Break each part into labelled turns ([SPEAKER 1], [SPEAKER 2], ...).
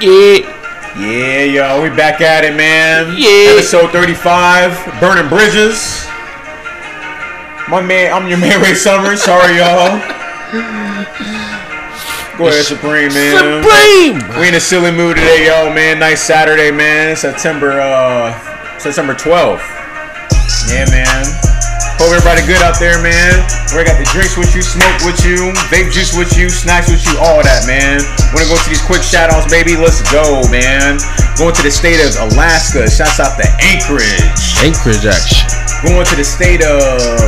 [SPEAKER 1] Yeah.
[SPEAKER 2] Yeah, yo, we back at it, man.
[SPEAKER 1] Yeah.
[SPEAKER 2] Episode 35, Burning Bridges. My man, I'm your man, Ray Summers. Sorry, y'all. Go ahead, Supreme, man.
[SPEAKER 1] Supreme.
[SPEAKER 2] We in a silly mood today, yo, man. Nice Saturday, man. September, uh, September 12th. Yeah, man. Hope everybody good out there, man. We got the drinks with you, smoke with you, vape juice with you, snacks with you, all that, man. Wanna go to these quick shout-outs, baby? Let's go, man. Going to the state of Alaska. Shouts out to Anchorage.
[SPEAKER 1] Anchorage action.
[SPEAKER 2] Going to the state of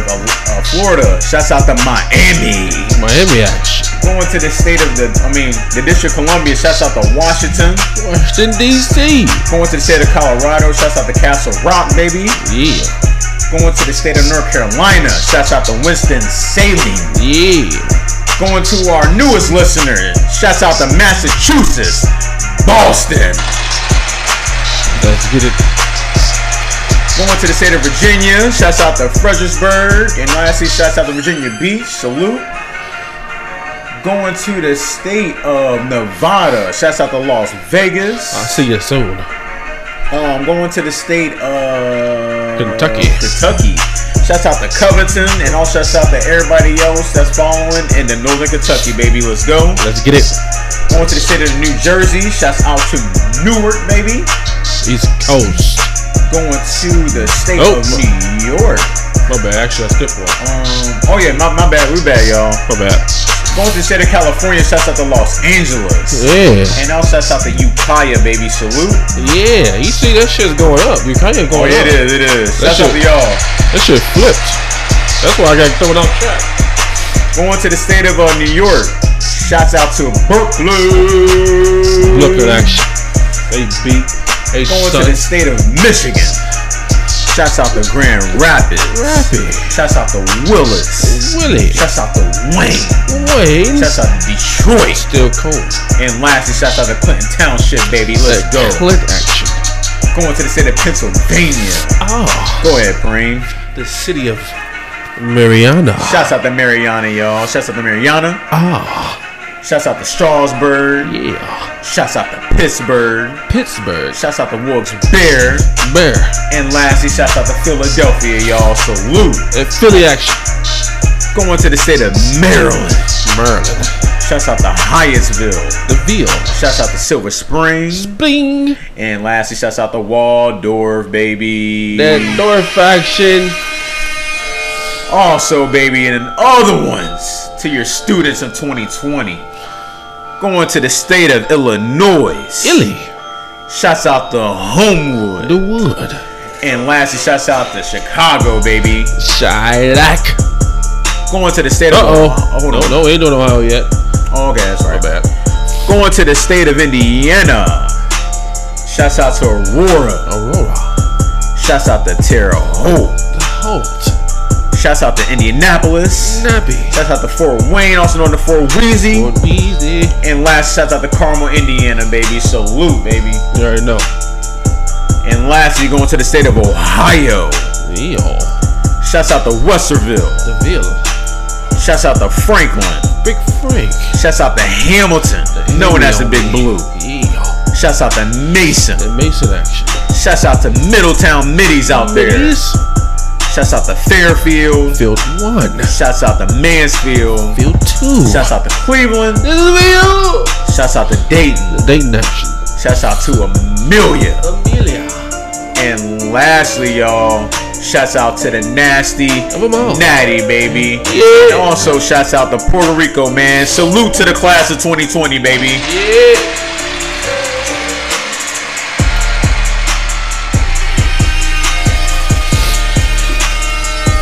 [SPEAKER 2] uh, Florida. Shouts out to Miami
[SPEAKER 1] Miami action.
[SPEAKER 2] going to the state of the, I mean, the District of Columbia. Shouts out to Washington.
[SPEAKER 1] Washington D.C.
[SPEAKER 2] Going to the state of Colorado. Shouts out to Castle Rock, baby.
[SPEAKER 1] Yeah.
[SPEAKER 2] Going to the state of North Carolina. Shouts out to Winston Salem.
[SPEAKER 1] Yeah.
[SPEAKER 2] Going to our newest listener. Shouts out to Massachusetts, Boston.
[SPEAKER 1] Let's get it.
[SPEAKER 2] Going to the state of Virginia. Shouts out to Fredericksburg. And lastly, shouts out to Virginia Beach. Salute. Going to the state of Nevada. Shouts out to Las Vegas.
[SPEAKER 1] I'll see you soon.
[SPEAKER 2] Um, going to the state of
[SPEAKER 1] Kentucky.
[SPEAKER 2] Kentucky. Shouts out to Covington and all shouts out to everybody else that's following in the Northern Kentucky, baby. Let's go.
[SPEAKER 1] Let's get it.
[SPEAKER 2] Going to the state of New Jersey. Shouts out to Newark, baby.
[SPEAKER 1] East Coast.
[SPEAKER 2] Going to the state
[SPEAKER 1] Oh.
[SPEAKER 2] of New York.
[SPEAKER 1] My bad. Actually, I skipped one.
[SPEAKER 2] Um, oh yeah, my, my bad. We bad, y'all.
[SPEAKER 1] My bad.
[SPEAKER 2] Going to the state of California. Shouts out to Los Angeles.
[SPEAKER 1] Yeah.
[SPEAKER 2] And all shouts out to Ukiah, baby. Salute.
[SPEAKER 1] Yeah. You see, that shit's going up. You kind of
[SPEAKER 2] Oh,
[SPEAKER 1] going
[SPEAKER 2] yeah,
[SPEAKER 1] up.
[SPEAKER 2] it is. It is.
[SPEAKER 1] That
[SPEAKER 2] Shouts out to
[SPEAKER 1] shit-
[SPEAKER 2] y'all.
[SPEAKER 1] That shit flipped. That's why I got thrown off track.
[SPEAKER 2] Going to the state of uh, New York. Shouts out to Brooklyn.
[SPEAKER 1] Look at action. They beat. They
[SPEAKER 2] Going to
[SPEAKER 1] suck.
[SPEAKER 2] the state of Michigan. Shouts out to Grand Rapids. Shouts out to Willis.
[SPEAKER 1] Willie.
[SPEAKER 2] Shouts out to Wayne.
[SPEAKER 1] Wayne.
[SPEAKER 2] Shouts out to Detroit.
[SPEAKER 1] Still cold.
[SPEAKER 2] And lastly, shouts out to Clinton Township, baby. Let's
[SPEAKER 1] That
[SPEAKER 2] go.
[SPEAKER 1] Click action.
[SPEAKER 2] Going to the state of Pennsylvania.
[SPEAKER 1] Oh,
[SPEAKER 2] Go ahead, Preem.
[SPEAKER 1] the city of Mariana.
[SPEAKER 2] Shouts out to Mariana, y'all. Shouts out to Mariana.
[SPEAKER 1] Ah,
[SPEAKER 2] Shouts out to Strasburg.
[SPEAKER 1] yeah.
[SPEAKER 2] Shouts out to Pittsburgh.
[SPEAKER 1] Pittsburgh.
[SPEAKER 2] Shouts out to Wolves Bear.
[SPEAKER 1] Bear.
[SPEAKER 2] And lastly, shouts out to Philadelphia, y'all. Salute.
[SPEAKER 1] And Philly action.
[SPEAKER 2] Going to the state of Maryland.
[SPEAKER 1] Maryland.
[SPEAKER 2] Shouts out to Hyattsville.
[SPEAKER 1] The Veal.
[SPEAKER 2] Shouts out to Silver Spring.
[SPEAKER 1] Bing.
[SPEAKER 2] And lastly, shouts out to Waldorf, baby.
[SPEAKER 1] That North action.
[SPEAKER 2] also, baby, and then other ones to your students of 2020. Going to the state of Illinois.
[SPEAKER 1] Illy.
[SPEAKER 2] Shouts out to Homewood.
[SPEAKER 1] The Wood.
[SPEAKER 2] And lastly, shouts out to Chicago, baby.
[SPEAKER 1] Shylock.
[SPEAKER 2] Going to the state
[SPEAKER 1] Uh
[SPEAKER 2] of
[SPEAKER 1] oh.
[SPEAKER 2] hold
[SPEAKER 1] No,
[SPEAKER 2] on.
[SPEAKER 1] no, ain't doing Ohio yet.
[SPEAKER 2] Oh, okay, that's right.
[SPEAKER 1] bad.
[SPEAKER 2] Going to the state of Indiana. Shouts out to Aurora.
[SPEAKER 1] Aurora.
[SPEAKER 2] Shouts out to Terre Haute.
[SPEAKER 1] The Holt.
[SPEAKER 2] Shouts out to Indianapolis.
[SPEAKER 1] Nappy.
[SPEAKER 2] Shouts out to Fort Wayne, also known as Fort Wheezy.
[SPEAKER 1] Fort Beasley.
[SPEAKER 2] And last, shouts out to Carmel, Indiana, baby. Salute, baby.
[SPEAKER 1] You already know.
[SPEAKER 2] And lastly, going to the state of Ohio.
[SPEAKER 1] Leo.
[SPEAKER 2] Shouts out to Westerville.
[SPEAKER 1] The Veal.
[SPEAKER 2] Shouts out to Franklin.
[SPEAKER 1] Big Frank.
[SPEAKER 2] Shouts out to Hamilton, known as the Big Blue.
[SPEAKER 1] Yeah.
[SPEAKER 2] Shouts out to Mason.
[SPEAKER 1] The Mason action.
[SPEAKER 2] Shouts out to Middletown Middies out there.
[SPEAKER 1] Middies.
[SPEAKER 2] Shouts out to Fairfield.
[SPEAKER 1] Field one.
[SPEAKER 2] Shouts out to Mansfield.
[SPEAKER 1] Field two.
[SPEAKER 2] Shouts out to Cleveland.
[SPEAKER 1] This is Bill.
[SPEAKER 2] Shouts out to Dayton.
[SPEAKER 1] The Dayton action.
[SPEAKER 2] Shouts out to Amelia.
[SPEAKER 1] Amelia.
[SPEAKER 2] And lastly, y'all, shouts out to the nasty
[SPEAKER 1] Of 'em all.
[SPEAKER 2] Natty, baby.
[SPEAKER 1] Yeah.
[SPEAKER 2] And also shouts out to Puerto Rico, man. Salute to the class of 2020, baby.
[SPEAKER 1] Yeah.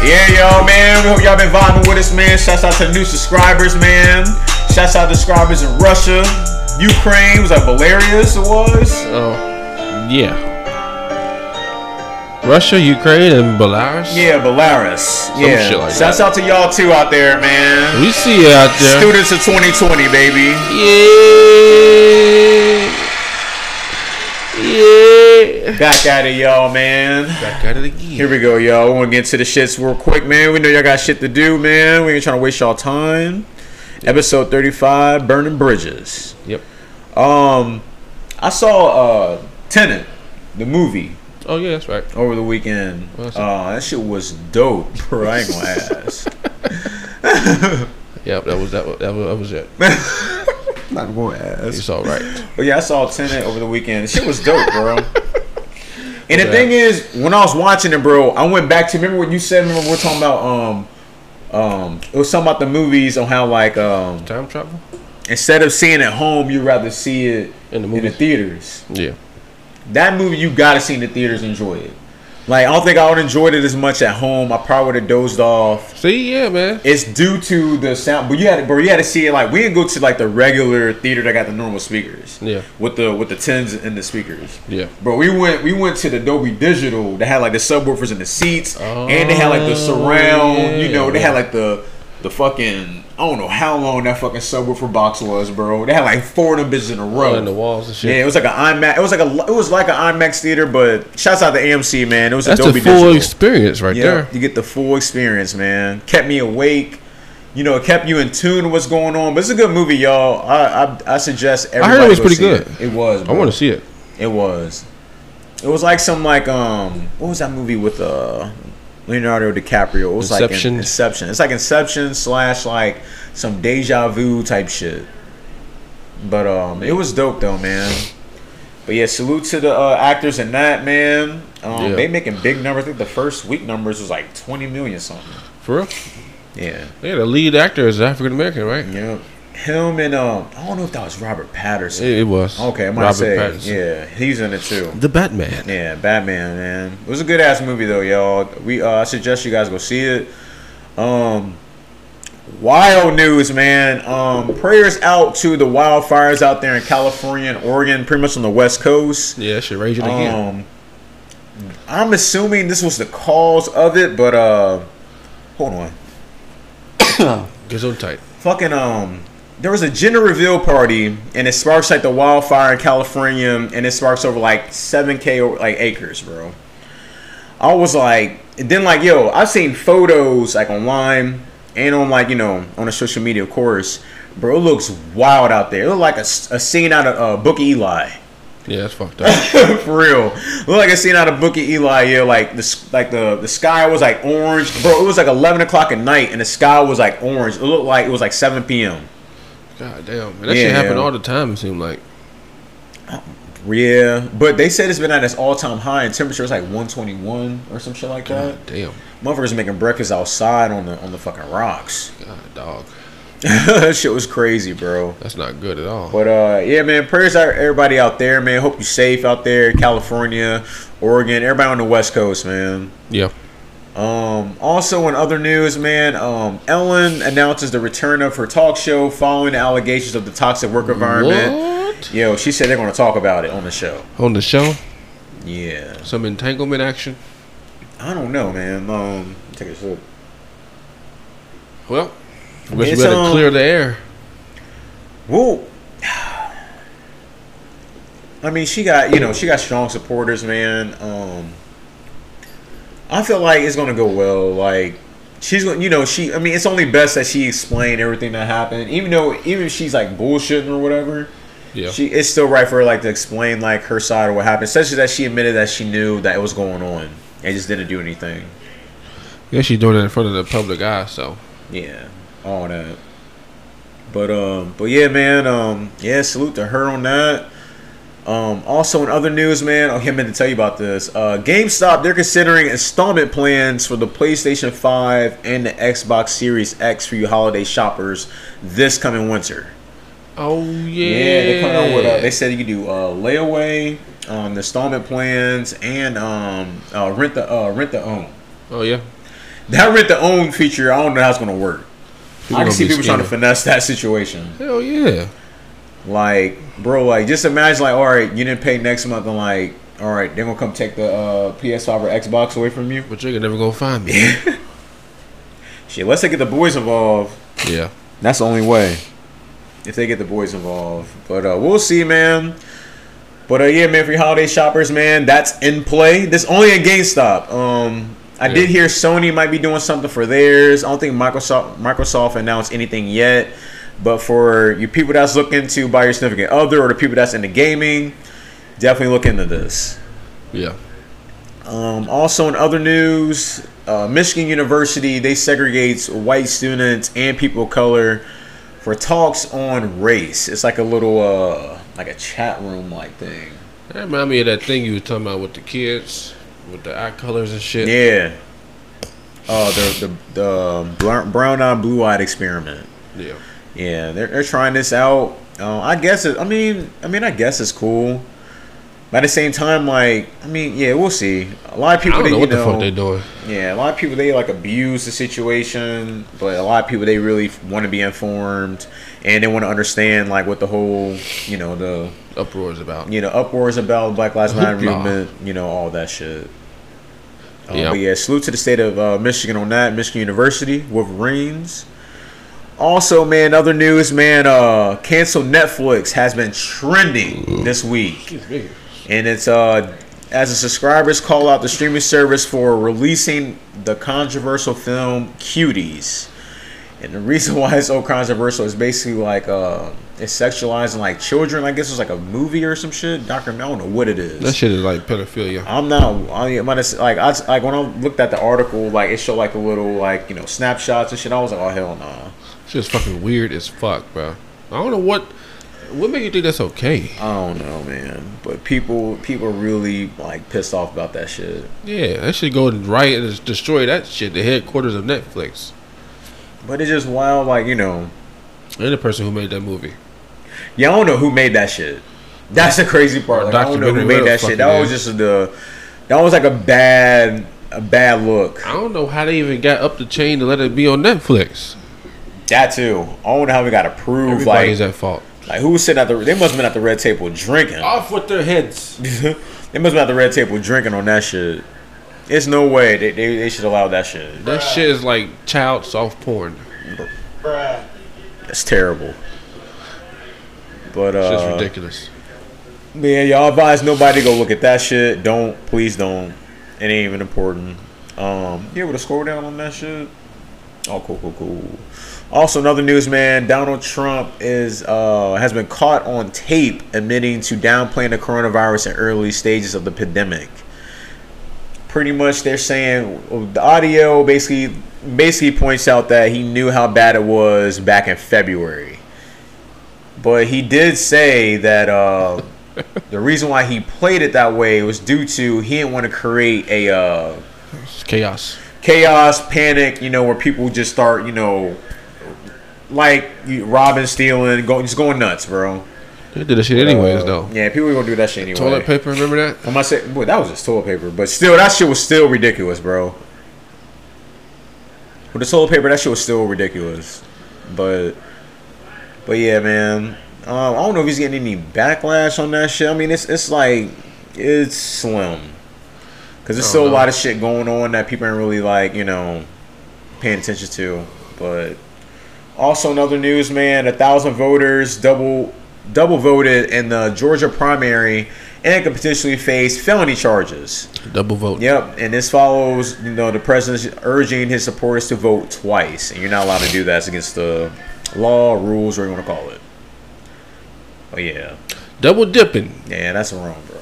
[SPEAKER 2] Yeah, y'all, man. We hope y'all been vibing with us, man. Shouts out to new subscribers, man. Shouts out to subscribers in Russia, Ukraine. Was that Belarus? It was.
[SPEAKER 1] Oh. Yeah. Russia, Ukraine, and Belarus.
[SPEAKER 2] Yeah, Belarus. yeah.
[SPEAKER 1] shit like
[SPEAKER 2] Shouts out to y'all too out there, man.
[SPEAKER 1] We see you out there.
[SPEAKER 2] Students of 2020, baby.
[SPEAKER 1] yeah. Yeah.
[SPEAKER 2] Back at it, y'all, man.
[SPEAKER 1] Back at it again.
[SPEAKER 2] Here we go, y'all. We're gonna get to the shits real quick, man. We know y'all got shit to do, man. We ain't trying to waste y'all time. Episode 35, Burning Bridges.
[SPEAKER 1] Yep.
[SPEAKER 2] Um, I saw uh Tenet, the movie,
[SPEAKER 1] Oh yeah, that's right.
[SPEAKER 2] over the weekend.
[SPEAKER 1] Well, that's-
[SPEAKER 2] Uh, that shit was dope, bro. I ain't gonna ask.
[SPEAKER 1] Yep, that was that was that was, that was it.
[SPEAKER 2] Not gonna ask.
[SPEAKER 1] It's all right.
[SPEAKER 2] But yeah, I saw Tenet over the weekend. Shit was dope, bro. And the
[SPEAKER 1] Yeah.
[SPEAKER 2] thing is, when I was watching it, bro, I went back to remember what you said. Remember we were talking about um, um, it was something about the movies on how like um,
[SPEAKER 1] Time travel.
[SPEAKER 2] instead of seeing at home, you'd rather see it
[SPEAKER 1] In the
[SPEAKER 2] in the
[SPEAKER 1] movies.
[SPEAKER 2] theaters.
[SPEAKER 1] Yeah.
[SPEAKER 2] That movie you gotta see in the theaters. and Enjoy it. Like I don't think I would enjoyed it as much at home. I probably would have dozed off.
[SPEAKER 1] See, yeah, man.
[SPEAKER 2] It's due to the sound, but you had to, bro. You had to see it like we didn't go to like the regular theater that got the normal speakers.
[SPEAKER 1] Yeah.
[SPEAKER 2] With the with the tins and the speakers.
[SPEAKER 1] Yeah.
[SPEAKER 2] Bro, we went we went to the Dolby Digital. They had like the subwoofers in the seats, and they had like the surround. you
[SPEAKER 1] yeah,
[SPEAKER 2] know, they
[SPEAKER 1] Oh, yeah.
[SPEAKER 2] had like the the fucking I don't know how long that fucking subwoofer box was, bro. They had like four of them bitches in a row.
[SPEAKER 1] In the walls and shit.
[SPEAKER 2] yeah, it was like an IMAX. It was like a it was like an IMAX theater, but shouts out to AMC, man. It was
[SPEAKER 1] That's
[SPEAKER 2] a
[SPEAKER 1] the
[SPEAKER 2] Dolby
[SPEAKER 1] full
[SPEAKER 2] Digital.
[SPEAKER 1] experience right
[SPEAKER 2] Yeah,
[SPEAKER 1] there.
[SPEAKER 2] you get the full experience, man. Kept me awake. You know, it kept you in tune with what's going on. But it's a good movie, y'all. I I, I suggest everybody.
[SPEAKER 1] heard it was
[SPEAKER 2] go
[SPEAKER 1] pretty
[SPEAKER 2] see
[SPEAKER 1] good.
[SPEAKER 2] It, It was.
[SPEAKER 1] I
[SPEAKER 2] Bro.
[SPEAKER 1] want to see it.
[SPEAKER 2] It was. It was like some like um what was that movie with uh Leonardo DiCaprio? It was like
[SPEAKER 1] Inception.
[SPEAKER 2] in- Inception. It's like Inception slash like some deja vu type shit. But um, it was dope though, man. But yeah, salute to the uh, actors in that man. Um,
[SPEAKER 1] Yeah.
[SPEAKER 2] They making big numbers. I think the first week numbers was like twenty million something.
[SPEAKER 1] For real.
[SPEAKER 2] Yeah,
[SPEAKER 1] Yeah, the lead actor is African American, right?
[SPEAKER 2] yeah. Him and um, I don't know if that was Robert Patterson.
[SPEAKER 1] It, it was.
[SPEAKER 2] Okay, I might
[SPEAKER 1] Robert
[SPEAKER 2] say
[SPEAKER 1] Pattinson.
[SPEAKER 2] yeah, he's in it too.
[SPEAKER 1] The Batman.
[SPEAKER 2] Yeah, Batman, man. It was a good ass movie though, y'all. We uh, I suggest you guys go see it. Um Wild news, man. Um prayers out to the wildfires out there in California and Oregon, pretty much on the west coast.
[SPEAKER 1] Yeah, that shit raging again.
[SPEAKER 2] Um I'm assuming this was the cause of it, but uh hold on.
[SPEAKER 1] Get so tight.
[SPEAKER 2] Fucking um there was a gender reveal party and it sparks like the wildfire in California and it sparks over like seven K like acres, bro. I was like, and then like, yo, I've seen photos like online and on like you know on the social media, of course, bro. It looks wild out there. It looked like a, s- a scene out of uh, Book of Eli,
[SPEAKER 1] Yeah, that's fucked up.
[SPEAKER 2] for real. It looked like a scene out of Book of Eli. Yeah, like the s- like the the sky was like orange, bro. It was like eleven o'clock at night and the sky was like orange. It looked like it was like seven p.m.
[SPEAKER 1] God damn, man. That
[SPEAKER 2] Yeah.
[SPEAKER 1] shit happened all the time. It seemed like.
[SPEAKER 2] Yeah, but they said it's been at its all time high and temperature is like one twenty one or some shit like that.
[SPEAKER 1] God damn.
[SPEAKER 2] Motherfuckers making breakfast outside on the on the fucking rocks.
[SPEAKER 1] God dog.
[SPEAKER 2] that shit was crazy, bro.
[SPEAKER 1] That's not good at all.
[SPEAKER 2] But uh, yeah, man, prayers out everybody out there, man. Hope you safe out there, California, Oregon, everybody on the West Coast, man.
[SPEAKER 1] Yeah.
[SPEAKER 2] Um, also in other news, man, um, Ellen announces the return of her talk show following the allegations of the toxic work environment.
[SPEAKER 1] What?
[SPEAKER 2] Yo, she said they're gonna talk about it on the show.
[SPEAKER 1] On the show,
[SPEAKER 2] Yeah.
[SPEAKER 1] some entanglement action.
[SPEAKER 2] I don't know, man. Um, take a sip.
[SPEAKER 1] Well, I guess we
[SPEAKER 2] It's,
[SPEAKER 1] better
[SPEAKER 2] um,
[SPEAKER 1] clear the air.
[SPEAKER 2] Woo. I mean, she got you know she got strong supporters, man. Um, I feel like it's gonna go well. Like she's gonna, you know, she. I mean, it's only best that she explain everything that happened, even though even if she's like bullshitting or whatever.
[SPEAKER 1] Yeah.
[SPEAKER 2] She it's still right for her like to explain like her side of what happened, especially that she admitted that she knew that it was going on and just didn't do anything.
[SPEAKER 1] yeah, she's doing it in front of the public eye. So
[SPEAKER 2] Yeah, all that. But um, but yeah, man. Um, yeah, salute to her on that. Um, also in other news, man. Oh, yeah, I meant to tell you about this. Uh, GameStop they're considering installment plans for the PlayStation Five and the Xbox Series X for you holiday shoppers this coming winter.
[SPEAKER 1] Oh yeah.
[SPEAKER 2] Yeah, they come out with. Uh, they said you can do uh, layaway, um, the installment plans, and um, uh, rent the uh, rent the own.
[SPEAKER 1] oh yeah.
[SPEAKER 2] That rent the own feature, I don't know how it's gonna work. I
[SPEAKER 1] gonna
[SPEAKER 2] can see
[SPEAKER 1] be
[SPEAKER 2] people trying to
[SPEAKER 1] scared.
[SPEAKER 2] finesse that situation.
[SPEAKER 1] Hell yeah.
[SPEAKER 2] Like, bro, like just imagine like, all right, you didn't pay next month, and like, all right, they're gonna come take the uh, PS5 or Xbox away from you.
[SPEAKER 1] But you can never gonna find me.
[SPEAKER 2] Shit, unless they get the boys involved,
[SPEAKER 1] yeah.
[SPEAKER 2] that's the only way. If they get the boys involved, but uh, we'll see, man. But uh, yeah, man, for your holiday shoppers, man, that's in play. This only at GameStop. Um, I
[SPEAKER 1] Yeah.
[SPEAKER 2] did hear Sony might be doing something for theirs. I don't think Microsoft Microsoft announced anything yet. But for you people that's looking to buy your significant other or the people that's into gaming, Definitely look into this.
[SPEAKER 1] Yeah.
[SPEAKER 2] Um, also, in other news, uh, Michigan University they segregates white students and people of color for talks on race. It's like a little uh, like a chat room like thing.
[SPEAKER 1] That remind me of that thing you were talking about with the kids, with the eye colors and shit.
[SPEAKER 2] Yeah. Oh, the the the brown- brown eyed blue eyed experiment.
[SPEAKER 1] Yeah.
[SPEAKER 2] Yeah, they're, they're trying this out. Uh, I guess it. I mean, I mean, I guess it's cool. But at the same time, like, I mean, yeah, we'll see. A lot of
[SPEAKER 1] I
[SPEAKER 2] people,
[SPEAKER 1] don't
[SPEAKER 2] they, um,
[SPEAKER 1] know
[SPEAKER 2] you
[SPEAKER 1] what the fuck
[SPEAKER 2] know,
[SPEAKER 1] they're doing.
[SPEAKER 2] yeah, a lot of people they like abuse the situation, but a lot of people they really want to be informed and they want to understand like what the whole, you know, the
[SPEAKER 1] Uproars about.
[SPEAKER 2] you know uproars about Black Lives Matter
[SPEAKER 1] Hoopla.
[SPEAKER 2] movement, you know, all that shit. Uh,
[SPEAKER 1] Yeah.
[SPEAKER 2] But yeah, salute to the state of uh, Michigan on that. Michigan University Wolverines. Also, man, other news, man. Uh, cancel Netflix has been trending this week
[SPEAKER 1] Excuse me.
[SPEAKER 2] and it's uh as the subscribers call out the streaming service for releasing the controversial film Cuties. And the reason why it's so controversial is basically like uh it's sexualizing like children. I guess it's like a movie or some shit. Doctor, I don't know what it is.
[SPEAKER 1] That shit is like pedophilia.
[SPEAKER 2] I'm not. I mean, I'm not like I like when I looked at the article, like it showed like the little like you know snapshots and shit. I was like, oh hell no.
[SPEAKER 1] Shit's fucking weird as fuck, bro. I don't know what. What made you think that's okay?
[SPEAKER 2] I don't know, man. But people people really like pissed off about that shit.
[SPEAKER 1] Yeah, that should go and riot and destroy that shit. The headquarters of Netflix
[SPEAKER 2] But it's just wild, like you know.
[SPEAKER 1] and the person who made that movie.
[SPEAKER 2] Yeah, I don't know who made that shit. That's the crazy part. Like, I don't know who
[SPEAKER 1] Documentary,
[SPEAKER 2] made
[SPEAKER 1] whatever
[SPEAKER 2] that
[SPEAKER 1] the fuck
[SPEAKER 2] shit. That
[SPEAKER 1] it
[SPEAKER 2] was
[SPEAKER 1] is.
[SPEAKER 2] just the. That was like a bad, a bad look.
[SPEAKER 1] I don't know how they even got up the chain to let it be on Netflix.
[SPEAKER 2] That too. I don't know how we got approved.
[SPEAKER 1] Everybody's
[SPEAKER 2] Like,
[SPEAKER 1] at fault.
[SPEAKER 2] like who was sitting at the? They must have been at the red table drinking.
[SPEAKER 1] Off with their heads.
[SPEAKER 2] they must have been at the red table drinking on that shit. It's no way they they, they should allow that shit.
[SPEAKER 1] That shit is like child soft porn.
[SPEAKER 2] That's terrible. But
[SPEAKER 1] It's
[SPEAKER 2] uh,
[SPEAKER 1] just ridiculous.
[SPEAKER 2] Yeah, y'all advise nobody to go look at that shit. Don't, please don't. It ain't even important. Um, you able to scroll down on that shit? Oh, cool, cool, cool. Also, another news, man. Donald Trump is uh has been caught on tape admitting to downplaying the coronavirus in early stages of the pandemic. Pretty much, they're saying the audio basically basically points out that he knew how bad it was back in February, but he did say that. Uh, the reason why he played it that way was due to he didn't want to create a uh,
[SPEAKER 1] It's chaos.
[SPEAKER 2] chaos, panic, you know, where people just start, you know, like you- robbing, stealing, go, just going nuts, bro.
[SPEAKER 1] They did that shit anyways,
[SPEAKER 2] Uh,
[SPEAKER 1] though.
[SPEAKER 2] Yeah, people gonna do that shit anyway.
[SPEAKER 1] Toilet paper, remember that?
[SPEAKER 2] I'm not saying, boy, that was just toilet paper, but still, that shit was still ridiculous, bro. With the toilet paper, that shit was still ridiculous, but, but yeah, man. Um, I don't know if he's getting any backlash on that shit. I mean, it's it's like it's slim, cause there's
[SPEAKER 1] I don't
[SPEAKER 2] still a
[SPEAKER 1] know.
[SPEAKER 2] lot of shit going on that people ain't really like, you know, paying attention to. But also, in other news, man, a thousand voters double double voted in the Georgia primary and could potentially face felony charges.
[SPEAKER 1] Double vote.
[SPEAKER 2] Yep, and this follows, you know, the president urging his supporters to vote twice, and you're not allowed to do that. It's against the law, rules, or you want to call it. Oh yeah,
[SPEAKER 1] Double dipping.
[SPEAKER 2] yeah, that's wrong, bro.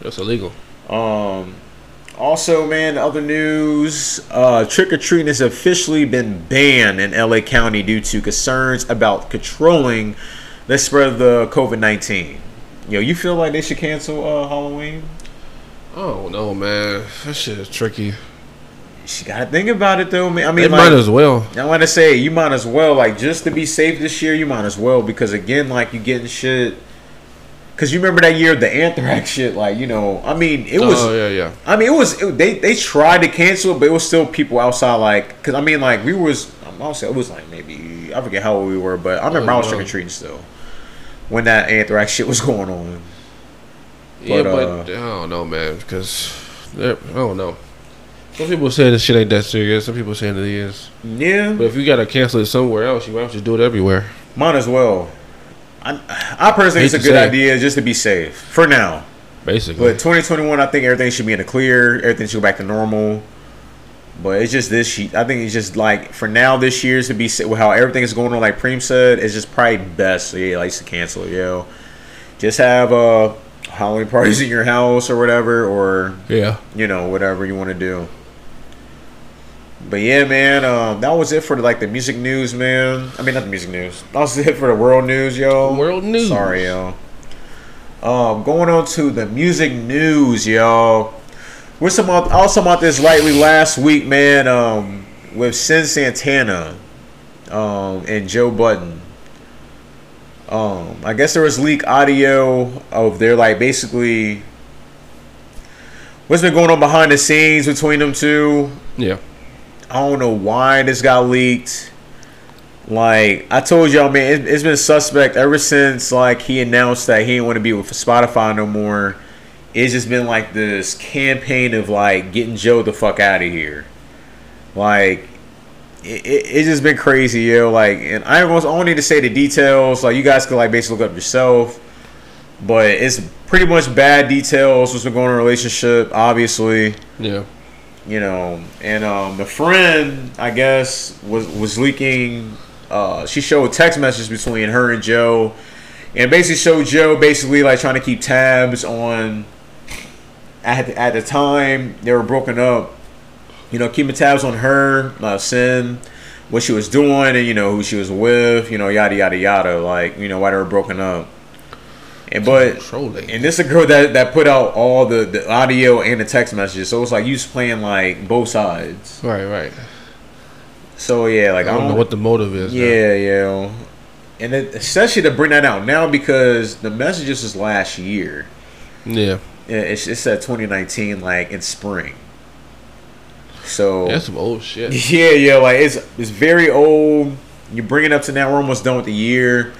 [SPEAKER 1] That's illegal.
[SPEAKER 2] Um, also, man, other news: uh, trick or treating has officially been banned in LA County due to concerns about controlling the spread of the COVID nineteen. Yo, you feel like they should cancel uh, Halloween?
[SPEAKER 1] Oh no, man. That shit is tricky.
[SPEAKER 2] You gotta think about it though, man. I
[SPEAKER 1] They
[SPEAKER 2] mean,
[SPEAKER 1] might
[SPEAKER 2] like,
[SPEAKER 1] as well.
[SPEAKER 2] I want to say you might as well, like, just to be safe this year, you might as well because again, like, you getting shit. Cause you remember that year of the anthrax shit, like, you know, I mean, it was.
[SPEAKER 1] oh yeah, yeah.
[SPEAKER 2] I mean, it was it, they they tried to cancel it, but it was still people outside. Like, cause I mean, like we was I'm also it was like maybe I forget how old we were, but I remember I was
[SPEAKER 1] wow.
[SPEAKER 2] trick or treating still when that anthrax shit was going on.
[SPEAKER 1] yeah,
[SPEAKER 2] uh,
[SPEAKER 1] but I don't know, man. Because I don't know. Some people say this shit ain't that serious. Some people saying it is.
[SPEAKER 2] Yeah,
[SPEAKER 1] But if you gotta cancel it somewhere else, you might have to do it everywhere.
[SPEAKER 2] might as well. I I personally
[SPEAKER 1] Hate
[SPEAKER 2] think it's a
[SPEAKER 1] to
[SPEAKER 2] good
[SPEAKER 1] say it.
[SPEAKER 2] idea just to be safe for now.
[SPEAKER 1] Basically.
[SPEAKER 2] But 2021, I think everything should be in the clear. Everything should go back to normal. But it's just this. ye- I think it's just like for now this year to be sa- with how everything is going on. Like Preem said, it's just probably best. Yeah, like to cancel. Yo, just have uh Halloween parties at your house or whatever, or
[SPEAKER 1] Yeah.
[SPEAKER 2] you know whatever you want to do. But yeah, man, um, that was it for like the music news, man. I mean, not the music news. That was it for the world news, yo.
[SPEAKER 1] World news.
[SPEAKER 2] Sorry, yo. Um, going on to the music news, yo. We're some I was talking about this lightly last week, man. Um, with Sin Santana, um, and Joe Button. Um, I guess there was leak audio of their like basically what's been going on behind the scenes between them two.
[SPEAKER 1] Yeah.
[SPEAKER 2] I don't know why this got leaked. Like I told y'all, man, it, it's been suspect ever since like he announced that he didn't want to be with Spotify no more. It's just been like this campaign of like getting Joe the fuck out of here. Like it, it, it's just been crazy, yo. Like, and I almost only need to say the details. Like you guys can like basically look up yourself. But it's pretty much bad details. What's been going on in a relationship, obviously
[SPEAKER 1] Yeah.
[SPEAKER 2] you know, and um, the friend, I guess, was was leaking. Uh, she showed text messages between her and Joe, and basically showed Joe basically like trying to keep tabs on. At the, at the time they were broken up, you know, keeping tabs on her, uh, sin, what she was doing, and you know who she was with, you know, yada yada yada, like you know why they were broken up. And but
[SPEAKER 1] Trolling.
[SPEAKER 2] and this is a girl that, that put out all the, the audio and the text messages. So it's like you was playing like both sides.
[SPEAKER 1] Right, right.
[SPEAKER 2] So yeah,
[SPEAKER 1] I
[SPEAKER 2] like
[SPEAKER 1] don't know what the motive is. now.
[SPEAKER 2] Yeah, yeah. And it, especially to bring that out now because the messages was last year.
[SPEAKER 1] Yeah.
[SPEAKER 2] Yeah, It, it said 2019, like in spring. So
[SPEAKER 1] That's some old shit.
[SPEAKER 2] yeah, yeah, like it's it's very old. You bring it up to now, we're almost done with the year.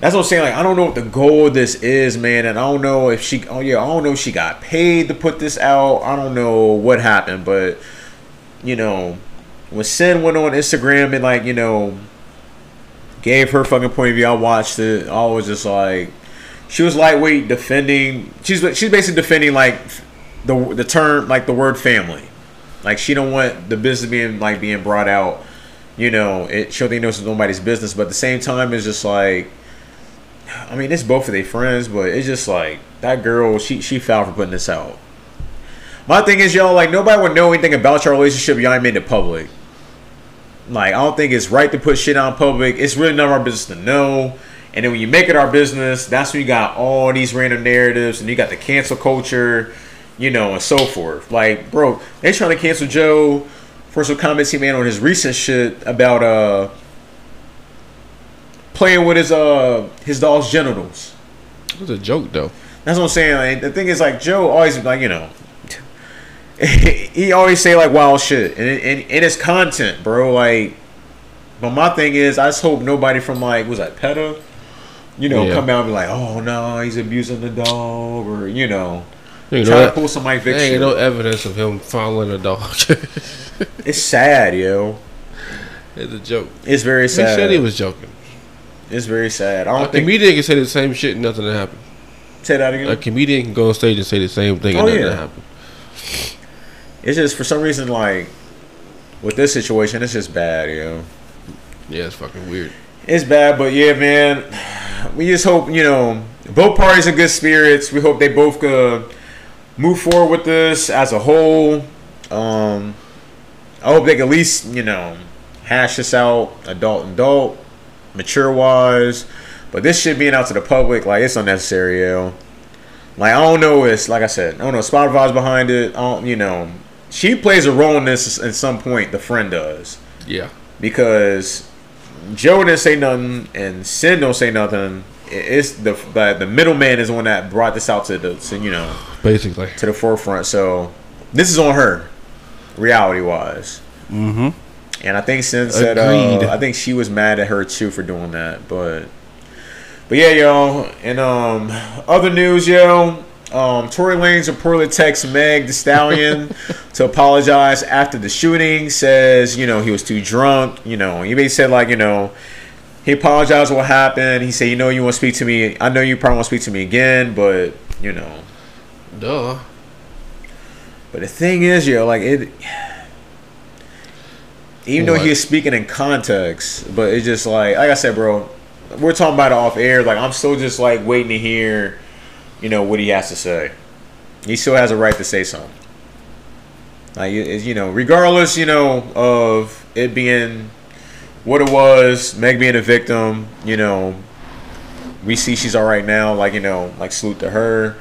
[SPEAKER 2] That's what I'm saying. Like, I don't know what the goal of this is, man, and I don't know if she. Oh yeah, I don't know if she got paid to put this out. I don't know what happened, but you know, when Sin went on Instagram and like you know, gave her fucking point of view, I watched it. I was just like, she was lightweight defending. She's she's basically defending like the the term like the word family. Like she don't want the business being like being brought out. You know, it she don't think it's nobody's business, but at the same time, it's just like, I mean, it's both of their friends, but it's just like that girl. She she fouled for putting this out. My thing is, y'all, like nobody would know anything about your relationship. Y'all ain't made it public. Like I don't think it's right to put shit on public. It's really none of our business to know. And then when you make it our business, that's when you got all these random narratives, and you got the cancel culture you know, and so forth. Like, bro, they trying to cancel Joe for some comments he made on his recent shit about uh playing with his uh his dog's genitals.
[SPEAKER 1] It was a joke though.
[SPEAKER 2] That's what I'm saying. Like, the thing is, like Joe always like you know, he always say like wild shit, and and and it's content, bro. Like, but my thing is, I just hope nobody from like was that PETA, you know,
[SPEAKER 1] Yeah.
[SPEAKER 2] come out and be like, oh no, he's abusing the dog, or you know,
[SPEAKER 1] You know
[SPEAKER 2] try to
[SPEAKER 1] what?
[SPEAKER 2] pull somebody
[SPEAKER 1] There
[SPEAKER 2] victim.
[SPEAKER 1] ain't no evidence of him fondling a dog. it's
[SPEAKER 2] It's sad, yo.
[SPEAKER 1] a joke.
[SPEAKER 2] It's very
[SPEAKER 1] He
[SPEAKER 2] sad.
[SPEAKER 1] said he was joking.
[SPEAKER 2] it's very sad. I don't
[SPEAKER 1] A
[SPEAKER 2] think
[SPEAKER 1] comedian can say the same shit and nothing to happen.
[SPEAKER 2] say that again.
[SPEAKER 1] A comedian can go on stage and say the same thing and
[SPEAKER 2] Oh,
[SPEAKER 1] nothing
[SPEAKER 2] yeah.
[SPEAKER 1] to happen.
[SPEAKER 2] It's just for some reason like with this situation, it's just bad, yo.
[SPEAKER 1] Yeah, it's fucking weird.
[SPEAKER 2] It's bad, but yeah, man. We just hope you know both parties in good spirits. We hope they both could move forward with this as a whole. Um, I hope they can at least you know hash this out, adult and adult, mature wise. But this shit being out to the public, like it's unnecessary, yo. Like I don't know, it's like I said, I don't know. Spotify's behind it. I don't, you know, she plays a role in this at some point. The friend does
[SPEAKER 1] Yeah.
[SPEAKER 2] because Joe didn't say nothing and Sin don't say nothing. I- It's the the, the middleman is the one that brought this out to the to, you know
[SPEAKER 1] Basically.
[SPEAKER 2] to the forefront. So this is on her, reality wise.
[SPEAKER 1] Mm-hmm.
[SPEAKER 2] And I think Sin said
[SPEAKER 1] Agreed.
[SPEAKER 2] uh, I think she was mad at her too for doing that. But but yeah, yo. And um, other news, yo. Um, Tory Lanez reportedly texts Meg the Stallion to apologize after the shooting. Says you know he was too drunk. You know he basically said like you know he apologized what happened. He said you know you want to speak to me. I know you probably want to speak to me again, but you know.
[SPEAKER 1] Duh.
[SPEAKER 2] But the thing is, yo, like it. Even though
[SPEAKER 1] What?
[SPEAKER 2] he was speaking in context, but it's just like, like I said, bro, we're talking about it off air. Like I'm still just like waiting to hear you know what he has to say. He still has a right to say something. Like it- it- you know, regardless, you know, of it being what it was, Meg being a victim, you know, we see she's all right now. Like you know, like salute to her.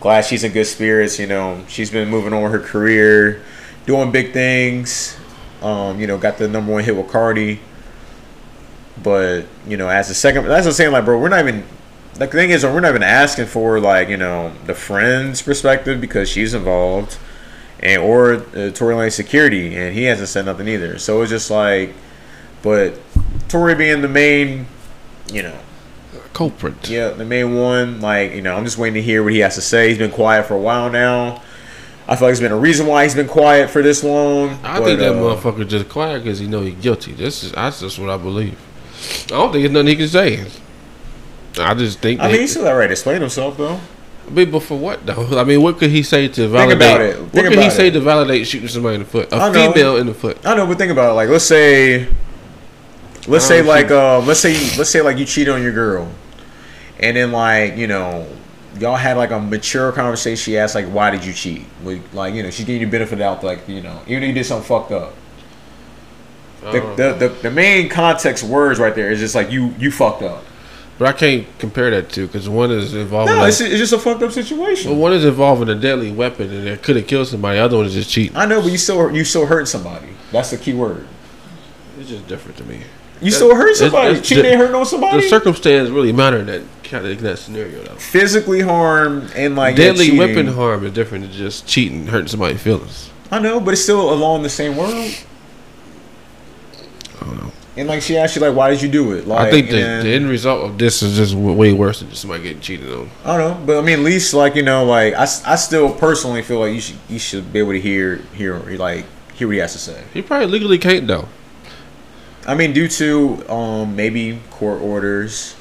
[SPEAKER 2] Glad she's in good spirits. You know, she's been moving on with her career, doing big things. Um, you know, got the number one hit with Cardi. But you know, as the second, that's what I'm saying. Like, bro, we're not even. The thing is, we're not even asking for like you know the friend's perspective because she's involved, and or uh, Tory Lane security, and he hasn't said nothing either. So it's just like, but Tory being the main, you know,
[SPEAKER 1] Culprit.
[SPEAKER 2] yeah, the main one. Like, you know, I'm just waiting to hear what he has to say. He's been quiet for a while now. I feel like there's been a reason why he's been quiet for this long.
[SPEAKER 1] I
[SPEAKER 2] but,
[SPEAKER 1] think that
[SPEAKER 2] uh,
[SPEAKER 1] motherfucker just quiet because he know he guilty. This is that's just what I believe. I don't think there's nothing he can say. I just think.
[SPEAKER 2] I mean,
[SPEAKER 1] that-
[SPEAKER 2] he's still all right to explain himself though.
[SPEAKER 1] I mean, but for what though? I mean, what could he say to validate?
[SPEAKER 2] about it.
[SPEAKER 1] What
[SPEAKER 2] Think
[SPEAKER 1] could he
[SPEAKER 2] about
[SPEAKER 1] say
[SPEAKER 2] it.
[SPEAKER 1] to validate shooting somebody in the foot?
[SPEAKER 2] I
[SPEAKER 1] A
[SPEAKER 2] know.
[SPEAKER 1] female in the foot.
[SPEAKER 2] I know, but think about it. Like, let's say, let's
[SPEAKER 1] Oh,
[SPEAKER 2] say,
[SPEAKER 1] shit.
[SPEAKER 2] like, um, let's say, let's say, like, you cheat on your girl, and then, like, you know, y'all had like a mature conversation. She asked, like, why did you cheat? Like, like, you know, she's giving you benefit of the doubt, like, you know, even if you did something fucked up. The,
[SPEAKER 1] Uh,
[SPEAKER 2] the, the, the main context words right there is just like you you fucked up.
[SPEAKER 1] but I can't compare that to because one is involving.
[SPEAKER 2] No,
[SPEAKER 1] like,
[SPEAKER 2] it's, it's just a fucked up
[SPEAKER 1] well,
[SPEAKER 2] situation.
[SPEAKER 1] one is involving a deadly weapon and it could have killed somebody. The other one is just cheating.
[SPEAKER 2] I know, but you still you still hurting somebody. That's the key word.
[SPEAKER 1] It's just different to me.
[SPEAKER 2] You still hurt
[SPEAKER 1] it's-
[SPEAKER 2] somebody.
[SPEAKER 1] it's
[SPEAKER 2] Cheating
[SPEAKER 1] di-
[SPEAKER 2] ain't hurting on
[SPEAKER 1] The
[SPEAKER 2] somebody.
[SPEAKER 1] circumstance really matter in that kind of in that scenario though.
[SPEAKER 2] Physically harm and like yeah,
[SPEAKER 1] Deadly
[SPEAKER 2] cheating.
[SPEAKER 1] weapon harm is different than just cheating, hurting somebody's feelings.
[SPEAKER 2] I know, but it's still along the same world.
[SPEAKER 1] I don't know.
[SPEAKER 2] And like she asked you, like, why did you do it? Like,
[SPEAKER 1] I think the,
[SPEAKER 2] and-
[SPEAKER 1] the end result of this is just w- way worse than just somebody getting cheated on.
[SPEAKER 2] I don't know, but I mean, at least like you know, like I, s- I still personally feel like you should you should be able to hear hear like hear what he has to say.
[SPEAKER 1] He probably legally can't though.
[SPEAKER 2] I mean, due to um, maybe court orders,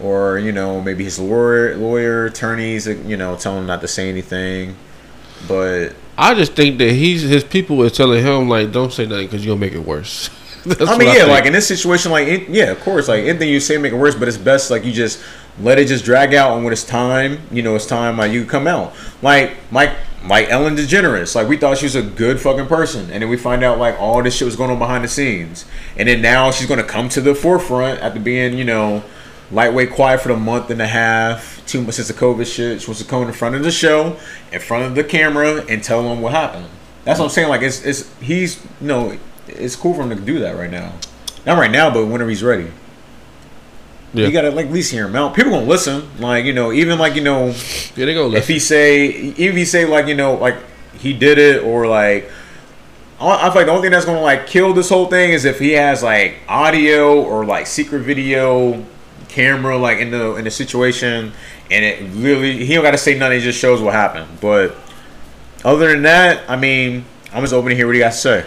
[SPEAKER 2] or you know, maybe his lawyer, lawyer, attorneys, you know, telling him not to say anything. But
[SPEAKER 1] I just think that he's his people is telling him like, don't say nothing because you'll make it worse. That's
[SPEAKER 2] I
[SPEAKER 1] what
[SPEAKER 2] mean, yeah,
[SPEAKER 1] think.
[SPEAKER 2] like in this situation, like it, yeah, of course, like anything you say make it worse. But it's best like you just let it just drag out, and when it's time, you know, it's time like you come out. Like like like Ellen DeGeneres, like we thought she was a good fucking person, and then we find out like all this shit was going on behind the scenes, and then now she's gonna come to the forefront after being you know lightweight quiet for the month and a half, two months since the COVID shit. She was to come in front of the show, in front of the camera, and tell them what happened. That's what I'm saying. Like it's it's he's no, it's cool for him to do that right now. Not right now, but whenever he's ready.
[SPEAKER 1] yeah.
[SPEAKER 2] You gotta like at least hear him out. People gonna listen. Like you know, even like you know,
[SPEAKER 1] yeah, they gonna
[SPEAKER 2] if
[SPEAKER 1] listen.
[SPEAKER 2] he say, even if he say like you know, like he did it or like. I I feel like the only thing that's gonna like kill this whole thing is if he has like audio or like secret video camera like in the in the situation, and it really he don't gotta say nothing. It just shows what happened. But other than that, I mean, I'm just open to hear what he got to say.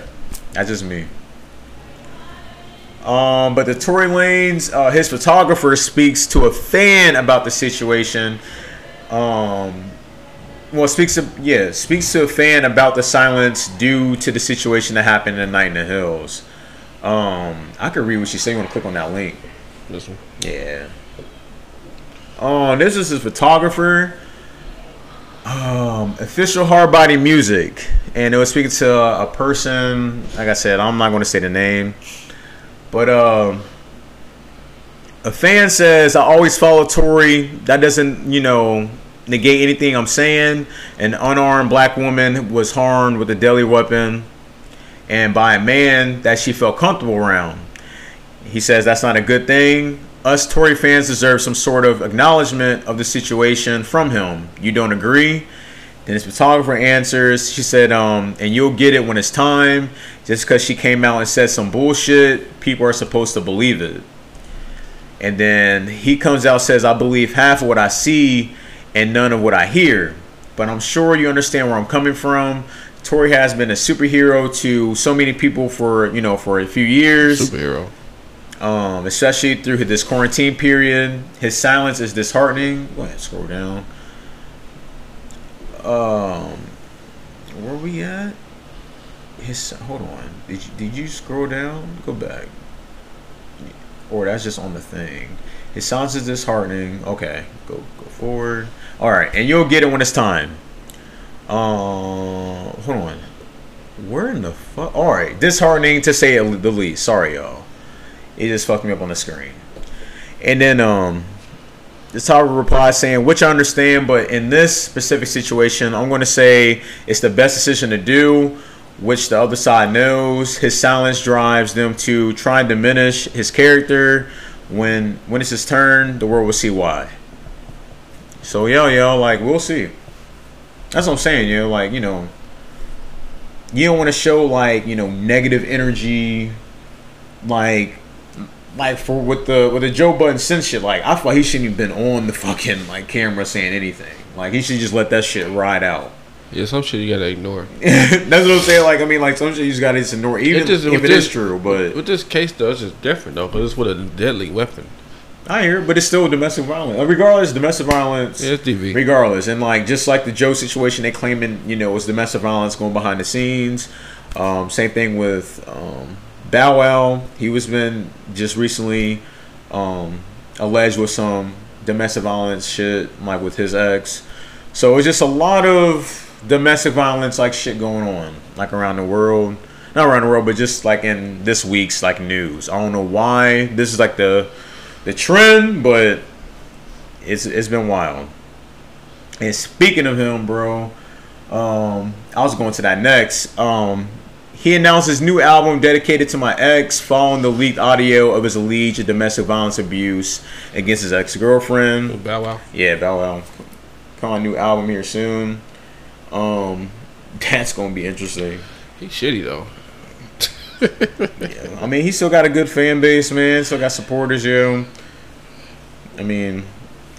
[SPEAKER 2] That's just me. Um, but the Tory Lanez, uh, his photographer speaks to a fan about the situation. Um, well, speaks to yeah, speaks to a fan about the silence due to the situation that happened in Night in the Hills. Um, I could read what she said. You want to click on that link?
[SPEAKER 1] This one.
[SPEAKER 2] Yeah. Oh, this is his photographer. Um, official hard body music, and it was speaking to a person. Like I said, I'm not going to say the name, but um, a fan says I always follow Tory. That doesn't, you know, negate anything I'm saying. An unarmed black woman was harmed with a deadly weapon, and by a man that she felt comfortable around. He says that's not a good thing. Us Tory fans deserve some sort of acknowledgement of the situation from him. You don't agree? Then his photographer answers. She said, um, and you'll get it when it's time. Just because she came out and said some bullshit, people are supposed to believe it. And then he comes out says, I believe half of what I see and none of what I hear. But I'm sure you understand where I'm coming from. Tory has been a superhero to so many people for, you know, for a few years
[SPEAKER 1] Superhero.
[SPEAKER 2] um, especially through this quarantine period. His silence is disheartening. Go ahead, scroll down. Um, where we at? His hold on. Did you, did you scroll down? Go back. Or that's just on the thing. It sounds is disheartening. Okay, go go forward. All right, and you'll get it when it's time. Uh, hold on. Where in the fuck? All right, disheartening to say it the least. Sorry, y'all. It just fucked me up on the screen. And then um, this Tyra replies saying, which I understand, but in this specific situation, I'm going to say it's the best decision to do, which the other side knows. His silence drives them to try and diminish his character. When when it's his turn, the world will see why. So yo yo, like we'll see. That's what I'm saying, yo. Like you know, you don't want to show like you know negative energy, like like for with the with the Joe Budden Sin shit, like I thought he shouldn't even been on the fucking like camera saying anything. Like he should just let that shit ride out.
[SPEAKER 1] Yeah, some shit you gotta ignore.
[SPEAKER 2] That's what I'm saying. Like I mean, like some shit you just gotta just ignore, even
[SPEAKER 1] It just-
[SPEAKER 2] if
[SPEAKER 1] with
[SPEAKER 2] it is
[SPEAKER 1] this-
[SPEAKER 2] true. But
[SPEAKER 1] With this case though, it's just different though, because it's with a deadly weapon.
[SPEAKER 2] I hear, it, but it's still domestic violence. Uh, Regardless, domestic violence.
[SPEAKER 1] Yeah, it's DV.
[SPEAKER 2] Regardless, and like just like the Joe situation, they claiming you know it was domestic violence going behind the scenes. Um, same thing with um, Bow Wow. He was been just recently um, alleged with some domestic violence shit, like with his ex. So it's just a lot of domestic violence like shit going on, like around the world. Not around the world, but just like in this week's like news. I don't know why this is like the the trend, but it's it's been wild. And speaking of him, bro, um, I was going to that next. Um, he announced his new album dedicated to my ex, following the leaked audio of his alleged domestic violence abuse against his ex girlfriend.
[SPEAKER 1] Bow Wow.
[SPEAKER 2] Yeah, Bow Wow. Come on, new album here soon. Um, that's gonna be interesting.
[SPEAKER 1] He's shitty though.
[SPEAKER 2] I mean, he still got a good fan base, man. Still got supporters, yo. I mean,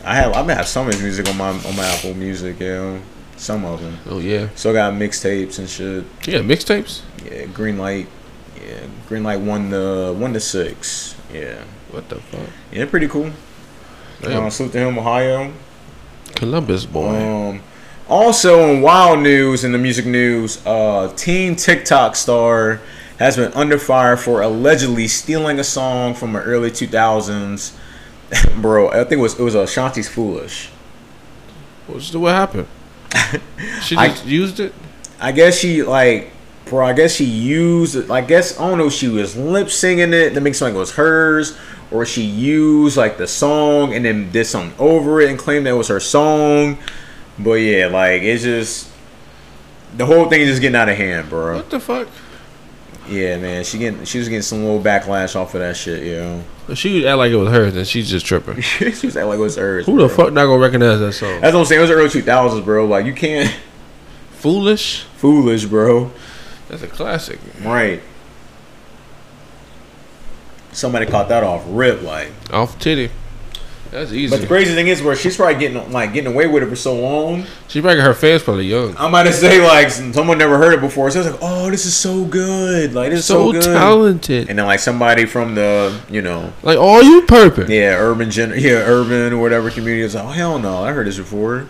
[SPEAKER 2] I have I have some of his music on my on my Apple Music, yo. Some of them.
[SPEAKER 1] Oh yeah.
[SPEAKER 2] Still got mixtapes and shit.
[SPEAKER 1] Yeah, mixtapes.
[SPEAKER 2] Yeah, Green Light. Yeah, Green Light one the one to six. Yeah,
[SPEAKER 1] What the fuck?
[SPEAKER 2] yeah, pretty cool.
[SPEAKER 1] Damn.
[SPEAKER 2] Um, salute to him, Ohio.
[SPEAKER 1] Columbus boy.
[SPEAKER 2] Um, also, in wild news in the music news, uh, teen TikTok star has been under fire for allegedly stealing a song from the early 2000s. Bro, I think it was it was Ashanti's "Foolish."
[SPEAKER 1] What's what happened? She
[SPEAKER 2] I-
[SPEAKER 1] just used it.
[SPEAKER 2] I guess she like, bro. I guess she used. I guess I don't know. if She was lip singing it to make something was hers, or she used like the song and then did something over it and claimed that was her song. But yeah, like it's just the whole thing is just getting out of hand, bro.
[SPEAKER 1] What the fuck?
[SPEAKER 2] Yeah, man. She getting she was getting some little backlash off of that shit, yo.
[SPEAKER 1] She would act like it was hers, and she's just tripping.
[SPEAKER 2] she was acting like it was hers.
[SPEAKER 1] Who the
[SPEAKER 2] bro.
[SPEAKER 1] fuck not gonna recognize that song?
[SPEAKER 2] That's what I'm saying. It was the early 2000s, bro. Like you can't
[SPEAKER 1] Foolish.
[SPEAKER 2] foolish, bro.
[SPEAKER 1] That's a classic.
[SPEAKER 2] Right. Somebody caught that off rip, like.
[SPEAKER 1] Off titty. That's easy.
[SPEAKER 2] But the crazy thing is, where she's probably getting like getting away with it for so long.
[SPEAKER 1] She probably her fans probably young.
[SPEAKER 2] I might say like someone never heard it before, so it's like, oh, this is so good, like this is so,
[SPEAKER 1] So,
[SPEAKER 2] good.
[SPEAKER 1] talented.
[SPEAKER 2] And then like somebody from the you know
[SPEAKER 1] Like all you purpose.
[SPEAKER 2] yeah urban gen- yeah urban or whatever community is like, oh hell no, I heard this before.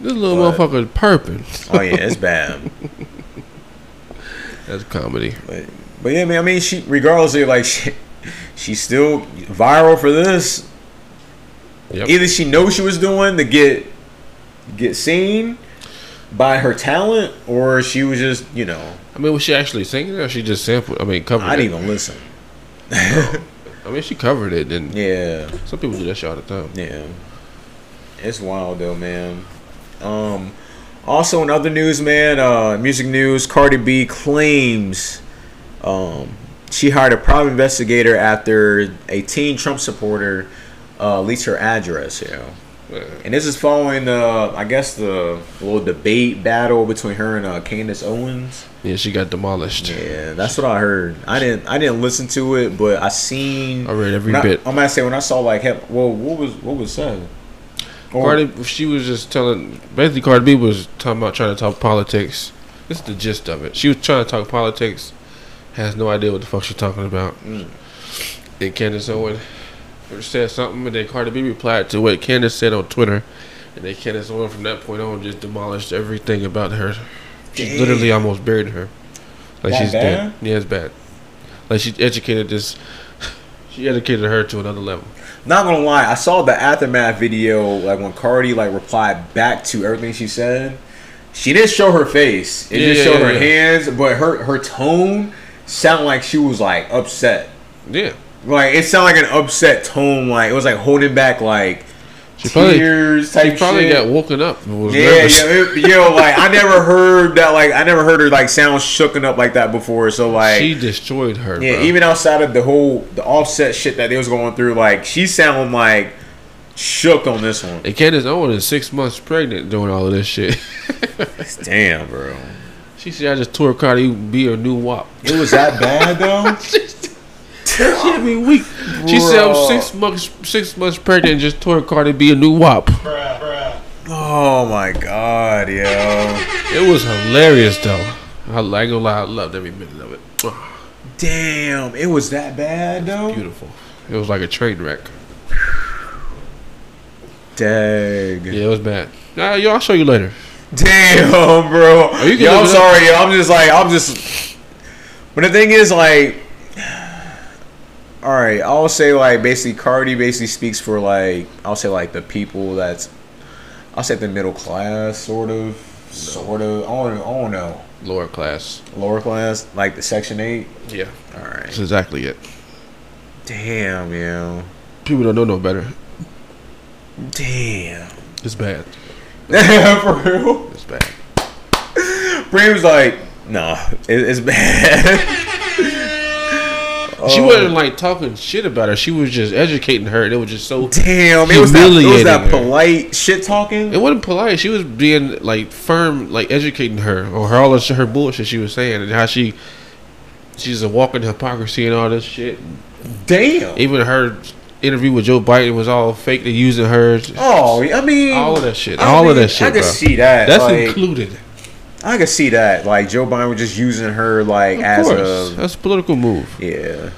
[SPEAKER 1] This little
[SPEAKER 2] But-
[SPEAKER 1] motherfucker's purping.
[SPEAKER 2] Oh yeah, it's bad.
[SPEAKER 1] That's comedy.
[SPEAKER 2] But but yeah, man. I mean, she regardless of like she, she's still viral for this.
[SPEAKER 1] Yep.
[SPEAKER 2] Either she knows she was doing to get get seen by her talent, or she was just you know
[SPEAKER 1] I mean, was she actually singing it or she just sampled? I mean, covered
[SPEAKER 2] I
[SPEAKER 1] it.
[SPEAKER 2] didn't even listen.
[SPEAKER 1] I mean, she covered it. And
[SPEAKER 2] Yeah,
[SPEAKER 1] some people do that shit all the time.
[SPEAKER 2] yeah. It's wild though, man. Um. Also, in other news, man, uh, music news, Cardi B claims um, she hired a private investigator after a teen Trump supporter uh, leaks her address. You know, and this is following the, I guess, the little debate battle between her and uh, Candace Owens.
[SPEAKER 1] Yeah, she got demolished.
[SPEAKER 2] Yeah, that's what I heard. I didn't, I didn't listen to it, but I seen.
[SPEAKER 1] I read every
[SPEAKER 2] when
[SPEAKER 1] bit.
[SPEAKER 2] I, am gonna say when I saw like, hep- well, what was, what was said? Or-
[SPEAKER 1] Cardi, she was just telling. Basically, Cardi B was talking about trying to talk politics. This is the gist of it. She was trying to talk politics. Has no idea what the fuck she's talking about.
[SPEAKER 2] Mm.
[SPEAKER 1] Then Candace Owen said something, and then Cardi B replied to what Candace said on Twitter. And then Candace Owen, from that point on, just demolished everything about her. She
[SPEAKER 2] Damn.
[SPEAKER 1] literally almost buried her. Like
[SPEAKER 2] That
[SPEAKER 1] she's
[SPEAKER 2] bad?
[SPEAKER 1] dead. Yeah, it's bad. Like she educated this. She educated her to another level.
[SPEAKER 2] Not gonna lie, I saw the aftermath video like when Cardi like replied back to everything she said. She didn't show her face. It
[SPEAKER 1] Yeah,
[SPEAKER 2] just
[SPEAKER 1] yeah,
[SPEAKER 2] showed
[SPEAKER 1] yeah,
[SPEAKER 2] her
[SPEAKER 1] yeah.
[SPEAKER 2] hands, but her her tone sounded like she was like upset.
[SPEAKER 1] Yeah.
[SPEAKER 2] Like it sounded like an upset tone. Like it was like holding back like
[SPEAKER 1] She probably, she
[SPEAKER 2] tears type
[SPEAKER 1] probably
[SPEAKER 2] shit.
[SPEAKER 1] got woken up. And was
[SPEAKER 2] yeah,
[SPEAKER 1] nervous.
[SPEAKER 2] yo, it- yo, like I never heard that. Like I never heard her like sound shooken up like that before. So like
[SPEAKER 1] she destroyed her.
[SPEAKER 2] Yeah,
[SPEAKER 1] bro.
[SPEAKER 2] even outside of the whole the offset shit that they was going through, like she sounded like shook on this one.
[SPEAKER 1] And Candace Owen is six months pregnant doing all of this shit.
[SPEAKER 2] Damn, bro.
[SPEAKER 1] she said, I just tore Cardi B a new WAP.
[SPEAKER 2] It was that bad though.
[SPEAKER 1] She had me weak. She said, I'm six months, six months pregnant and just tore Cardi B a new WAP.
[SPEAKER 2] oh my god, yo.
[SPEAKER 1] It was hilarious, though. I like to lie, I loved every minute of it.
[SPEAKER 2] Damn, it was that bad though.
[SPEAKER 1] Beautiful. It was like a train wreck.
[SPEAKER 2] Dang.
[SPEAKER 1] Yeah, it was bad. Nah, yo, I'll show you later.
[SPEAKER 2] Damn, bro.
[SPEAKER 1] Oh, you can
[SPEAKER 2] Yo, I'm
[SPEAKER 1] look it up.
[SPEAKER 2] sorry, yo. I'm just like I'm just. But the thing is, like, all right, I'll say like basically Cardi basically speaks for like I'll say like the people that's I'll say the middle class sort of sort of I don't, I don't know
[SPEAKER 1] Lower class.
[SPEAKER 2] lower class like the section eight.
[SPEAKER 1] Yeah,
[SPEAKER 2] All
[SPEAKER 1] that's
[SPEAKER 2] right,
[SPEAKER 1] exactly it.
[SPEAKER 2] damn, yo,
[SPEAKER 1] People don't know no better.
[SPEAKER 2] damn,
[SPEAKER 1] It's bad.
[SPEAKER 2] for real.
[SPEAKER 1] It's bad.
[SPEAKER 2] Bree was like, nah, it, it's bad.
[SPEAKER 1] She
[SPEAKER 2] Oh.
[SPEAKER 1] wasn't like talking shit about her. She was just educating her, and it was just so.
[SPEAKER 2] Damn, it was that, it was that
[SPEAKER 1] Humiliating her.
[SPEAKER 2] polite shit talking.
[SPEAKER 1] It wasn't polite. She was being like firm, like educating her on her all this, her bullshit she was saying and how she she's a walking hypocrisy and all this shit.
[SPEAKER 2] Damn.
[SPEAKER 1] Even her interview with Joe Biden was all fake. They using her.
[SPEAKER 2] oh, I mean,
[SPEAKER 1] all of that shit.
[SPEAKER 2] I
[SPEAKER 1] all of
[SPEAKER 2] mean,
[SPEAKER 1] that shit.
[SPEAKER 2] I could
[SPEAKER 1] bro.
[SPEAKER 2] see that.
[SPEAKER 1] That's
[SPEAKER 2] like,
[SPEAKER 1] included.
[SPEAKER 2] I could see that. Like Joe Biden was just using her like
[SPEAKER 1] Of
[SPEAKER 2] as
[SPEAKER 1] course,
[SPEAKER 2] a
[SPEAKER 1] that's a political move.
[SPEAKER 2] yeah.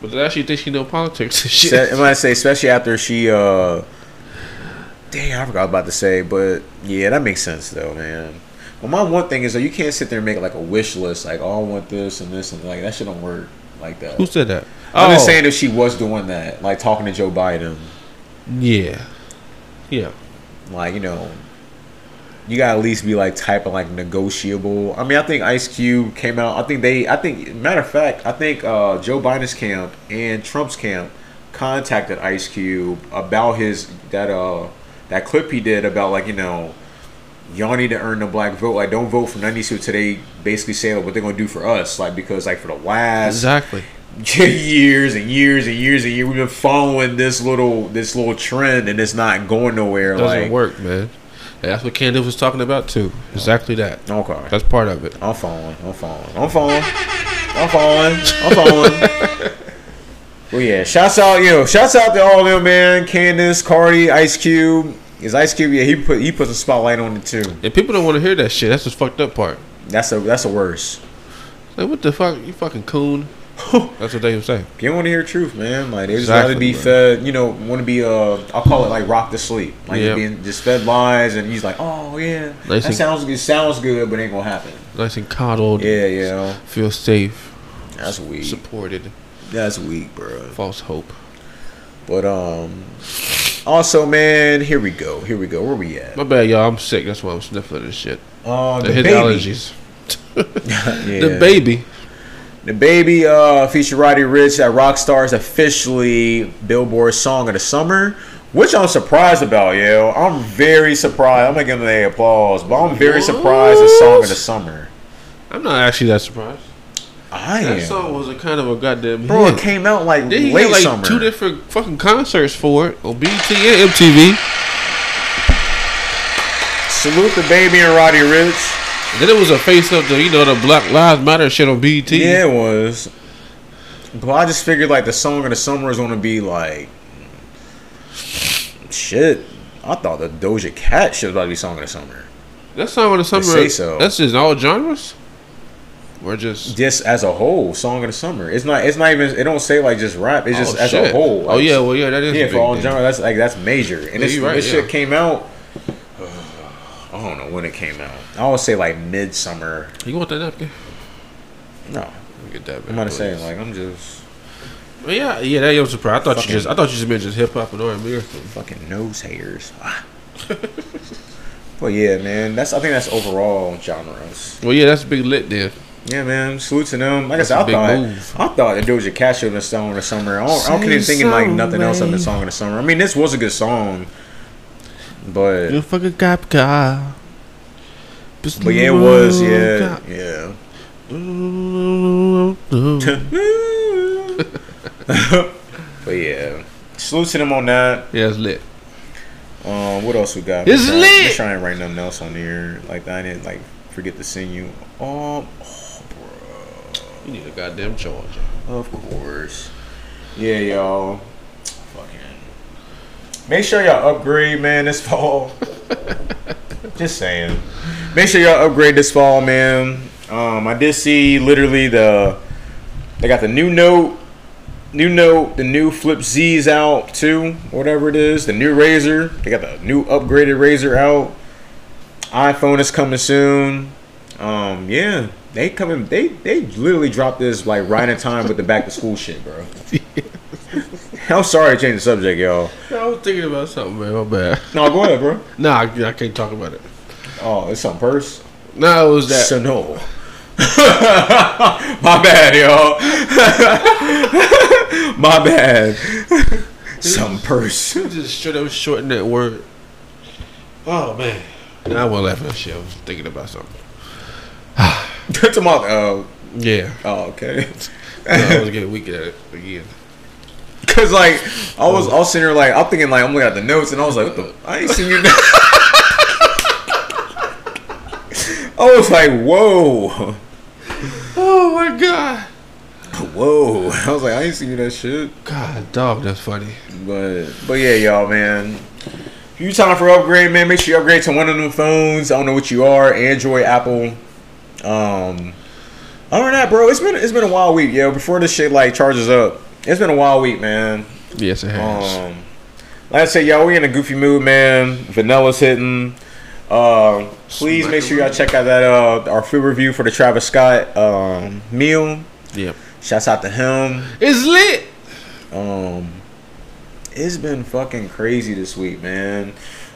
[SPEAKER 1] But then she thinks she know politics and shit.
[SPEAKER 2] Se- I might say, especially after she. uh Damn, I forgot about to say, but yeah, that makes sense though, man. Well, my one thing is that you can't sit there and make like a wish list, like oh, I want this and this and like that shit don't work like that.
[SPEAKER 1] Who said that?
[SPEAKER 2] I'm
[SPEAKER 1] Oh,
[SPEAKER 2] just saying if she was doing that, like talking to Joe Biden,
[SPEAKER 1] Yeah, yeah.
[SPEAKER 2] like you know, you gotta at least be like typing like negotiable. I mean, I think Ice Cube came out. I think they. I think matter of fact, I think uh, Joe Biden's camp and Trump's camp contacted Ice Cube about his that uh that clip he did about like you know. Y'all need to earn the black vote. Like, don't vote for 92 today. Basically, saying like, what they're gonna do for us. Like, because like for the last
[SPEAKER 1] Exactly.
[SPEAKER 2] years and years and years and years we've been following this little this little trend and it's not going nowhere
[SPEAKER 1] Doesn't
[SPEAKER 2] like
[SPEAKER 1] work, man. And that's what Candace was talking about too. Exactly that.
[SPEAKER 2] okay
[SPEAKER 1] That's part of it.
[SPEAKER 2] i'm following i'm following i'm following i'm following i'm following well yeah shouts out you know shouts out to all them man candace cardi ice cube is ice cube yeah he put he puts a spotlight on it too
[SPEAKER 1] And people don't want to hear that shit. That's the fucked up part.
[SPEAKER 2] that's a that's the worst
[SPEAKER 1] Like, what the fuck? You fucking coon. That's what they were saying.
[SPEAKER 2] you don't want to hear truth, man. Like they just
[SPEAKER 1] Exactly,
[SPEAKER 2] gotta be
[SPEAKER 1] bro.
[SPEAKER 2] fed, you know, want to be uh, I'll call it like rock to sleep, like
[SPEAKER 1] Yeah.
[SPEAKER 2] being just fed lies, and he's like, oh yeah,
[SPEAKER 1] Nice
[SPEAKER 2] that
[SPEAKER 1] and-
[SPEAKER 2] sounds good, sounds good, but it ain't gonna happen.
[SPEAKER 1] Nice and coddled.
[SPEAKER 2] Yeah, you know,
[SPEAKER 1] Feel safe.
[SPEAKER 2] that's weak.
[SPEAKER 1] Supported.
[SPEAKER 2] That's weak, bro.
[SPEAKER 1] False hope.
[SPEAKER 2] But um, also, man, here we go, here we go. Where we at?
[SPEAKER 1] My bad, y'all. I'm sick. That's why I'm sniffling and shit.
[SPEAKER 2] Uh,
[SPEAKER 1] The
[SPEAKER 2] the
[SPEAKER 1] his
[SPEAKER 2] baby,
[SPEAKER 1] allergies.
[SPEAKER 2] Yeah.
[SPEAKER 1] The baby.
[SPEAKER 2] The Baby uh, featured Roddy Rich at Rockstar's officially Billboard Song of the Summer, which I'm surprised about, yo. I'm very surprised. I'm going to give them the applause, but I'm very surprised it's Song of the Summer.
[SPEAKER 1] I'm not actually that surprised.
[SPEAKER 2] I
[SPEAKER 1] That
[SPEAKER 2] am.
[SPEAKER 1] song was a kind of a goddamn
[SPEAKER 2] Bro,
[SPEAKER 1] hit.
[SPEAKER 2] it came out like
[SPEAKER 1] Then he
[SPEAKER 2] late
[SPEAKER 1] had like
[SPEAKER 2] summer.
[SPEAKER 1] two different fucking concerts for it on BT and MTV.
[SPEAKER 2] Salute the Baby and Roddy Rich.
[SPEAKER 1] And then it was a face up to you know the Black Lives Matter shit on BT.
[SPEAKER 2] Yeah, it was. But I just figured like the Song of the Summer is going to be like. Shit. I thought the Doja Cat shit was about to be Song of the Summer.
[SPEAKER 1] that song in the summer.
[SPEAKER 2] say so.
[SPEAKER 1] That's just all genres. We're just
[SPEAKER 2] just as a whole, song of the summer. It's not. It's not even. It don't say like just rap. It's just
[SPEAKER 1] oh,
[SPEAKER 2] as a
[SPEAKER 1] shit.
[SPEAKER 2] whole. Like,
[SPEAKER 1] oh yeah, well yeah, that is
[SPEAKER 2] yeah.
[SPEAKER 1] a
[SPEAKER 2] For all
[SPEAKER 1] big thing.
[SPEAKER 2] genre, that's like that's major. And this,
[SPEAKER 1] you right,
[SPEAKER 2] this
[SPEAKER 1] yeah.
[SPEAKER 2] shit came out. I don't know when it came out. I would say like midsummer.
[SPEAKER 1] You want that napkin?
[SPEAKER 2] No,
[SPEAKER 1] Let me Get that.
[SPEAKER 2] I'm
[SPEAKER 1] back,
[SPEAKER 2] not saying
[SPEAKER 1] please.
[SPEAKER 2] like I'm just.
[SPEAKER 1] But yeah, yeah, that don't surprise. I thought
[SPEAKER 2] Fucking-
[SPEAKER 1] you just, I thought you just mentioned hip hop and R and B.
[SPEAKER 2] Fucking nose hairs. Ah. but yeah, man. That's I think that's overall genres.
[SPEAKER 1] Well, yeah, that's big lit then.
[SPEAKER 2] Yeah, man. Salute to them. Like I said,
[SPEAKER 1] That's a big
[SPEAKER 2] I thought
[SPEAKER 1] move.
[SPEAKER 2] I thought that Doja Cat should have been song of the summer. I don't, I don't
[SPEAKER 1] Say
[SPEAKER 2] keep thinking like nothing else of the
[SPEAKER 1] so,
[SPEAKER 2] song of the summer. I mean, this was a good song, but
[SPEAKER 1] fucking cop car.
[SPEAKER 2] but yeah, it was yeah yeah. but yeah, salute to them on that.
[SPEAKER 1] yeah, it's lit.
[SPEAKER 2] Um, what else we got?
[SPEAKER 1] It's
[SPEAKER 2] I'm trying-
[SPEAKER 1] lit!
[SPEAKER 2] I'm trying to write nothing else on here. Like I didn't like forget to send you. Um,
[SPEAKER 1] You need a goddamn charger.
[SPEAKER 2] Of course. Yeah, y'all. Fucking. Make sure y'all upgrade, man, this fall. Just saying. Make sure y'all upgrade this fall, man. Um, I did see literally the they got the new note, new note, the new flip Z's out too, whatever it is, the new razor. They got the new upgraded razor out. iPhone is coming soon. Um, yeah, they coming. They they literally dropped this like right in time with the back to school shit, bro. I'm sorry to change the subject, y'all.
[SPEAKER 1] I was thinking about something, man. My bad.
[SPEAKER 2] No, go ahead, bro.
[SPEAKER 1] Nah, I, I can't talk about it.
[SPEAKER 2] Oh, it's on purse.
[SPEAKER 1] Nah, it was that.
[SPEAKER 2] So no. My bad, y'all. My bad. Some purse.
[SPEAKER 1] You just straight up shorten that word. Oh man. I wasn't laughing at shit. I was thinking about something.
[SPEAKER 2] Tomorrow.
[SPEAKER 1] Yeah.
[SPEAKER 2] Oh, oh, okay.
[SPEAKER 1] No, I was getting weak at it again.
[SPEAKER 2] Cause like I was, I was sitting there like I'm thinking like I'm looking at the notes and I was like, what the? I ain't seen your. notes. I was like, whoa,
[SPEAKER 1] Oh my god.
[SPEAKER 2] whoa. I was like, I ain't seen you that shit.
[SPEAKER 1] God, dog, that's funny.
[SPEAKER 2] But but yeah, y'all, man. If you time for upgrade, man, make sure you upgrade to one of them phones. I don't know what you are, Android, Apple. Um, other than that, bro, it's been it's been a wild week, yo. Before this shit like charges up, it's been a wild week, man.
[SPEAKER 1] Yes, it has.
[SPEAKER 2] Um, like I said, y'all, we in a goofy mood, man. Vanilla's hitting. Uh, please make sure y'all check out that uh our food review for the Travis Scott um meal.
[SPEAKER 1] yep.
[SPEAKER 2] Shouts out to him.
[SPEAKER 1] It's lit.
[SPEAKER 2] Um, it's been fucking crazy this week, man.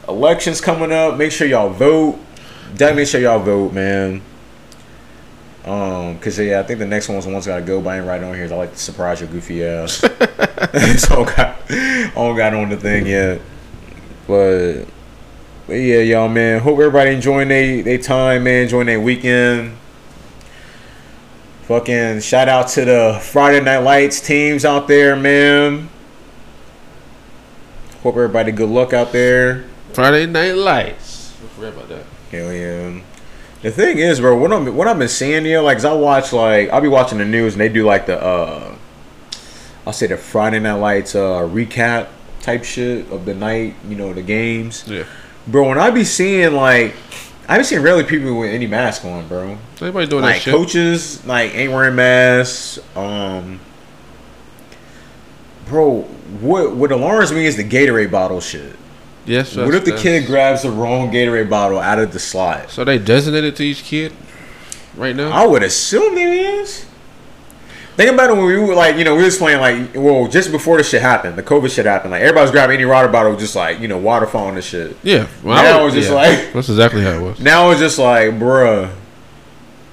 [SPEAKER 2] Elections coming up. Make sure y'all vote. Definitely make sure y'all vote, man. Um, cause yeah, I think the next one's the ones gotta go. But I ain't right on here. 'cause I like to surprise your goofy ass. so I got, I don't got on the thing yet. But, but yeah, y'all, man. Hope everybody enjoying they they time, man. Enjoying their weekend. Fucking shout out to the Friday Night Lights teams out there, man. Hope everybody good luck out there.
[SPEAKER 1] Friday Night Lights. I forgot about that.
[SPEAKER 2] Hell yeah. The thing is, bro, what I'm what I've been seeing here, like, 'cause I watch like I'll be watching the news and they do like the uh, I'll say the Friday Night Lights uh recap type shit of the night, you know, the games,
[SPEAKER 1] Yeah.
[SPEAKER 2] bro. When I be seeing like, I be seeing rarely people with any mask on, bro.
[SPEAKER 1] Everybody doing
[SPEAKER 2] like
[SPEAKER 1] that shit.
[SPEAKER 2] coaches like ain't wearing masks. Um, bro, what what alarms me is the Gatorade bottle shit.
[SPEAKER 1] yes.
[SPEAKER 2] what
[SPEAKER 1] that's-
[SPEAKER 2] if the
[SPEAKER 1] that's-
[SPEAKER 2] kid grabs the wrong Gatorade bottle out of the slot?
[SPEAKER 1] So they designated to each kid right now.
[SPEAKER 2] I would assume it is. Think about it when we were like, you know, we was playing like, well, just before this shit happened, the COVID shit happened. Like everybody's grabbing any water bottle, just like, you know, water falling and shit.
[SPEAKER 1] yeah. Well,
[SPEAKER 2] Now
[SPEAKER 1] would-
[SPEAKER 2] it's just
[SPEAKER 1] yeah.
[SPEAKER 2] like-
[SPEAKER 1] that's exactly how it was.
[SPEAKER 2] Now it's just like, bruh,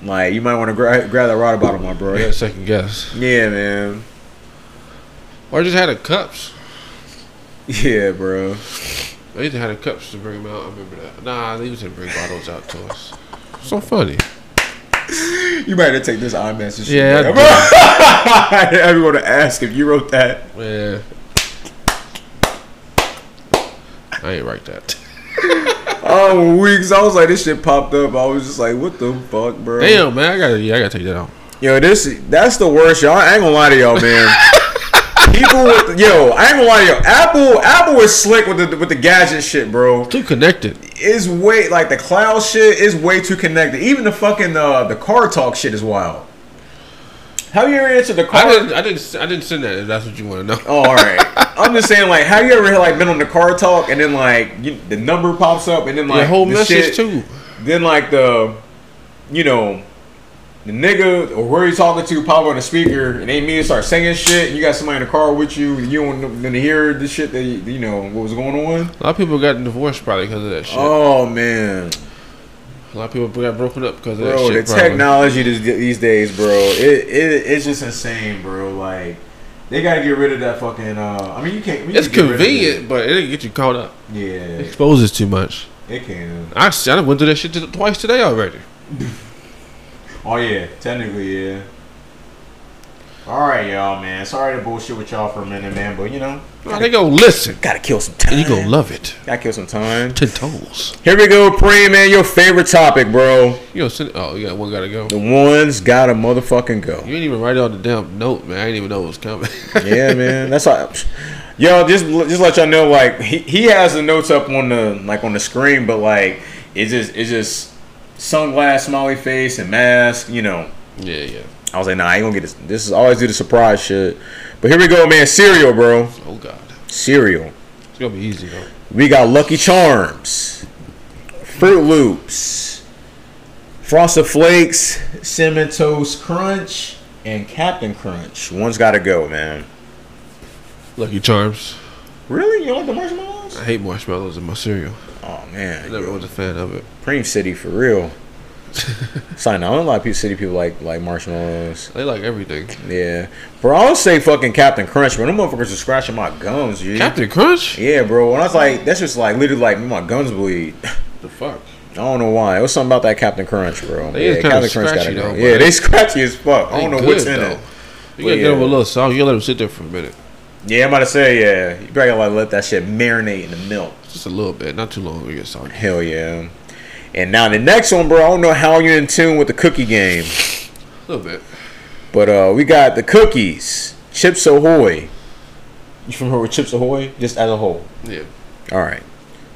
[SPEAKER 2] like you might want to gra- grab that water bottle, my bro.
[SPEAKER 1] I got a second guess.
[SPEAKER 2] Yeah, man.
[SPEAKER 1] Or just had a cups.
[SPEAKER 2] Yeah, bro.
[SPEAKER 1] They either had a cups to bring them out. I remember that. Nah, they used to bring bottles out to us. So funny.
[SPEAKER 2] You better take this iMessage.
[SPEAKER 1] Yeah, I
[SPEAKER 2] I everyone to ask if you wrote that.
[SPEAKER 1] Yeah. I ain't write that.
[SPEAKER 2] Oh, weeks. I was like, this shit popped up. I was just like, what the fuck, bro?
[SPEAKER 1] Damn, man, I gotta, yeah, I gotta take that out.
[SPEAKER 2] Yo, this that's the worst, y'all. I ain't gonna lie to y'all, man. People with yo, I ain't gonna lie to y'all. Apple, Apple is slick with the with the gadget shit, bro.
[SPEAKER 1] Too connected.
[SPEAKER 2] Is way like the cloud shit is way too connected. Even the fucking uh, the car talk shit is wild. Have you ever answered the
[SPEAKER 1] I
[SPEAKER 2] car?
[SPEAKER 1] didn't, I didn't, I didn't send that. If that's what you want to know.
[SPEAKER 2] Oh, all right. I'm just saying, like, have you ever like been on the car talk and then like you, the number pops up and then like
[SPEAKER 1] Your whole
[SPEAKER 2] the
[SPEAKER 1] message
[SPEAKER 2] shit-
[SPEAKER 1] too.
[SPEAKER 2] Then like the, you know, the nigga or where he's talking to pop on the speaker and they mean to start singing shit and you got somebody in the car with you and you don't gonna hear the shit that you know what was going on.
[SPEAKER 1] A lot of people got divorced probably because of that shit.
[SPEAKER 2] Oh man,
[SPEAKER 1] A lot of people got broken up because of
[SPEAKER 2] bro,
[SPEAKER 1] that
[SPEAKER 2] the
[SPEAKER 1] shit. probably.
[SPEAKER 2] technology these, these days, bro, it, it it's just insane, bro. Like they gotta get rid of that fucking. Uh, I mean, you can't. we
[SPEAKER 1] It's
[SPEAKER 2] can get rid of
[SPEAKER 1] convenient, but it didn't get you caught up.
[SPEAKER 2] it. Yeah,
[SPEAKER 1] Exposes too much.
[SPEAKER 2] it can.
[SPEAKER 1] I, s- I done went through that shit t- twice today already.
[SPEAKER 2] Oh yeah, technically yeah. All right, y'all, man. Sorry to bullshit with y'all for a minute, man, but you know,
[SPEAKER 1] Now they go listen,
[SPEAKER 2] gotta kill some time.
[SPEAKER 1] and you gonna love it.
[SPEAKER 2] Gotta kill some time.
[SPEAKER 1] Ten toes.
[SPEAKER 2] Here we go, Preem, man. Your favorite topic, bro.
[SPEAKER 1] You know, send, oh yeah, one gotta go.
[SPEAKER 2] The ones gotta motherfucking go.
[SPEAKER 1] You ain't even write on the damn note, man. I didn't even know it was coming.
[SPEAKER 2] Yeah, man. That's all. Yo, just just let y'all know, like he, he has the notes up on the like on the screen, but like it's just it's just sunglass, smiley face, and mask. You know,
[SPEAKER 1] yeah, yeah.
[SPEAKER 2] I was like, nah, I ain't gonna get this. This is always do the surprise shit. But here we go, man. Cereal, bro.
[SPEAKER 1] Oh god,
[SPEAKER 2] Cereal.
[SPEAKER 1] it's gonna be easy though.
[SPEAKER 2] We got Lucky Charms, Fruit Loops, Frosted Flakes, Cinnamon Toast Crunch, and Captain Crunch. One's got to go, man.
[SPEAKER 1] Lucky Charms.
[SPEAKER 2] Really? You don't like the marshmallows?
[SPEAKER 1] I hate marshmallows in my cereal.
[SPEAKER 2] Oh
[SPEAKER 1] I
[SPEAKER 2] man,
[SPEAKER 1] never was a fan of it.
[SPEAKER 2] Preem City for real. Sorry, now I don't know a lot of people, city people like like marshmallows.
[SPEAKER 1] They like everything.
[SPEAKER 2] Yeah, bro, I'll say fucking Captain Crunch, but them motherfuckers are scratching my gums, dude.
[SPEAKER 1] Captain Crunch.
[SPEAKER 2] yeah, bro. When I was like, that's just like literally like my gums bleed.
[SPEAKER 1] The fuck.
[SPEAKER 2] I don't know why. It was something about that Captain Crunch, bro.
[SPEAKER 1] They is
[SPEAKER 2] yeah,
[SPEAKER 1] kinda
[SPEAKER 2] Captain Crunch got
[SPEAKER 1] scratchy,
[SPEAKER 2] to go.
[SPEAKER 1] though,
[SPEAKER 2] Yeah,
[SPEAKER 1] but-
[SPEAKER 2] they scratchy as fuck. I
[SPEAKER 1] They
[SPEAKER 2] don't know
[SPEAKER 1] good,
[SPEAKER 2] what's in
[SPEAKER 1] though.
[SPEAKER 2] it.
[SPEAKER 1] You gotta
[SPEAKER 2] Yeah.
[SPEAKER 1] give them a little salt. You gotta let them sit there for a minute,
[SPEAKER 2] Yeah, I'm about to say, yeah. You probably gotta let that shit marinate in the milk.
[SPEAKER 1] just a little bit, not too long. You get soggy.
[SPEAKER 2] Hell yeah. And now the next one, bro. I don't know how you're in tune with the cookie game,
[SPEAKER 1] A little bit.
[SPEAKER 2] but uh, we got the cookies, Chips Ahoy. You familiar with Chips Ahoy? Just as a whole.
[SPEAKER 1] Yeah.
[SPEAKER 2] All right.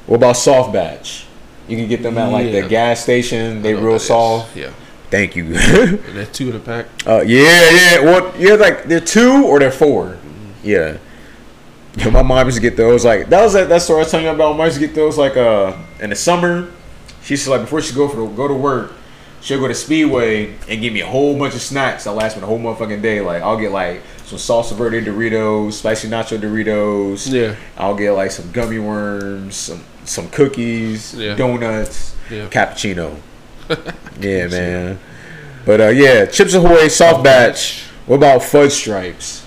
[SPEAKER 2] What about soft batch? You can get them at like
[SPEAKER 1] Yeah.
[SPEAKER 2] the gas station. They
[SPEAKER 1] I know
[SPEAKER 2] real
[SPEAKER 1] what that is.
[SPEAKER 2] soft.
[SPEAKER 1] Yeah.
[SPEAKER 2] Thank you.
[SPEAKER 1] And that two in a pack.
[SPEAKER 2] Uh, yeah, yeah. Well, yeah, like they're two or they're 4 Yeah. Yo, my mom used to get those. Like that was that. That's what I was telling you about. My mom used to get those like uh in the summer. She used to like before she go for go to work, she'll go to Speedway and give me a whole bunch of snacks that last me the whole motherfucking day. Like I'll get like some salsa verde Doritos, spicy nacho Doritos.
[SPEAKER 1] Yeah.
[SPEAKER 2] I'll get like some gummy worms, some some cookies,
[SPEAKER 1] Yeah.
[SPEAKER 2] donuts,
[SPEAKER 1] Yeah.
[SPEAKER 2] cappuccino. yeah, man. But uh, yeah, Chips Ahoy,
[SPEAKER 1] Oh,
[SPEAKER 2] soft batch. What about Fudge Stripes?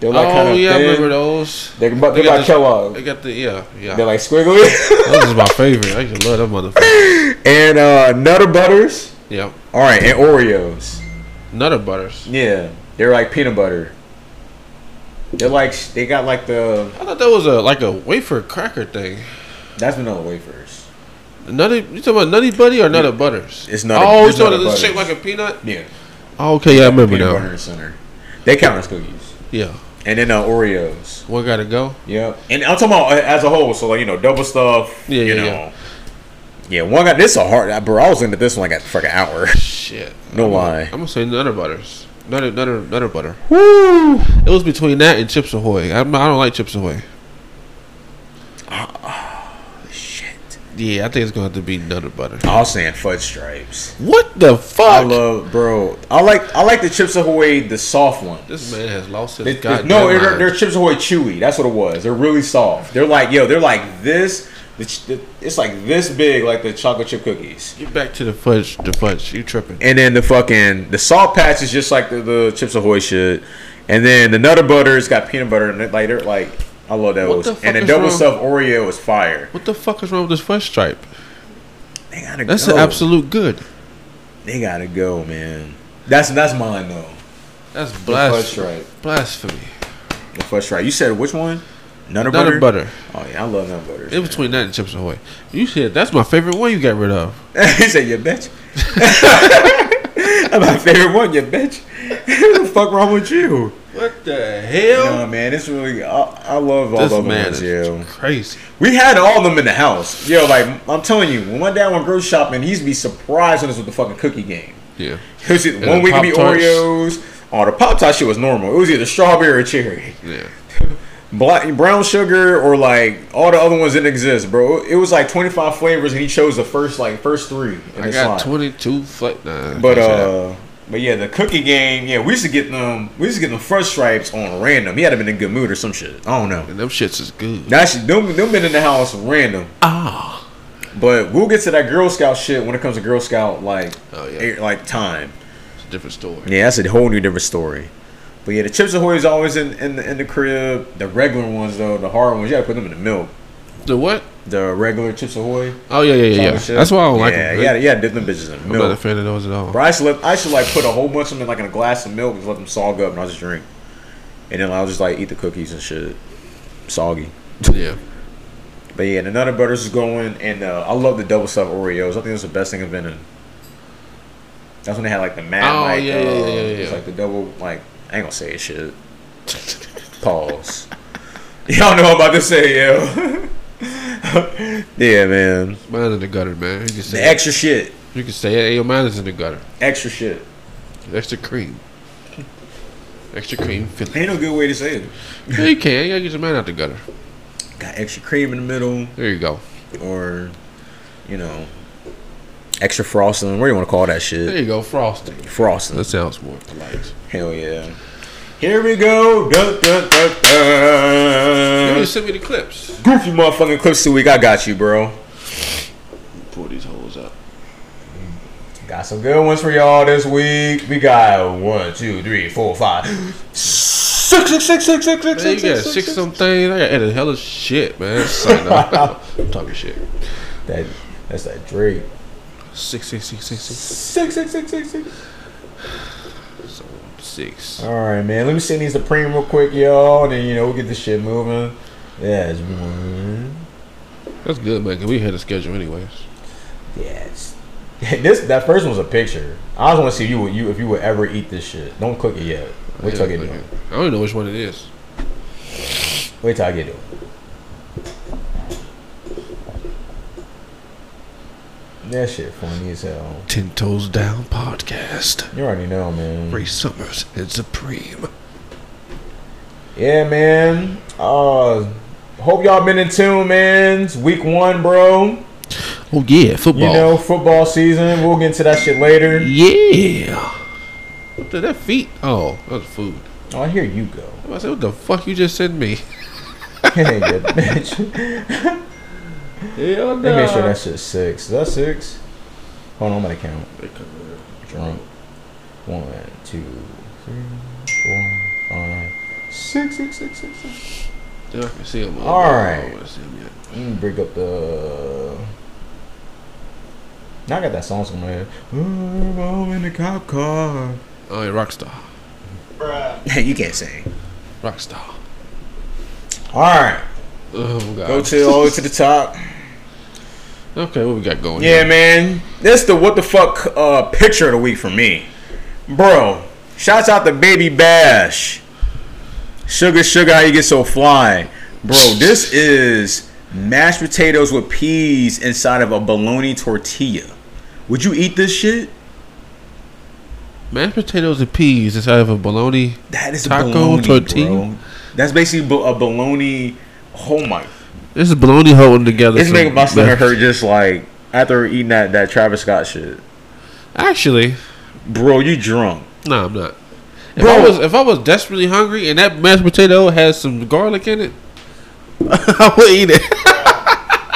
[SPEAKER 2] They're like kind
[SPEAKER 1] oh
[SPEAKER 2] of
[SPEAKER 1] yeah, I remember
[SPEAKER 2] thin.
[SPEAKER 1] those.
[SPEAKER 2] They're about,
[SPEAKER 1] They
[SPEAKER 2] they're
[SPEAKER 1] got
[SPEAKER 2] about
[SPEAKER 1] the-
[SPEAKER 2] Kellogg.
[SPEAKER 1] I got the yeah, yeah.
[SPEAKER 2] They're like squiggly.
[SPEAKER 1] Those is my favorite. I used to love that motherfucker.
[SPEAKER 2] and uh, Nutter Butters.
[SPEAKER 1] Yeah.
[SPEAKER 2] All right, and Oreos.
[SPEAKER 1] Nutter butters.
[SPEAKER 2] Yeah, they're like peanut butter. They're like they got like the
[SPEAKER 1] I thought that was a like a wafer cracker thing.
[SPEAKER 2] that's vanilla wafers.
[SPEAKER 1] Nutty, you talking about nutty buddy or nutter butters?
[SPEAKER 2] It's Nutter-
[SPEAKER 1] Oh,
[SPEAKER 2] it's
[SPEAKER 1] so
[SPEAKER 2] Nutter
[SPEAKER 1] it's shaped
[SPEAKER 2] Butters.
[SPEAKER 1] like a peanut.
[SPEAKER 2] Yeah,
[SPEAKER 1] Oh, okay, yeah, I remember
[SPEAKER 2] peanut
[SPEAKER 1] now.
[SPEAKER 2] butter center. They count as cookies.
[SPEAKER 1] Yeah,
[SPEAKER 2] And then uh, Oreos.
[SPEAKER 1] one gotta go.
[SPEAKER 2] Yep. And I'm talking about uh, as a whole, so like you know, double stuff.
[SPEAKER 1] Yeah,
[SPEAKER 2] you
[SPEAKER 1] yeah,
[SPEAKER 2] know.
[SPEAKER 1] yeah.
[SPEAKER 2] Yeah, one got this is a hard bro. I was into this one like a fucking hour.
[SPEAKER 1] Shit.
[SPEAKER 2] No
[SPEAKER 1] I'm gonna-
[SPEAKER 2] lie.
[SPEAKER 1] I'm gonna say nutter butters. Nutter, nutter, nutter butter.
[SPEAKER 2] Woo!
[SPEAKER 1] It was between that and Chips Ahoy. I'm, I don't like Chips Ahoy.
[SPEAKER 2] Shit.
[SPEAKER 1] Yeah, I think it's gonna have to be nutter butter.
[SPEAKER 2] I was saying fudge stripes.
[SPEAKER 1] What the
[SPEAKER 2] I
[SPEAKER 1] fuck?
[SPEAKER 2] love, bro. I like I like the Chips Ahoy, the soft one.
[SPEAKER 1] this man has lost his
[SPEAKER 2] It- it-
[SPEAKER 1] goddamn
[SPEAKER 2] no,
[SPEAKER 1] mind.
[SPEAKER 2] they're, they're Chips Ahoy chewy. That's what it was. They're really soft. They're like yo, they're like this. the ch- the- It's like this big, like the chocolate chip cookies.
[SPEAKER 1] Get back to the fudge. The fudge. You tripping?
[SPEAKER 2] And then the fucking the salt patch is just like the, the Chips Ahoy shit. And then the Nutter Butter's got peanut butter in it. Like they're like I love those.
[SPEAKER 1] the fuck
[SPEAKER 2] and the
[SPEAKER 1] is
[SPEAKER 2] double
[SPEAKER 1] wrong?
[SPEAKER 2] stuff Oreo is fire.
[SPEAKER 1] What the fuck is wrong with this fudge stripe?
[SPEAKER 2] They gotta
[SPEAKER 1] That's
[SPEAKER 2] go.
[SPEAKER 1] an absolute good.
[SPEAKER 2] They gotta go, man. That's that's mine though.
[SPEAKER 1] That's
[SPEAKER 2] The
[SPEAKER 1] blas-
[SPEAKER 2] right.
[SPEAKER 1] blasphemy.
[SPEAKER 2] The first right. You said which one? Nutter,
[SPEAKER 1] Nutter
[SPEAKER 2] butter.
[SPEAKER 1] butter.
[SPEAKER 2] Oh yeah, I love Nutter Butters.
[SPEAKER 1] In between that and Chips Ahoy. You said that's my favorite one you got rid of.
[SPEAKER 2] he said, "You bitch." That's my favorite one. You bitch. the fuck wrong with you?
[SPEAKER 1] What the
[SPEAKER 2] No
[SPEAKER 1] hell?
[SPEAKER 2] man, it's really I, I love all
[SPEAKER 1] This
[SPEAKER 2] of
[SPEAKER 1] man
[SPEAKER 2] them.
[SPEAKER 1] is
[SPEAKER 2] Yeah.
[SPEAKER 1] crazy.
[SPEAKER 2] We had all of them in the house. Yo, like I'm telling you, when my dad went grocery shopping, he used to be surprised on us with the fucking cookie game.
[SPEAKER 1] Yeah.
[SPEAKER 2] It was either one
[SPEAKER 1] the
[SPEAKER 2] week it'd be
[SPEAKER 1] Pop-Tarts.
[SPEAKER 2] Oreos. Oh, the Pop Tart shit was normal. It was either strawberry or cherry,
[SPEAKER 1] Yeah.
[SPEAKER 2] Black, brown sugar, or like all the other ones didn't exist, bro. It was like 25 flavors, and he chose the first like first three in
[SPEAKER 1] I
[SPEAKER 2] the
[SPEAKER 1] got
[SPEAKER 2] slot.
[SPEAKER 1] 22 flight. Nah,
[SPEAKER 2] but
[SPEAKER 1] that's it.
[SPEAKER 2] uh, But yeah, the cookie game. Yeah, we used to get them. We used to get them first stripes on random. He had them in a good mood or some shit. I don't know.
[SPEAKER 1] And them shits is good.
[SPEAKER 2] That's them. Them been in the house random.
[SPEAKER 1] Ah.
[SPEAKER 2] But we'll get to that Girl Scout shit when it comes to Girl Scout like
[SPEAKER 1] Oh, yeah.
[SPEAKER 2] eh, like time.
[SPEAKER 1] It's a different story.
[SPEAKER 2] Yeah, that's a whole new different story. But yeah, the Chips Ahoy is always in in the, in the crib. The regular ones though, the hard ones, you gotta put them in the milk.
[SPEAKER 1] The what?
[SPEAKER 2] The regular Chips Ahoy.
[SPEAKER 1] Oh, yeah, yeah, yeah. yeah.
[SPEAKER 2] Shit.
[SPEAKER 1] That's why I don't like
[SPEAKER 2] yeah,
[SPEAKER 1] them.
[SPEAKER 2] Yeah, yeah, dip them bitches in
[SPEAKER 1] I'm
[SPEAKER 2] the
[SPEAKER 1] not a
[SPEAKER 2] milk.
[SPEAKER 1] fan of those at all.
[SPEAKER 2] Bro, I should let, I should like put a whole bunch of them in like in a glass of milk, just let them sog up, and I'll just drink. And then I'll just like eat the cookies and shit, soggy.
[SPEAKER 1] Yeah.
[SPEAKER 2] But yeah, the Nutter Butters is going, and uh, I love the double stuffed Oreos. I think that's the best thing I've been in. That's when they had like the mad
[SPEAKER 1] Oh,
[SPEAKER 2] like
[SPEAKER 1] yeah,
[SPEAKER 2] uh,
[SPEAKER 1] yeah, yeah, yeah,
[SPEAKER 2] it was,
[SPEAKER 1] yeah.
[SPEAKER 2] like the double like I ain't gonna say shit. Pause. Y'all know I'm about to say yo. yeah, man.
[SPEAKER 1] Mine in the gutter, man. You can
[SPEAKER 2] The
[SPEAKER 1] say,
[SPEAKER 2] extra shit,
[SPEAKER 1] you can say hey, your mine is in the gutter.
[SPEAKER 2] extra shit.
[SPEAKER 1] Extra cream. Extra cream filling.
[SPEAKER 2] Ain't no good way to say it.
[SPEAKER 1] yeah, you can. You gotta get your man out the gutter.
[SPEAKER 2] Got extra cream in the middle.
[SPEAKER 1] There you go.
[SPEAKER 2] or you know extra frosting what do you want to call that
[SPEAKER 1] There
[SPEAKER 2] shit
[SPEAKER 1] you go. Frosting.
[SPEAKER 2] frosting
[SPEAKER 1] That sounds more polite.
[SPEAKER 2] hell yeah here we go dun, dun, dun, dun.
[SPEAKER 1] You just send me the clips.
[SPEAKER 2] goofy motherfucking clips this week i got you bro
[SPEAKER 1] Pull these holes up.
[SPEAKER 2] got some good ones for y'all this week we got one two three four five six six six six six six
[SPEAKER 1] Man,
[SPEAKER 2] six
[SPEAKER 1] you got
[SPEAKER 2] six
[SPEAKER 1] six
[SPEAKER 2] six six
[SPEAKER 1] something. I got edit hella shit, man. Sign up. I'm talking shit.
[SPEAKER 2] that that's that drake
[SPEAKER 1] Six, six, six, six, six,
[SPEAKER 2] six six six six six
[SPEAKER 1] so six.
[SPEAKER 2] All right, man. Let me send these to Preem real quick, y'all. And then, you know, we'll get this shit moving. Yeah, it's one.
[SPEAKER 1] That's good, man. 'cause we had a schedule anyways.
[SPEAKER 2] Yes. This that first one was a picture. I just want to see if you would you if you would ever eat this shit. Don't cook it yet. Wait till I
[SPEAKER 1] Yeah,
[SPEAKER 2] get
[SPEAKER 1] okay.
[SPEAKER 2] done.
[SPEAKER 1] I don't even know which one it is.
[SPEAKER 2] Wait till I get done. That shit funny as hell.
[SPEAKER 1] Ten Toes Down podcast.
[SPEAKER 2] You already know, man.
[SPEAKER 1] Ray Summers and Supreme.
[SPEAKER 2] Yeah, man. Uh, hope y'all been in tune, man. It's week one, bro.
[SPEAKER 1] Oh yeah, football.
[SPEAKER 2] You know, football season. We'll get into that shit later.
[SPEAKER 1] Yeah. What the that feet? Oh, that was food.
[SPEAKER 2] Oh, here you go.
[SPEAKER 1] I said, what the fuck you just sent me?
[SPEAKER 2] Hey, good bitch.
[SPEAKER 1] Hell
[SPEAKER 2] Let me make sure that shit's six. Is that six? Hold on, I'm gonna count. Drunk. One, two, three, four, five, six, six, six, six, six.
[SPEAKER 1] Yeah, I can see him.
[SPEAKER 2] All right.
[SPEAKER 1] I don't see him yet.
[SPEAKER 2] Let me break up the. Now I got that song somewhere. Ooh, I'm in the cop car.
[SPEAKER 1] Oh, yeah, Rockstar.
[SPEAKER 2] you can't sing.
[SPEAKER 1] Rockstar.
[SPEAKER 2] All right,
[SPEAKER 1] Oh, God.
[SPEAKER 2] go to all the way to the top.
[SPEAKER 1] Okay, what we got going
[SPEAKER 2] Yeah,
[SPEAKER 1] here?
[SPEAKER 2] man. That's the what the fuck uh, picture of the week for me, bro. Shouts out to Baby Bash, Sugar Sugar. How you get so fly, bro? This is mashed potatoes with peas inside of a bologna tortilla. Would you eat this shit?
[SPEAKER 1] Mashed potatoes and peas inside of a bologna.
[SPEAKER 2] That is
[SPEAKER 1] Taco
[SPEAKER 2] bologna,
[SPEAKER 1] tortilla?
[SPEAKER 2] bro. That's basically bo- a bologna. Oh my!
[SPEAKER 1] This is bologna holding together.
[SPEAKER 2] It's
[SPEAKER 1] some
[SPEAKER 2] making my stomach
[SPEAKER 1] mashed-
[SPEAKER 2] hurt just like after eating that that Travis Scott shit,
[SPEAKER 1] Actually,
[SPEAKER 2] bro. You drunk?
[SPEAKER 1] no, I'm not. If
[SPEAKER 2] Bro.
[SPEAKER 1] I was if I was desperately hungry and that mashed potato has some garlic in it, I would eat it.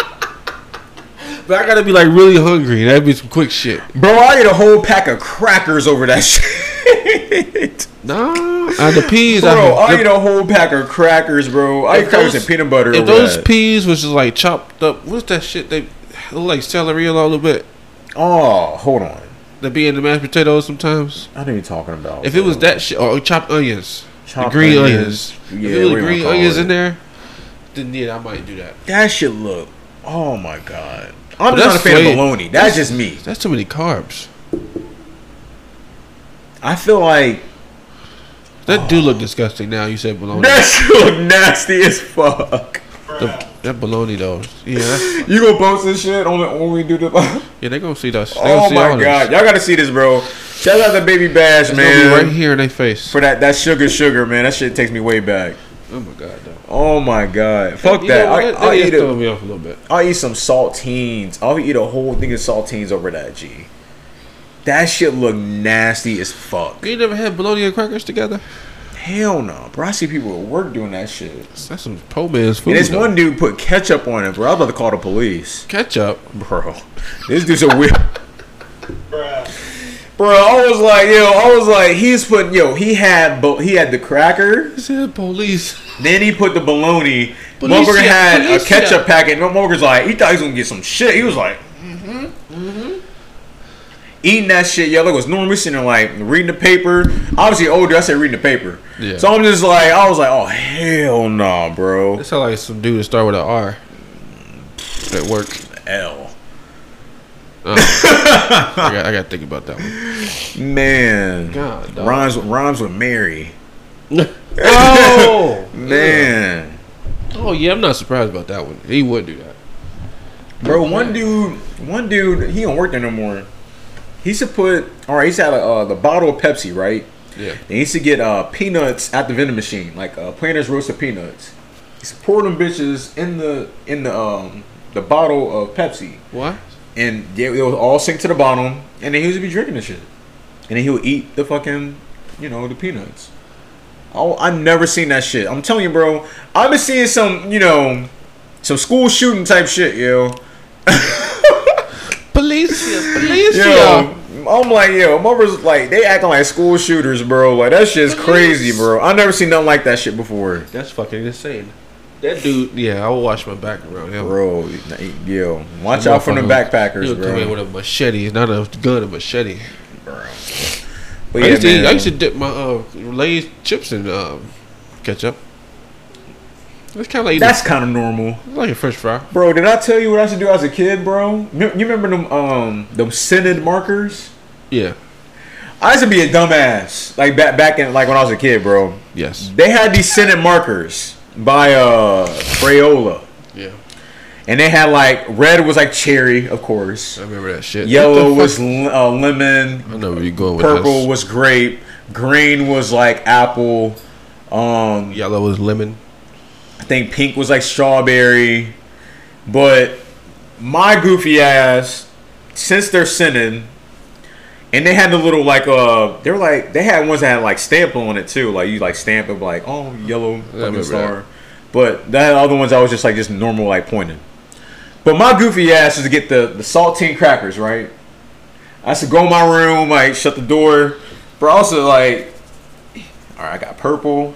[SPEAKER 1] but I gotta be like really hungry. That'd be some quick shit.
[SPEAKER 2] Bro, I ate a whole pack of crackers over that shit.
[SPEAKER 1] Nah, uh, the peas.
[SPEAKER 2] bro,
[SPEAKER 1] I,
[SPEAKER 2] I ate a whole pack of crackers, bro. I
[SPEAKER 1] If
[SPEAKER 2] ate crackers
[SPEAKER 1] those-
[SPEAKER 2] and peanut butter.
[SPEAKER 1] if
[SPEAKER 2] over
[SPEAKER 1] those
[SPEAKER 2] that.
[SPEAKER 1] peas was just like chopped up, what's that shit? They look like celery a little bit.
[SPEAKER 2] oh, hold on.
[SPEAKER 1] They be in the mashed potatoes sometimes.
[SPEAKER 2] I know what you're talking about.
[SPEAKER 1] If it was
[SPEAKER 2] bro.
[SPEAKER 1] that shit, or chopped onions,
[SPEAKER 2] Chopped
[SPEAKER 1] the green
[SPEAKER 2] onions.
[SPEAKER 1] onions.
[SPEAKER 2] Yeah,
[SPEAKER 1] if it was
[SPEAKER 2] what
[SPEAKER 1] the
[SPEAKER 2] you
[SPEAKER 1] green
[SPEAKER 2] wanna call
[SPEAKER 1] onions
[SPEAKER 2] it.
[SPEAKER 1] in there, then yeah, I might do that.
[SPEAKER 2] that shit look. Oh my god. I'm
[SPEAKER 1] But
[SPEAKER 2] just not a
[SPEAKER 1] that's
[SPEAKER 2] fan of
[SPEAKER 1] way-
[SPEAKER 2] bologna. That's just me.
[SPEAKER 1] That's too many carbs.
[SPEAKER 2] I feel like
[SPEAKER 1] That do look disgusting. Now you said bologna.
[SPEAKER 2] that shit look nasty as fuck.
[SPEAKER 1] The- that bologna though. Yeah, that's,
[SPEAKER 2] You gonna post this shit on the when we do the?
[SPEAKER 1] yeah, they gonna see that. They gonna
[SPEAKER 2] oh
[SPEAKER 1] see
[SPEAKER 2] my
[SPEAKER 1] all
[SPEAKER 2] god,
[SPEAKER 1] this.
[SPEAKER 2] y'all gotta see this, bro. Shout out to Baby Bash,
[SPEAKER 1] It's
[SPEAKER 2] man,
[SPEAKER 1] gonna be right here in their face.
[SPEAKER 2] for that that sugar sugar man. That shit takes me way back.
[SPEAKER 1] Oh my god, though.
[SPEAKER 2] Oh my god! Fuck
[SPEAKER 1] You
[SPEAKER 2] that!
[SPEAKER 1] know what?
[SPEAKER 2] I,
[SPEAKER 1] that
[SPEAKER 2] I'll
[SPEAKER 1] is
[SPEAKER 2] eat
[SPEAKER 1] throwing
[SPEAKER 2] a,
[SPEAKER 1] me off a little bit.
[SPEAKER 2] I'll eat some saltines. I'll eat a whole thing of saltines over that G. That shit look nasty as fuck.
[SPEAKER 1] You never had bologna and crackers together?
[SPEAKER 2] Hell no, bro. I see people at work doing that shit.
[SPEAKER 1] That's some poor man's food.
[SPEAKER 2] And this
[SPEAKER 1] though.
[SPEAKER 2] one dude put ketchup on it, bro. I was about to call the police.
[SPEAKER 1] ketchup.
[SPEAKER 2] Bro, this dude's a weird. Bro, I was like, yo, I was like, he's putting, yo, he had, bo- he had the cracker,
[SPEAKER 1] He said police.
[SPEAKER 2] then he put the bologna.
[SPEAKER 1] Policia,
[SPEAKER 2] Motherfucker had
[SPEAKER 1] policia.
[SPEAKER 2] a ketchup packet. Motherfucker's like, he thought he was gonna get some shit. He was like, mm-hmm, mm-hmm. eating that shit. Yo, look, it was normally sitting there like reading the paper. Obviously older, I said reading the paper.
[SPEAKER 1] Yeah.
[SPEAKER 2] So I'm just like, I was like, oh hell nah, bro.
[SPEAKER 1] That sound like some dude that start with an R. At work.
[SPEAKER 2] L.
[SPEAKER 1] I got I got to think about that one.
[SPEAKER 2] Man.
[SPEAKER 1] God, dog.
[SPEAKER 2] Rhymes rhymes with Mary.
[SPEAKER 1] oh
[SPEAKER 2] Man.
[SPEAKER 1] Oh yeah, I'm not surprised about that one. He would do that.
[SPEAKER 2] Bro, one dude, one dude, he don't work there no more. He used to put, all right, he used to have uh, the bottle of Pepsi, right?
[SPEAKER 1] Yeah.
[SPEAKER 2] And he used to get uh, peanuts at the vending machine, like uh, Planters roasted peanuts. He used to pour them bitches in the in the um, the bottle of Pepsi,
[SPEAKER 1] What?
[SPEAKER 2] and yeah, it was all sink to the bottom. And then he used to be drinking this shit, and then he would eat the fucking, you know, the peanuts. Oh, I've never seen that shit. I'm telling you, bro. I've been seeing some, you know, some school shooting type shit, yo.
[SPEAKER 1] Policia, policia.
[SPEAKER 2] Yo, I'm like, yo, mother's like, they acting like school shooters, bro. Like that shit's crazy, bro. I never seen nothing like that shit before,
[SPEAKER 1] That's fucking insane. That dude, yeah, I will watch my back around him.
[SPEAKER 2] bro. Yo, watch out from the backpackers,
[SPEAKER 1] He'll come in
[SPEAKER 2] bro.
[SPEAKER 1] with a machete, not a gun, a machete.
[SPEAKER 2] But
[SPEAKER 1] I,
[SPEAKER 2] yeah,
[SPEAKER 1] used to, eat- I
[SPEAKER 2] man.
[SPEAKER 1] used to dip my uh, Lay's chips in um, ketchup. It's kind of like eating
[SPEAKER 2] That's kind of normal,
[SPEAKER 1] it's like a French fry.
[SPEAKER 2] bro. Did I tell you what I used to do as a kid, bro? You you remember them, um, them scented markers?
[SPEAKER 1] Yeah.
[SPEAKER 2] I used to be a dumbass, like back back in, like when I was a kid, bro.
[SPEAKER 1] Yes.
[SPEAKER 2] They had these scented markers by uh Crayola,
[SPEAKER 1] Yeah.
[SPEAKER 2] and they had like red was like cherry, of course.
[SPEAKER 1] I remember that shit. What
[SPEAKER 2] Yellow
[SPEAKER 1] the
[SPEAKER 2] was
[SPEAKER 1] fuck?
[SPEAKER 2] l- uh, lemon.
[SPEAKER 1] I know where you going with
[SPEAKER 2] Purple
[SPEAKER 1] this.
[SPEAKER 2] was grape. Green was like apple. Um,
[SPEAKER 1] Yellow was lemon.
[SPEAKER 2] I think pink was like strawberry. But my goofy ass, since they're sending, and they had the little like uh, they were like they had ones that had like stamp on it too. Like you like stamp it like oh yellow
[SPEAKER 1] remember
[SPEAKER 2] fucking star. But the other ones I was just like just normal like pointing. But my goofy ass is to get the the saltine crackers right. I used to go in my room, like shut the door. But also like, all right, I got purple.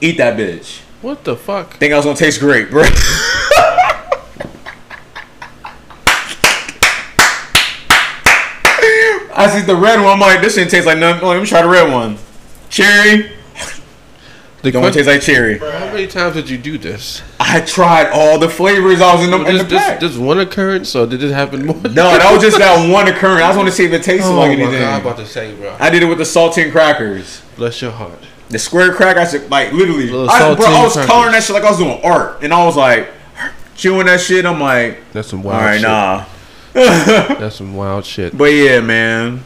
[SPEAKER 2] Eat that bitch.
[SPEAKER 1] What the fuck?
[SPEAKER 2] Think I was gonna taste great, bro. I see the red one. I'm like, this shit tastes like nothing. Let me try the red one. Cherry.
[SPEAKER 1] The
[SPEAKER 2] Don't taste like cherry.
[SPEAKER 1] How many times did you do this?
[SPEAKER 2] I tried all the flavors I was in the, in the
[SPEAKER 1] Just,
[SPEAKER 2] pack.
[SPEAKER 1] just, just one occurrence, or did it happen more?
[SPEAKER 2] no, that was just that one occurrence. I just want to see if it tasted
[SPEAKER 1] Oh my
[SPEAKER 2] like
[SPEAKER 1] god, I'm
[SPEAKER 2] anything.
[SPEAKER 1] about to say, bro.
[SPEAKER 2] I did it with the saltine crackers.
[SPEAKER 1] Bless your heart.
[SPEAKER 2] The square crack, I said, like, literally.
[SPEAKER 1] Little
[SPEAKER 2] I, bro,
[SPEAKER 1] saltine
[SPEAKER 2] I was
[SPEAKER 1] crackers.
[SPEAKER 2] coloring that shit like I was doing art. And I was like, chewing that shit. I'm like,
[SPEAKER 1] That's some
[SPEAKER 2] all
[SPEAKER 1] wild.
[SPEAKER 2] right,
[SPEAKER 1] shit.
[SPEAKER 2] nah.
[SPEAKER 1] That's some wild shit.
[SPEAKER 2] But yeah, man,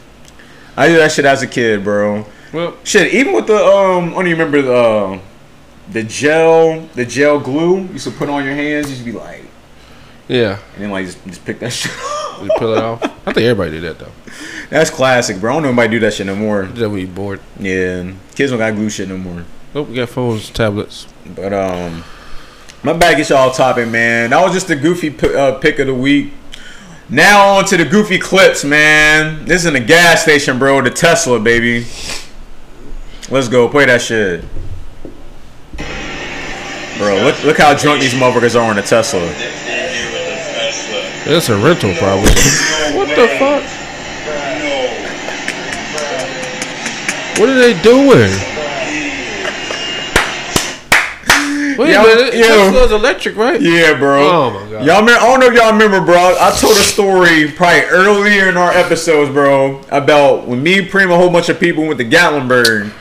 [SPEAKER 2] I did that shit as a kid, bro.
[SPEAKER 1] Well,
[SPEAKER 2] Shit, even with the um, I don't even remember the uh, the gel, the gel glue you used to put on your hands. You should be like,
[SPEAKER 1] yeah,
[SPEAKER 2] and then like just, just pick that shit. up.
[SPEAKER 1] you pull it off. I think everybody did that though.
[SPEAKER 2] That's classic, bro. I don't know nobody do that shit no more.
[SPEAKER 1] Did that when you bored.
[SPEAKER 2] Yeah, kids don't got glue shit no more.
[SPEAKER 1] Oh, we got phones, tablets.
[SPEAKER 2] But um, my bad gets y'all topic, man. That was just the goofy p- uh, pick of the week. Now on to the goofy clips, man. This is in the gas station, bro. The Tesla, baby. Let's go play that shit, bro. Look, look how drunk these motherfuckers are on the Tesla.
[SPEAKER 1] That's a rental, probably. what the fuck? What are they doing? Wait
[SPEAKER 2] Yeah,
[SPEAKER 1] a minute.
[SPEAKER 2] yeah.
[SPEAKER 1] Tesla's electric, right?
[SPEAKER 2] Yeah, bro.
[SPEAKER 1] Oh, my God.
[SPEAKER 2] Y'all, me- I don't know if y'all remember, bro. I told a story probably earlier in our episodes, bro, about when me, Prem, a whole bunch of people went to Gatlinburg,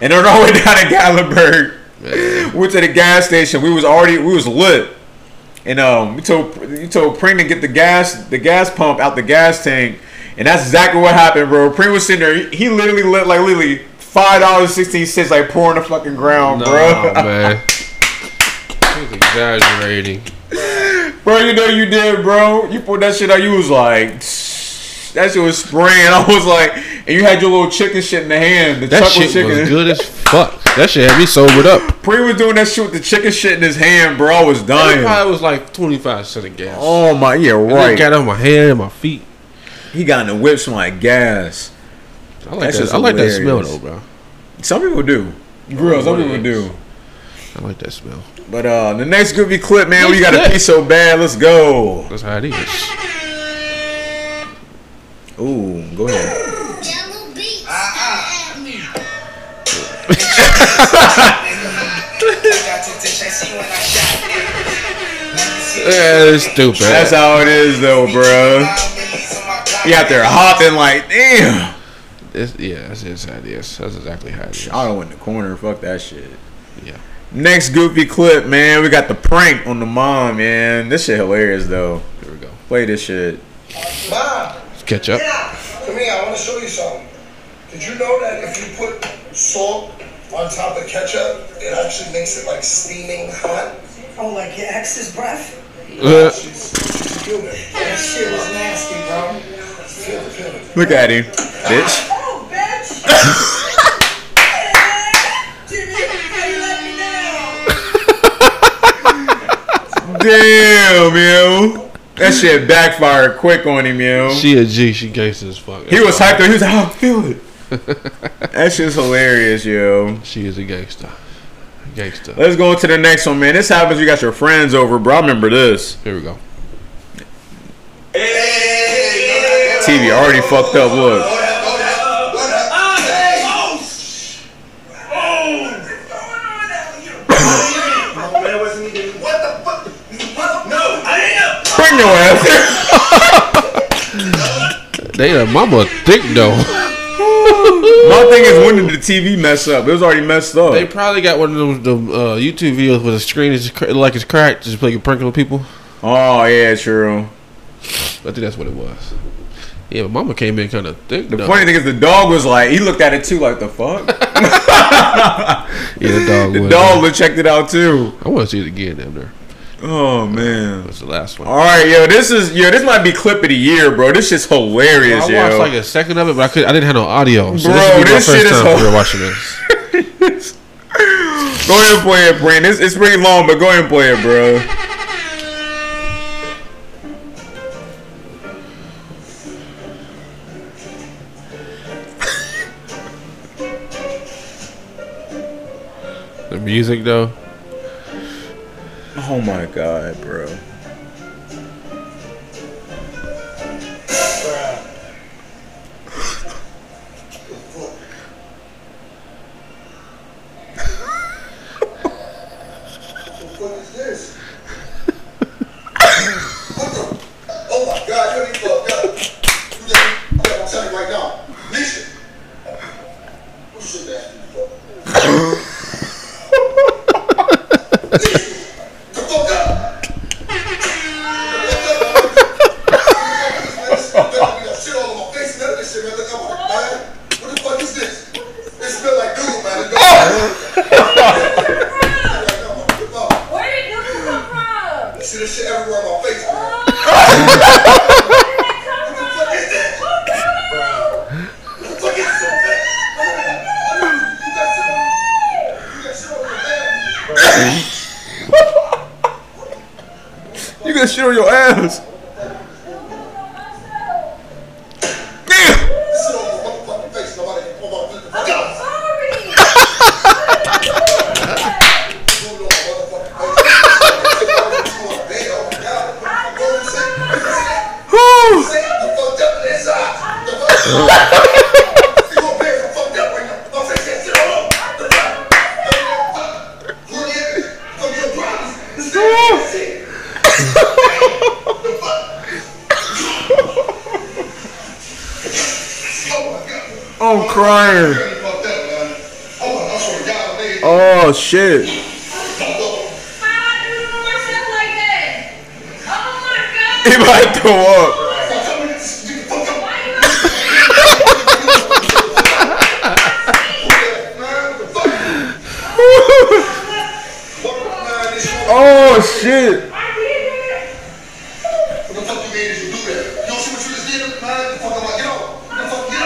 [SPEAKER 2] and on our way down to Gatlinburg,
[SPEAKER 1] Man.
[SPEAKER 2] went to the gas station. We was already we was lit, and um, we told you told Prem to get the gas the gas pump out the gas tank, and that's exactly what happened, bro. Prem was sitting there. He, he literally lit like literally five dollars sixteen cents, like pouring the fucking ground,
[SPEAKER 1] No,
[SPEAKER 2] bro.
[SPEAKER 1] man. He's exaggerating.
[SPEAKER 2] Bro, you know you did, bro. You pulled that shit out. You was like, "Tsh, that shit was spraying. I was like, and you had your little chicken shit in the hand. The
[SPEAKER 1] That
[SPEAKER 2] chuckle
[SPEAKER 1] shit
[SPEAKER 2] chicken.
[SPEAKER 1] was good as fuck. That shit had me sobered up.
[SPEAKER 2] Pre was doing that shit with the chicken shit in his hand, bro. I was
[SPEAKER 1] It
[SPEAKER 2] dying.
[SPEAKER 1] probably was like twenty five cent of gas.
[SPEAKER 2] Oh my, yeah,
[SPEAKER 1] And it
[SPEAKER 2] right.
[SPEAKER 1] got on my hand and my feet.
[SPEAKER 2] He got in the whips from like gas.
[SPEAKER 1] I like
[SPEAKER 2] That
[SPEAKER 1] that.
[SPEAKER 2] shit's
[SPEAKER 1] I like that smell
[SPEAKER 2] hilarious.
[SPEAKER 1] though, bro.
[SPEAKER 2] Some people do. Real, some people do.
[SPEAKER 1] I like that smell.
[SPEAKER 2] But uh the next goofy clip, man, we
[SPEAKER 1] Next
[SPEAKER 2] got a
[SPEAKER 1] clip.
[SPEAKER 2] piece so bad. Let's go.
[SPEAKER 1] That's how it is.
[SPEAKER 2] Ooh, go ahead.
[SPEAKER 3] Jello beats.
[SPEAKER 1] Yeah, it's stupid.
[SPEAKER 2] That's how it is, though, bro. You out there hopping like, damn.
[SPEAKER 1] It's- yeah, that's, that's how it is. That's exactly how it is.
[SPEAKER 2] I went in the corner. Fuck that shit.
[SPEAKER 1] Yeah.
[SPEAKER 2] Next goofy clip, man. We got the prank on the mom, man. This shit hilarious though.
[SPEAKER 1] Here we go.
[SPEAKER 2] Play this shit.
[SPEAKER 4] Mom,
[SPEAKER 1] Let's catch up.
[SPEAKER 4] come here, I want to show you something. Did you know that if you put salt on top of ketchup, it actually makes it like steaming hot?
[SPEAKER 5] Oh, like your ex's breath?
[SPEAKER 1] Uh,
[SPEAKER 4] She's, she's human.
[SPEAKER 5] That shit was nasty, bro.
[SPEAKER 4] Feel it, feel it.
[SPEAKER 2] Look at him, bitch.
[SPEAKER 5] Oh, bitch! Jimmy, how you let me down?
[SPEAKER 2] Damn, yo. That shit backfired quick on him, yo.
[SPEAKER 1] she a G. She gangsta as fuck.
[SPEAKER 2] He was hyped. up. He was like, "I feel it." that shit's hilarious, yo.
[SPEAKER 1] She is a gangster. Gangster.
[SPEAKER 2] Let's go on to the next one, man. This happens. You got your friends over, bro. I remember this.
[SPEAKER 1] Here we go.
[SPEAKER 2] TV already fucked up. Look,
[SPEAKER 4] What the fuck? No, I didn't.
[SPEAKER 2] bring your ass. here.
[SPEAKER 1] They a mama thick though.
[SPEAKER 2] My thing is, when did the TV mess up? It was already messed up.
[SPEAKER 1] They probably got one of those the, uh, YouTube videos where the screen is cr- like it's cracked, just playing prank on people.
[SPEAKER 2] Oh yeah, true.
[SPEAKER 1] I think that's what it was. Yeah, but mama came in kind of thick.
[SPEAKER 2] The
[SPEAKER 1] though.
[SPEAKER 2] funny thing is, the dog was like, he looked at it too, like the fuck.
[SPEAKER 1] yeah, the dog.
[SPEAKER 2] the
[SPEAKER 1] was.
[SPEAKER 2] dog looked- checked it out too.
[SPEAKER 1] I want to see it again down there.
[SPEAKER 2] Oh man.
[SPEAKER 1] That's the last one.
[SPEAKER 2] All right, yo, this is yo, this might be clip of the year, bro. This shit's
[SPEAKER 1] I
[SPEAKER 2] hilarious,
[SPEAKER 1] watched
[SPEAKER 2] yo.
[SPEAKER 1] like a second of it, but I could I didn't have no audio. So
[SPEAKER 2] Bro,
[SPEAKER 1] this would be
[SPEAKER 2] this
[SPEAKER 1] my
[SPEAKER 2] shit
[SPEAKER 1] first
[SPEAKER 2] is
[SPEAKER 1] time
[SPEAKER 2] hor-
[SPEAKER 1] for real watching this.
[SPEAKER 2] go ahead and play it, Brandon. It's, it's pretty long, but go ahead and play it, bro.
[SPEAKER 1] The music though,
[SPEAKER 2] Oh my god, bro.
[SPEAKER 4] What is this? oh my god, you ain't fucked up. You done- I'm telling you right now. Listen. Who should that be for? Listen. The fuck up. The fuck up. I got shit all over my face and none of this shit, man. Look, I'm like, man, what the fuck is this? It smell like dude, man. It don't- Like, I'm like,
[SPEAKER 5] Where did you come from?
[SPEAKER 4] See this shit everywhere on my face, man. What is this? What the fuck is this? You got shit on- you got shit on your back.
[SPEAKER 2] You gonna shit on your ass. Damn.
[SPEAKER 4] This shit on your motherfucking face. Nobody can pull my feet the fuck out. You on my motherfucking face. You on the bed, oh my God. What the fuck is this?
[SPEAKER 2] Whew.
[SPEAKER 4] Say the fucked up in his eye. The fucked up. You gonna pay for fucked up right now. Don't say that shit all over. The fuck. Who you? Come here, promise. This is- this is- Oh my God.
[SPEAKER 2] I'm crying.
[SPEAKER 4] Really fucked up, man. Oh, I'm sorry, God, man.
[SPEAKER 2] Oh shit. He might throw up. Oh shit.
[SPEAKER 4] What the fuck you mean is you do that? You don't see what you just did? Man, the fuck am I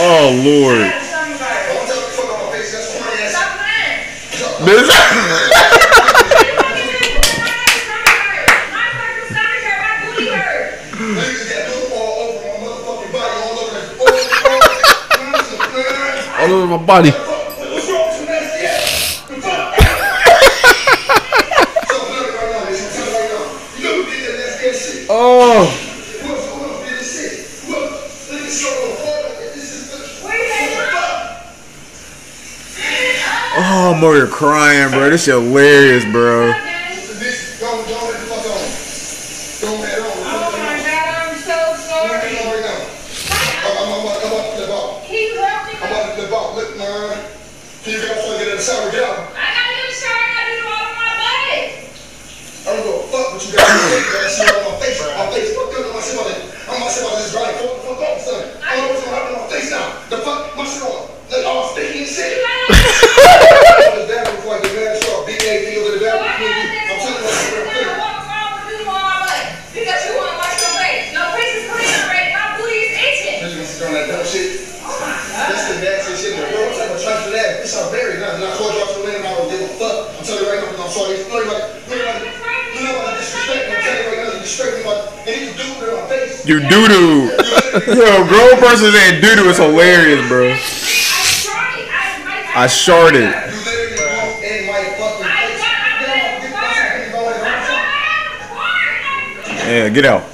[SPEAKER 1] Oh Lord.
[SPEAKER 4] Don't tell me to fuck up my face. That's corny ass.
[SPEAKER 5] Stop playing.
[SPEAKER 1] This-
[SPEAKER 4] Niggas got poop all over my motherfucking body, all over the- all over the-
[SPEAKER 1] all over my body.
[SPEAKER 4] What's wrong with you nasty ass? The fuck? Tell me right now, bitch. Tell me right now. You know who did that nasty ass shit?
[SPEAKER 1] Oh,
[SPEAKER 4] Who else- who else did this shit? Look, niggas showing the water. This is the-
[SPEAKER 2] Oh, I'm over here crying, bro. This shit hilarious, bro.
[SPEAKER 4] Bitch, don't- don't let the fuck on. Don't let on. Don't let on right now. I'm- I'm- I'm about- I'm about to flip out. I'm about to flip out. Look, man. Can you grab something, get in the shower, get out. I don't give a fuck what you got to say, man. Shit on my face. My face fucked up. My shit on it. I'm my shit on this dry. Fuck, fuck off, son. I don't know what's gonna happen to my face now. The fuck? My shit on. Like, all stinky and shit. I'm just down before I get mad. So I'll beat that nigga with a dab. I'm telling you, I'm shit real quick. This nigga sit on that dumb shit. That's the nastiest shit in the world. I'm trying to that. Bitch, I'm married now. And I called you off the land and I don't give a fuck. I'm telling you right now, I'm sorry. You know you like, you know you like, you know you like disrespect. I'm telling you right now, you disrespect me. Like, and he's a dude in my face.
[SPEAKER 2] You doo doo. Yo, grown person saying doo doo is hilarious, bro. I sharted.
[SPEAKER 4] You literally walked in my fucking face. Get off, get my fucking phone and run some-
[SPEAKER 2] Yeah, get out.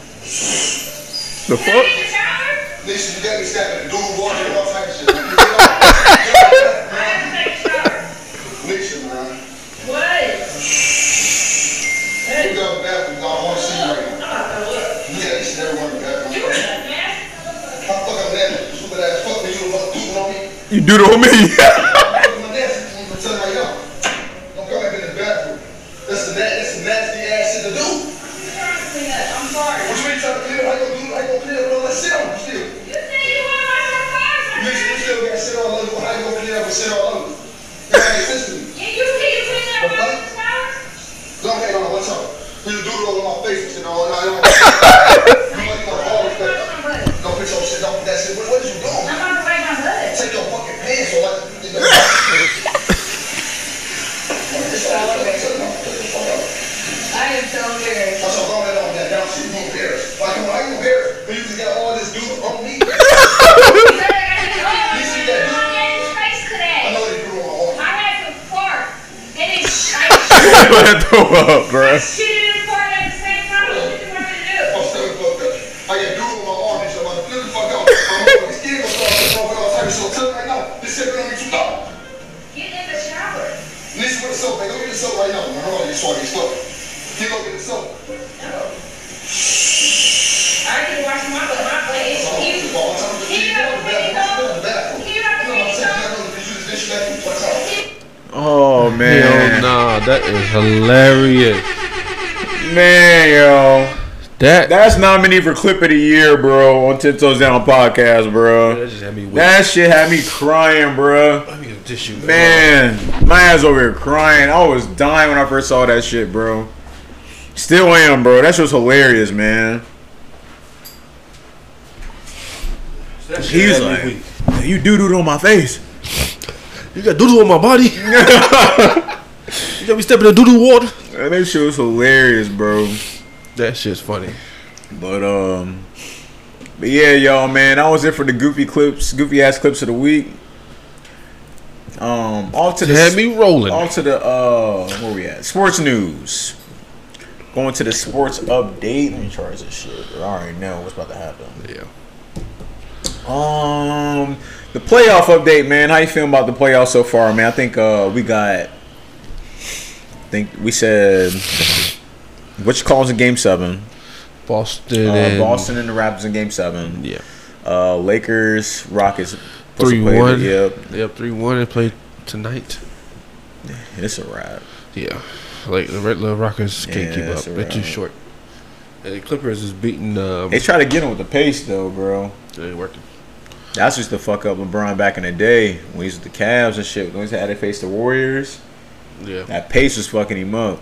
[SPEAKER 2] The fuck?
[SPEAKER 4] Listen, you got me stabbing a dude walking and all type of shit. Get off. Get off, man. Listen, man. You got a bathroom, I don't wanna see you right now. You got this shit everywhere in the bathroom. How the fuck I'm laughing? Stupid ass fuck, man. You a mother dude on me.
[SPEAKER 2] You doo doo on me.
[SPEAKER 4] I'm nasty. I'm gonna tell you right now. Don't come back in the bathroom. That's the na- that's the nasty ass shit to do. What you mean trying to clear? How you gonna do? How you gonna clear all that shit on you still? Bitch, you still got shit all over you. How you gonna clean up with shit all over you? That ain't sense to me. Don't hang on, what's up? You do it over my face and shit all and I don't. You like my whole respect. Don't put your shit off that shit. What, what is you doing? Take your fucking pants or like you know. It's all over. It's all over. It's all over. What's up, all that on that down shit? You embarrassed. Like, why you embarrassed? When you just got all this dude on me? I know they do it on my own.
[SPEAKER 2] I throw up, bro.
[SPEAKER 5] Shit in the fart at the same time. What you want me to do?
[SPEAKER 4] I'm still fucked up. I got dude on my arm and shit. I'm about to flip the fuck out. I'm over the skin. I'm over all type of shit. Tell me right now. This shit gonna be too long.
[SPEAKER 5] Get in the shower.
[SPEAKER 4] Listen with the soap. They go get the soap right now. Man, hold on. You swallow your stuff. You go get the soap.
[SPEAKER 5] I can wash my butt. My butt is
[SPEAKER 4] I'm
[SPEAKER 5] huge.
[SPEAKER 4] the ball. I'm
[SPEAKER 5] He
[SPEAKER 4] the
[SPEAKER 5] don't really know.
[SPEAKER 4] bathroom.
[SPEAKER 5] He don't
[SPEAKER 4] I'm
[SPEAKER 5] really
[SPEAKER 4] not saying
[SPEAKER 5] know.
[SPEAKER 4] that because you disrespectful. Fuck out.
[SPEAKER 2] Oh
[SPEAKER 1] Hell
[SPEAKER 2] man,
[SPEAKER 1] nah, that is hilarious.
[SPEAKER 2] man, yo,
[SPEAKER 1] That that
[SPEAKER 2] that's nominee for clip of the year, bro, on Tiptoes Down podcast, bro.
[SPEAKER 1] just had me weak.
[SPEAKER 2] That shit had me crying, bro.
[SPEAKER 1] Let me get a tissue.
[SPEAKER 2] Man, my ass over here crying. I was dying when I first saw that shit, bro. Still am, bro. That shit's hilarious, man.
[SPEAKER 1] That shit
[SPEAKER 2] He's
[SPEAKER 1] had me
[SPEAKER 2] like,
[SPEAKER 1] weak.
[SPEAKER 2] you doo doo on my face.
[SPEAKER 1] you got doodle on my body. you got me stepping in doodle water.
[SPEAKER 2] Man, That shit was hilarious, bro.
[SPEAKER 1] That shit's funny.
[SPEAKER 2] But um, but yeah, y'all, man, I was in for the goofy clips, goofy ass clips of the week. Um, off to the
[SPEAKER 1] Had me rolling.
[SPEAKER 2] off to the uh, where we at? Sports news. Going to the sports update. Let me charge this shit. I already know what's about to happen.
[SPEAKER 1] Yeah.
[SPEAKER 2] Um, the playoff update, man. How you feeling about the playoffs so far, man? I think uh, we got. I think we said. What you calls in game seven?
[SPEAKER 1] Boston.
[SPEAKER 2] Uh,
[SPEAKER 1] and
[SPEAKER 2] Boston and the Raptors in game seven.
[SPEAKER 1] Yeah.
[SPEAKER 2] Uh, Lakers, Rockets. supposed
[SPEAKER 1] Three
[SPEAKER 2] to play
[SPEAKER 1] one.
[SPEAKER 2] the- Yep,
[SPEAKER 1] Yep. Three one and play tonight.
[SPEAKER 2] it's a wrap.
[SPEAKER 1] Yeah. Like the Red Little Rockers can't
[SPEAKER 2] Yeah,
[SPEAKER 1] keep
[SPEAKER 2] that's
[SPEAKER 1] up. They're too
[SPEAKER 2] right.
[SPEAKER 1] short. And the Clippers is beating. Um,
[SPEAKER 2] They try to get him with the pace though, bro.
[SPEAKER 1] they working.
[SPEAKER 2] That's just the fuck up LeBron back in the day when he was with the Cavs and shit. When he had to face the Warriors,
[SPEAKER 1] Yeah.
[SPEAKER 2] that pace was fucking him up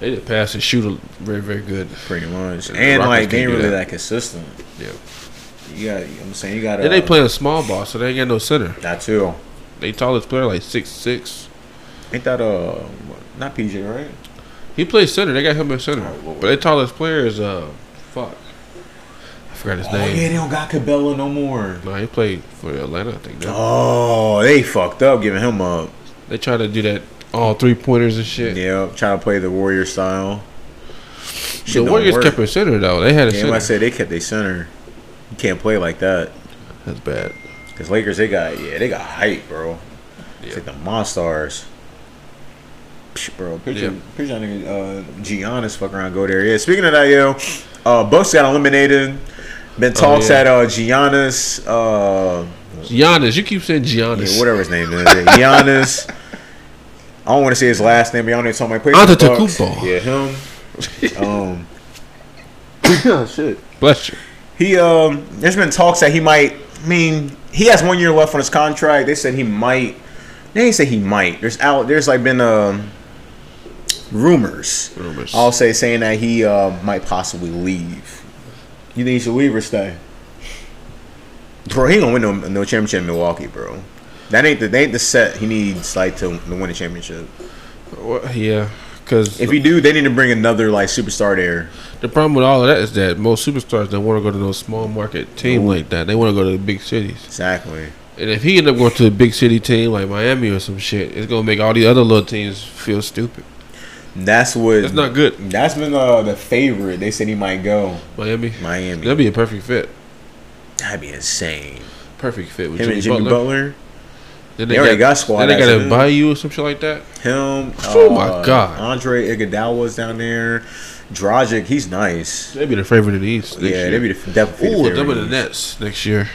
[SPEAKER 1] They did pass and shoot a- very very good.
[SPEAKER 2] pretty much.
[SPEAKER 1] And the
[SPEAKER 2] And
[SPEAKER 1] Rockets
[SPEAKER 2] like they
[SPEAKER 1] can't
[SPEAKER 2] ain't
[SPEAKER 1] do
[SPEAKER 2] really
[SPEAKER 1] that.
[SPEAKER 2] that consistent.
[SPEAKER 1] Yeah.
[SPEAKER 2] You got. I'm saying you got. uh,
[SPEAKER 1] And they playing small ball, so they ain't got no center.
[SPEAKER 2] That too.
[SPEAKER 1] They tallest player like six six.
[SPEAKER 2] Ain't that uh not PJ right?
[SPEAKER 1] He plays center. They got him at center.
[SPEAKER 2] Oh, Lord.
[SPEAKER 1] but their tallest player is uh fuck. I forgot his
[SPEAKER 2] Oh yeah,
[SPEAKER 1] name.
[SPEAKER 2] they don't got Cabela no more.
[SPEAKER 1] No, he played for Atlanta. I think. No.
[SPEAKER 2] Oh, they fucked up giving him up.
[SPEAKER 1] They try to do that all three pointers and shit.
[SPEAKER 2] Yeah, trying to play the Warrior style.
[SPEAKER 1] The
[SPEAKER 2] Shit don't
[SPEAKER 1] Warriors
[SPEAKER 2] work.
[SPEAKER 1] kept it center though. They had a
[SPEAKER 2] Yeah,
[SPEAKER 1] center.
[SPEAKER 2] I said they kept their center. You can't play like that.
[SPEAKER 1] That's bad.
[SPEAKER 2] Cause Lakers, they got yeah, they got hype, bro. It's
[SPEAKER 1] Yeah.
[SPEAKER 2] like the Monstars. Psh, Bro, picture
[SPEAKER 1] Yeah.
[SPEAKER 2] picture that nigga uh, Giannis fuck around go there. Yeah, speaking of that, yo, uh, Bucks got eliminated. Been talks
[SPEAKER 1] Oh, yeah.
[SPEAKER 2] at uh, Giannis, uh,
[SPEAKER 1] Giannis. You keep saying Giannis.
[SPEAKER 2] yeah, whatever his name is, yeah, Giannis. I don't want to say his last name, but y'all know talking about he played for the Bucks.
[SPEAKER 1] Antetokounmpo.
[SPEAKER 2] Yeah, him. um, shit.
[SPEAKER 1] Bless you.
[SPEAKER 2] He um, there's been talks that he might. I mean, he has one year left on his contract. They said he might. They didn't say he might. There's out. There's like been um, rumors.
[SPEAKER 1] Rumors.
[SPEAKER 2] I'll say saying that he uh, might possibly leave. You think he should leave or stay? Bro, he ain't gonna win no, no championship in Milwaukee, bro. That ain't the that ain't the set he needs like to, to win a championship.
[SPEAKER 1] Well, yeah, because
[SPEAKER 2] If you do, they need to bring another like superstar there.
[SPEAKER 1] the problem with all of that is that most superstars don't want to go to no small market team like that. They want to go to the big cities.
[SPEAKER 2] Exactly.
[SPEAKER 1] And if he end up going to a big city team like Miami or some shit, it's gonna make all the other little teams feel stupid.
[SPEAKER 2] That's what.
[SPEAKER 1] That's not good.
[SPEAKER 2] That's been uh, the favorite. They said he might go
[SPEAKER 1] Miami,
[SPEAKER 2] Miami.
[SPEAKER 1] that'd be a perfect fit.
[SPEAKER 2] That'd be insane.
[SPEAKER 1] Perfect fit with
[SPEAKER 2] Him
[SPEAKER 1] Jimmy,
[SPEAKER 2] and Jimmy
[SPEAKER 1] Butler.
[SPEAKER 2] Butler.
[SPEAKER 1] Then
[SPEAKER 2] They already got squad
[SPEAKER 1] Then they
[SPEAKER 2] as
[SPEAKER 1] got
[SPEAKER 2] it
[SPEAKER 1] a
[SPEAKER 2] is.
[SPEAKER 1] Bayou or some shit like that.
[SPEAKER 2] Him. uh,
[SPEAKER 1] Oh my God.
[SPEAKER 2] Andre Iguodala's down there. Dragic, he's nice.
[SPEAKER 1] They'd be the favorite of the East. Next
[SPEAKER 2] yeah,
[SPEAKER 1] year.
[SPEAKER 2] they'd be the, definitely the
[SPEAKER 1] Ooh,
[SPEAKER 2] favorite
[SPEAKER 1] them and the
[SPEAKER 2] in
[SPEAKER 1] Nets next year.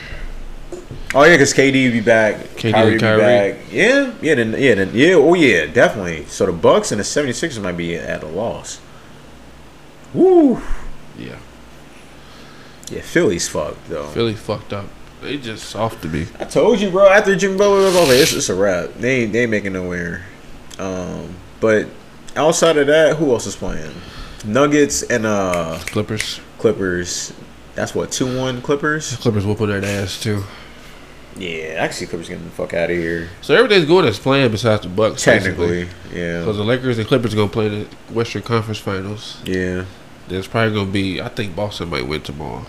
[SPEAKER 2] East. Oh yeah, because KD would be back.
[SPEAKER 1] KD and
[SPEAKER 2] Kyrie would
[SPEAKER 1] Kyrie.
[SPEAKER 2] be back. Yeah, yeah, then, yeah, then, yeah. Oh yeah, definitely. So the Bucks and the 76ers might be at a loss. Woo.
[SPEAKER 1] Yeah,
[SPEAKER 2] Yeah, Philly's fucked though.
[SPEAKER 1] Philly fucked up. They just soft to me.
[SPEAKER 2] I told you, bro. After Jimmy Butler was over, it's, it's a wrap. They ain't- they ain't making nowhere. Um, but outside of that, who else is playing? Nuggets and uh
[SPEAKER 1] Clippers.
[SPEAKER 2] Clippers. That's what two one Clippers.
[SPEAKER 1] Clippers whooping their ass too.
[SPEAKER 2] Yeah, actually, Clippers getting the fuck out of here.
[SPEAKER 1] So everything's good that's playing besides the Bucks.
[SPEAKER 2] Technically, yeah,
[SPEAKER 1] Because the Lakers and Clippers gonna play the Western Conference Finals.
[SPEAKER 2] yeah.
[SPEAKER 1] There's probably gonna be. I think Boston might win tomorrow.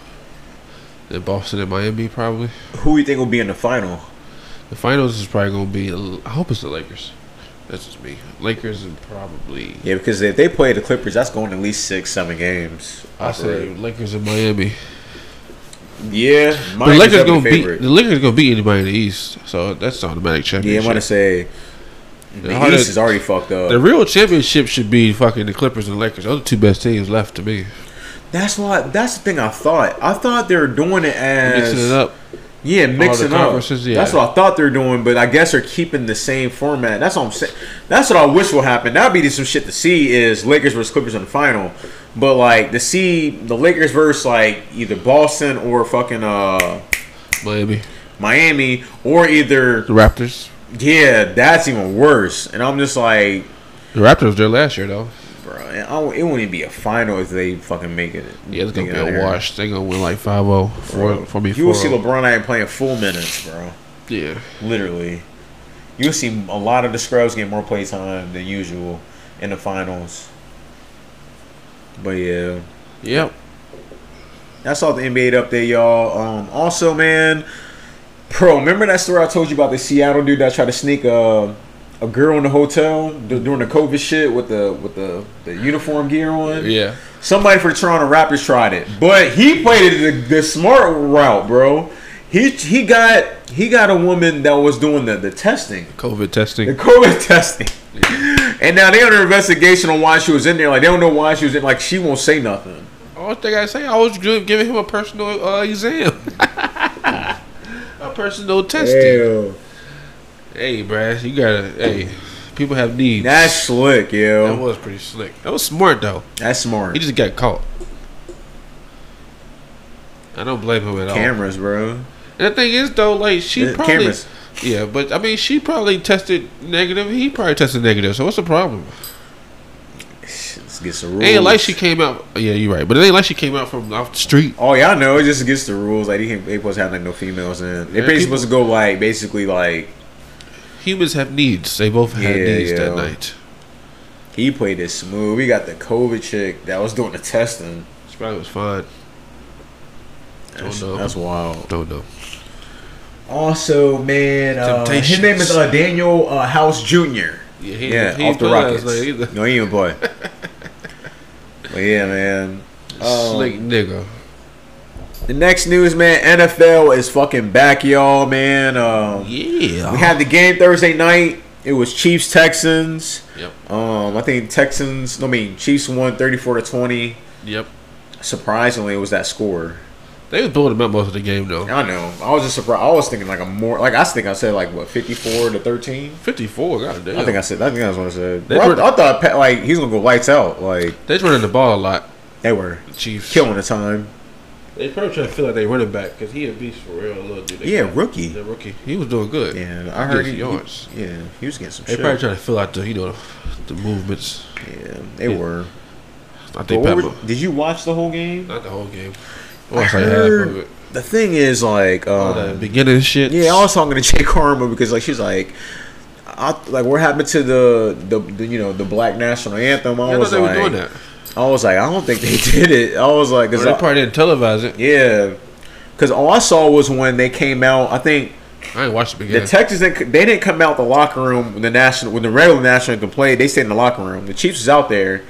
[SPEAKER 1] Then Boston and Miami probably.
[SPEAKER 2] Who you think will be in the final?
[SPEAKER 1] The finals is probably gonna be. I hope it's the Lakers. That's just me. Lakers and probably.
[SPEAKER 2] Yeah, because if they play the Clippers, that's going at least six, seven games.
[SPEAKER 1] I say Lakers and Miami.
[SPEAKER 2] yeah.
[SPEAKER 1] But the
[SPEAKER 2] Miami's
[SPEAKER 1] Lakers
[SPEAKER 2] definitely
[SPEAKER 1] gonna beat
[SPEAKER 2] favorite.
[SPEAKER 1] the Lakers gonna beat anybody in the East. So that's the automatic
[SPEAKER 2] Yeah, I'm
[SPEAKER 1] championship.
[SPEAKER 2] gonna say
[SPEAKER 1] the,
[SPEAKER 2] the
[SPEAKER 1] hardest-
[SPEAKER 2] East is already fucked up.
[SPEAKER 1] the real championship should be fucking the Clippers and Lakers. Those are the two best teams left to me.
[SPEAKER 2] That's why. That's the thing I thought. I thought they were doing it as
[SPEAKER 1] Mixing it up.
[SPEAKER 2] Yeah, mixing up.
[SPEAKER 1] conferences, yeah.
[SPEAKER 2] That's what I thought they were doing, but I guess they're keeping the same format. That's what I'm saying. That's what I wish will happen. That'd be some shit to see is Lakers versus Clippers in the final, but like to see the Lakers versus like either Boston or fucking uh
[SPEAKER 1] Miami,
[SPEAKER 2] Miami or either
[SPEAKER 1] the Raptors.
[SPEAKER 2] yeah, that's even worse. And I'm just like,
[SPEAKER 1] The Raptors was there last year though.
[SPEAKER 2] bro, I don't- it won't even be a final if they fucking make it.
[SPEAKER 1] Yeah, it's gonna
[SPEAKER 2] Get
[SPEAKER 1] be
[SPEAKER 2] out of
[SPEAKER 1] a
[SPEAKER 2] here.
[SPEAKER 1] wash. They gonna win like 5-0
[SPEAKER 2] Bro,
[SPEAKER 1] for for me.
[SPEAKER 2] you will see
[SPEAKER 1] 4-0.
[SPEAKER 2] LeBron ain't playing full minutes, bro.
[SPEAKER 1] Yeah,
[SPEAKER 2] Literally, you'll see a lot of the scrubs get more play time than usual in the finals. But yeah,
[SPEAKER 1] yep.
[SPEAKER 2] that's all the NBA update, y'all. Um, also, man, bro, remember that story I told you about the Seattle dude that tried to sneak a a girl in the hotel d- during the COVID shit with the with the, the uniform gear on?
[SPEAKER 1] Yeah,
[SPEAKER 2] Somebody for Toronto Raptors tried it, but he played it the, the smart route, bro. He he got he got a woman that was doing the, the testing,
[SPEAKER 1] COVID
[SPEAKER 2] the
[SPEAKER 1] testing.
[SPEAKER 2] COVID testing, and now they under investigation on why she was in there. Like they don't know why she was in. Like she won't say nothing.
[SPEAKER 1] All thing I say, I was gi- giving him a personal uh, exam, a personal testing. Hey, Brad, you gotta. Hey, people have needs.
[SPEAKER 2] That's slick,
[SPEAKER 1] that
[SPEAKER 2] yo.
[SPEAKER 1] was pretty slick. That was smart though.
[SPEAKER 2] That's smart.
[SPEAKER 1] He just got caught. I don't blame him at all.
[SPEAKER 2] Cameras, bro.
[SPEAKER 1] And the thing is though, like she
[SPEAKER 2] Uh,
[SPEAKER 1] probably.
[SPEAKER 2] cameras.
[SPEAKER 1] Yeah, but I mean, she probably tested negative. He probably tested negative. So what's the problem?
[SPEAKER 2] It's against the rules.
[SPEAKER 1] It ain't like she came out. Yeah, you're right. But it ain't like she came out from off the street.
[SPEAKER 2] All y'all know, it's just against the rules. Like they ain't they supposed to have like no females in. They
[SPEAKER 1] Yeah,
[SPEAKER 2] basically
[SPEAKER 1] people-
[SPEAKER 2] supposed to go like basically like
[SPEAKER 1] Humans have needs. They both had
[SPEAKER 2] Yeah,
[SPEAKER 1] needs
[SPEAKER 2] yeah.
[SPEAKER 1] that night.
[SPEAKER 2] he played it smooth. We got the COVID chick that was doing the testing.
[SPEAKER 1] She probably was fine.
[SPEAKER 2] That's,
[SPEAKER 1] know.
[SPEAKER 2] that's wild.
[SPEAKER 1] Don't know.
[SPEAKER 2] Also, man, uh, his
[SPEAKER 1] Temptations.
[SPEAKER 2] name is uh, Daniel uh, House Jr.
[SPEAKER 1] Yeah, he,
[SPEAKER 2] Yeah,
[SPEAKER 1] he
[SPEAKER 2] off the
[SPEAKER 1] put us,
[SPEAKER 2] Rockets.
[SPEAKER 1] like, he's a
[SPEAKER 2] no, he even play. but yeah, man. Um,
[SPEAKER 1] slick nigga.
[SPEAKER 2] The next news, man. NFL is fucking back, y'all, man. Um,
[SPEAKER 1] Yeah.
[SPEAKER 2] We had the game Thursday night. It was Chiefs Texans.
[SPEAKER 1] yep.
[SPEAKER 2] Um, I think Texans. No, I mean Chiefs won thirty four to twenty.
[SPEAKER 1] Yep.
[SPEAKER 2] Surprisingly, it was that score.
[SPEAKER 1] They was building up most of the game though.
[SPEAKER 2] I know. I was just surprised. I was thinking like a more like I think I said like what fifty four to thirteen.
[SPEAKER 1] Fifty four. God damn.
[SPEAKER 2] I think I said. I think that's what I said.
[SPEAKER 1] They
[SPEAKER 2] Bro, I-
[SPEAKER 1] were-
[SPEAKER 2] I, thought Pat, like he's gonna go lights out. Like
[SPEAKER 1] they was running the ball a lot.
[SPEAKER 2] they were
[SPEAKER 1] the Chiefs
[SPEAKER 2] killing the time.
[SPEAKER 1] They probably trying to feel like they running back because he a beast for real, little dude. They
[SPEAKER 2] Yeah,
[SPEAKER 1] got-
[SPEAKER 2] rookie.
[SPEAKER 1] the rookie. He was doing good.
[SPEAKER 2] Yeah, I
[SPEAKER 1] He
[SPEAKER 2] heard
[SPEAKER 1] gets
[SPEAKER 2] he,
[SPEAKER 1] yards.
[SPEAKER 2] Yeah, he was getting some
[SPEAKER 1] They
[SPEAKER 2] shit.
[SPEAKER 1] probably trying to fill out the you know the movements.
[SPEAKER 2] yeah, they
[SPEAKER 1] Yeah.
[SPEAKER 2] were.
[SPEAKER 1] I think
[SPEAKER 2] But
[SPEAKER 1] Pat,
[SPEAKER 2] what were- did you watch the whole game?
[SPEAKER 1] not the whole game.
[SPEAKER 2] I
[SPEAKER 1] Well, it's like half
[SPEAKER 2] heard-
[SPEAKER 1] of it.
[SPEAKER 2] The thing is, like,
[SPEAKER 1] All
[SPEAKER 2] um,
[SPEAKER 1] that beginning shit.
[SPEAKER 2] yeah, I was talking to Jay Karma because, like, she's like, I, like, what happened to the, the, the, you know, the black national anthem? I
[SPEAKER 1] I thought
[SPEAKER 2] was
[SPEAKER 1] they
[SPEAKER 2] like,
[SPEAKER 1] were doing that.
[SPEAKER 2] I was like, I don't think they did it. I was like,
[SPEAKER 1] Well,
[SPEAKER 2] cause
[SPEAKER 1] they
[SPEAKER 2] I,
[SPEAKER 1] probably didn't televise it.
[SPEAKER 2] yeah, because all I saw was when they came out. I think
[SPEAKER 1] I ain't watched the
[SPEAKER 2] the
[SPEAKER 1] beginning.
[SPEAKER 2] Texans didn't, they didn't come out the locker room when the national when the regular national anthem played. They stayed in the locker room. The Chiefs was out there.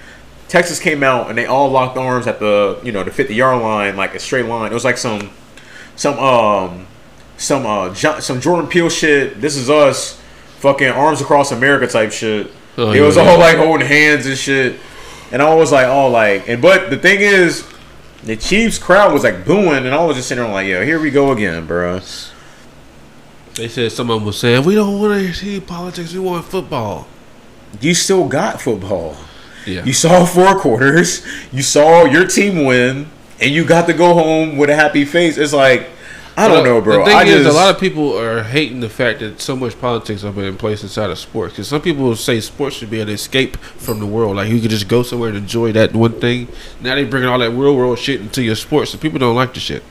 [SPEAKER 2] Texas came out and they all locked arms at the you know the fifty yard line like a straight line. It was like some some um some uh Jo- some Jordan Peele shit. This is us, fucking arms across America type shit.
[SPEAKER 1] Oh,
[SPEAKER 2] it
[SPEAKER 1] yeah,
[SPEAKER 2] was
[SPEAKER 1] yeah.
[SPEAKER 2] all like holding hands and shit. And I was like, oh, like, and but the thing is, the Chiefs crowd was like booing, and I was just sitting there like, yo, here we go again, bruh.
[SPEAKER 1] they said someone was saying we don't want to see politics. We want football.
[SPEAKER 2] You still got football.
[SPEAKER 1] Yeah.
[SPEAKER 2] You saw four quarters. You saw your team win, and you got to go home with a happy face. It's like I don't
[SPEAKER 1] But uh,
[SPEAKER 2] know, bro.
[SPEAKER 1] The thing
[SPEAKER 2] I
[SPEAKER 1] is,
[SPEAKER 2] just
[SPEAKER 1] a lot of people are hating the fact that so much politics are in place inside of sports. Because some people say sports should be an escape from the world. Like you could just go somewhere and enjoy that one thing. Now they bringing all that real world shit into your sports, so people don't like the shit.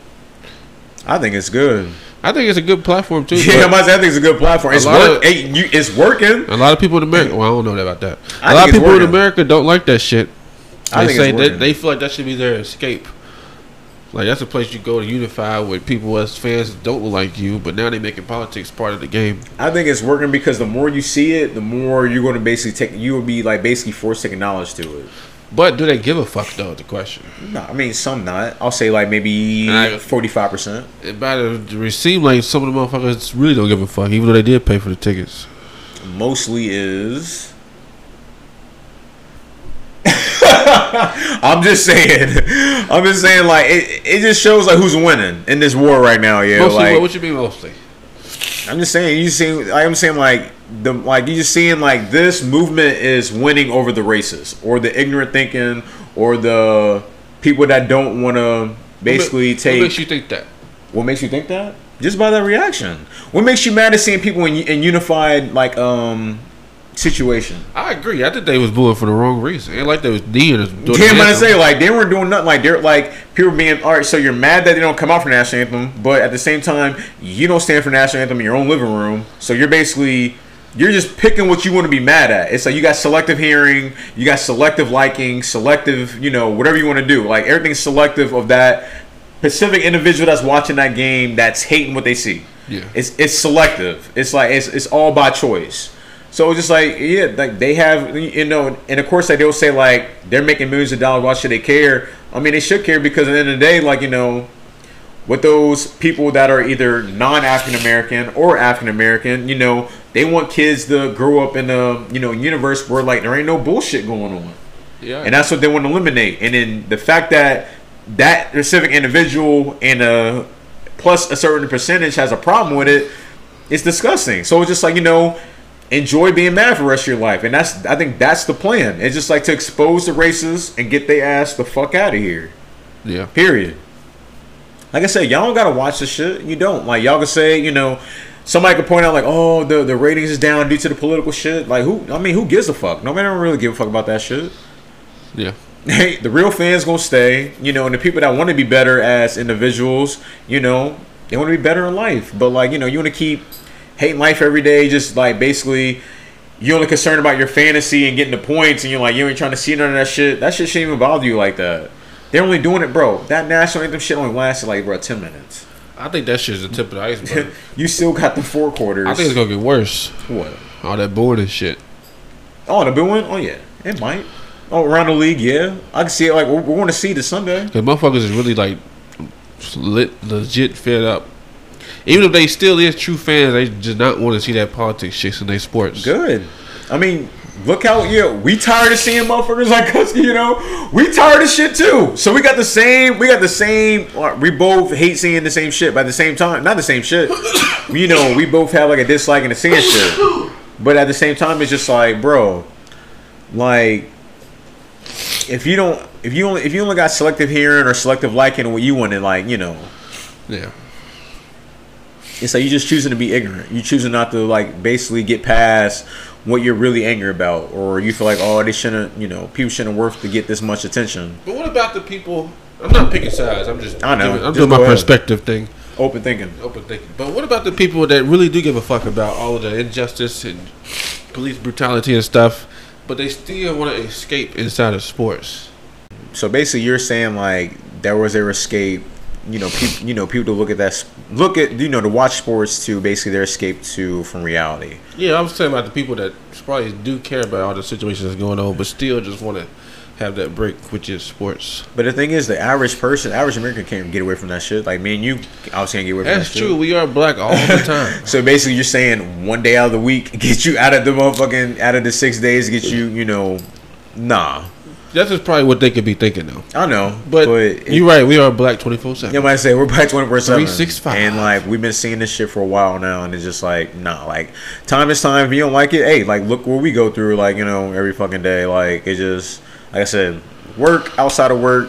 [SPEAKER 2] I think it's good.
[SPEAKER 1] I think it's a good platform too.
[SPEAKER 2] Yeah,
[SPEAKER 1] but
[SPEAKER 2] my, I think it's a good platform. It's
[SPEAKER 1] lot
[SPEAKER 2] work,
[SPEAKER 1] of-
[SPEAKER 2] hey, you, it's working.
[SPEAKER 1] a lot of people in America. Well, I don't know about that.
[SPEAKER 2] I
[SPEAKER 1] A lot
[SPEAKER 2] think
[SPEAKER 1] of
[SPEAKER 2] it's
[SPEAKER 1] people in
[SPEAKER 2] working.
[SPEAKER 1] America don't like that shit. They
[SPEAKER 2] I think
[SPEAKER 1] say
[SPEAKER 2] it's
[SPEAKER 1] that
[SPEAKER 2] working.
[SPEAKER 1] they feel like that should be their escape. Like that's a place you go to unify with people as fans that don't like you. But now they making politics part of the game.
[SPEAKER 2] I think it's working because the more you see it, the more you're going to basically take. You will be like basically forced to acknowledge to it.
[SPEAKER 1] But do they give a fuck though? is The question.
[SPEAKER 2] No, I mean some not. I'll say like maybe
[SPEAKER 1] I-
[SPEAKER 2] forty five percent.
[SPEAKER 1] It better it seem like some of the motherfuckers really don't give a fuck, even though they did pay for the tickets.
[SPEAKER 2] Mostly is. I'm just saying. I'm just saying. Like it, it just shows like who's winning in this war right now. Yeah.
[SPEAKER 1] mostly,
[SPEAKER 2] like
[SPEAKER 1] what, what you mean mostly?
[SPEAKER 2] I'm just saying. You see, like, I'm saying like the like you just seeing like this movement is winning over the racists or the ignorant thinking or the people that don't want to basically
[SPEAKER 1] what, ma-
[SPEAKER 2] take.
[SPEAKER 1] What makes you think that?
[SPEAKER 2] What makes you think that? Just by that reaction. What makes you mad at seeing people in, in unified like um situation?
[SPEAKER 1] I agree. I think they was booing for the wrong reason. It ain't like they was kneeing. or doing
[SPEAKER 2] Damn,
[SPEAKER 1] the
[SPEAKER 2] I
[SPEAKER 1] anthem.
[SPEAKER 2] say like they weren't doing nothing. Like they're like people being all right. So you're mad that they don't come out for national anthem, but at the same time, you don't stand for national anthem in your own living room. So you're basically you're just picking what you want to be mad at. It's like you got selective hearing, you got selective liking, selective you know whatever you want to do. Like everything's selective of that specific individual that's watching that game that's hating what they see.
[SPEAKER 1] Yeah.
[SPEAKER 2] it's it's selective. It's like it's it's all by choice. So it's just like yeah, like they have you know, and of course like they'll say like they're making millions of dollars. Why should they care? I mean, they should care because at the end of the day, like you know, with those people that are either non-African American or African American, you know, they want kids to grow up in a you know universe where like there ain't no bullshit going on,
[SPEAKER 1] yeah,
[SPEAKER 2] and that's what they want to eliminate. And then the fact that that specific individual and uh plus a certain percentage has a problem with it, it's disgusting. So it's just like you know, enjoy being mad for the rest of your life, and that's I think that's the plan. It's just like to expose the racists and get their ass the fuck out of here.
[SPEAKER 1] yeah.
[SPEAKER 2] Period. Like I said, y'all don't gotta watch this shit. You don't. Like y'all can say, you know, somebody could point out like, oh, the the ratings is down due to the political shit. Like who? I mean, who gives a fuck? Nobody don't really give a fuck about that shit.
[SPEAKER 1] Yeah.
[SPEAKER 2] hey, the real fans gonna stay, you know, and the people that want to be better as individuals, you know, they want to be better in life. But like, you know, you want to keep hating life every day, just like basically, you're only concerned about your fantasy and getting the points, and you're like, you ain't trying to see none of that shit. That shit shouldn't even bother you like that. They're only doing it, bro. That national anthem shit only lasted like, bro, ten minutes.
[SPEAKER 1] I think that shit's the tip of the iceberg.
[SPEAKER 2] you still got the four quarters.
[SPEAKER 1] I think it's gonna get worse.
[SPEAKER 2] what?
[SPEAKER 1] All that boring shit.
[SPEAKER 2] Oh, the big one? Oh yeah, it might. Oh, around the league, yeah. I can see it. Like we're, we're going to see this Sunday.
[SPEAKER 1] Cause motherfuckers is really like lit, legit fed up. Even if they still is true fans, they just not want to see that politics shit in their sports.
[SPEAKER 2] Good. I mean, look how yeah, we tired of seeing motherfuckers like us. You know, we tired of shit too. So we got the same. We got the same. uh, We both hate seeing the same shit. By the same time, not the same shit. you know, we both have like a dislike and a seeing shit. But at the same time, it's just like, bro, like if you don't, if you only, if you only got selective hearing or selective liking, what you want to like, you know.
[SPEAKER 1] Yeah.
[SPEAKER 2] it's like you're just choosing to be ignorant. You're choosing not to like basically get past what you're really angry about, or you feel like oh they shouldn't, you know, people shouldn't worth to get this much attention.
[SPEAKER 1] But what about the people? I'm not picking sides. I'm just.
[SPEAKER 2] I know.
[SPEAKER 1] giving- I'm
[SPEAKER 2] Just
[SPEAKER 1] doing
[SPEAKER 2] go
[SPEAKER 1] my
[SPEAKER 2] ahead.
[SPEAKER 1] perspective thing.
[SPEAKER 2] Open thinking.
[SPEAKER 1] Open thinking. But what about the people that really do give a fuck about all of the injustice and police brutality and stuff, but they still want to escape inside of sports?
[SPEAKER 2] So basically, you're saying like there was their escape. You know, people. You know, people to look at that. s- Look at you know to watch sports to basically their escape to from reality.
[SPEAKER 1] Yeah, I was talking about the people that probably do care about all the situations that's going on, but still just want to have that break, which is sports.
[SPEAKER 2] But the thing is, the average person, average American, can't get away from that shit. Like me and you, I was can't get away from
[SPEAKER 1] That's
[SPEAKER 2] that
[SPEAKER 1] true.
[SPEAKER 2] Shit.
[SPEAKER 1] We are black all the time.
[SPEAKER 2] So basically, you're saying one day out of the week get you out of the motherfucking out of the six days get you you know, nah.
[SPEAKER 1] That's just probably what they could be thinking though.
[SPEAKER 2] I know,
[SPEAKER 1] But,
[SPEAKER 2] but, it-
[SPEAKER 1] you're right. We are black twenty four seven.
[SPEAKER 2] you might say we're back twenty four seven,
[SPEAKER 1] 365.
[SPEAKER 2] and like we've been seeing this shit for a while now, and it's just like nah, like time is time. If you don't like it, hey, like look what we go through, like you know, every fucking day. Like it just, like I said, work outside of work,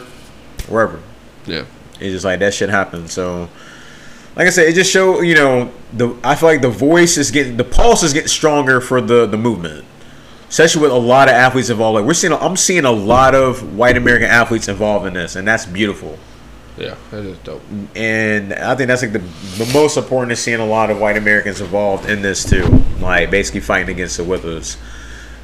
[SPEAKER 2] wherever.
[SPEAKER 1] Yeah.
[SPEAKER 2] It's just like that shit happens. So, like I said, it just show you know the I feel like the voice is getting the pulse is getting stronger for the the movement, especially with a lot of athletes involved. Like we're seeing, I'm seeing a lot of white American athletes involved in this, and that's beautiful.
[SPEAKER 1] Yeah. That is dope.
[SPEAKER 2] And I think that's like the the most important is seeing a lot of white Americans involved in this too, like basically fighting against it with us.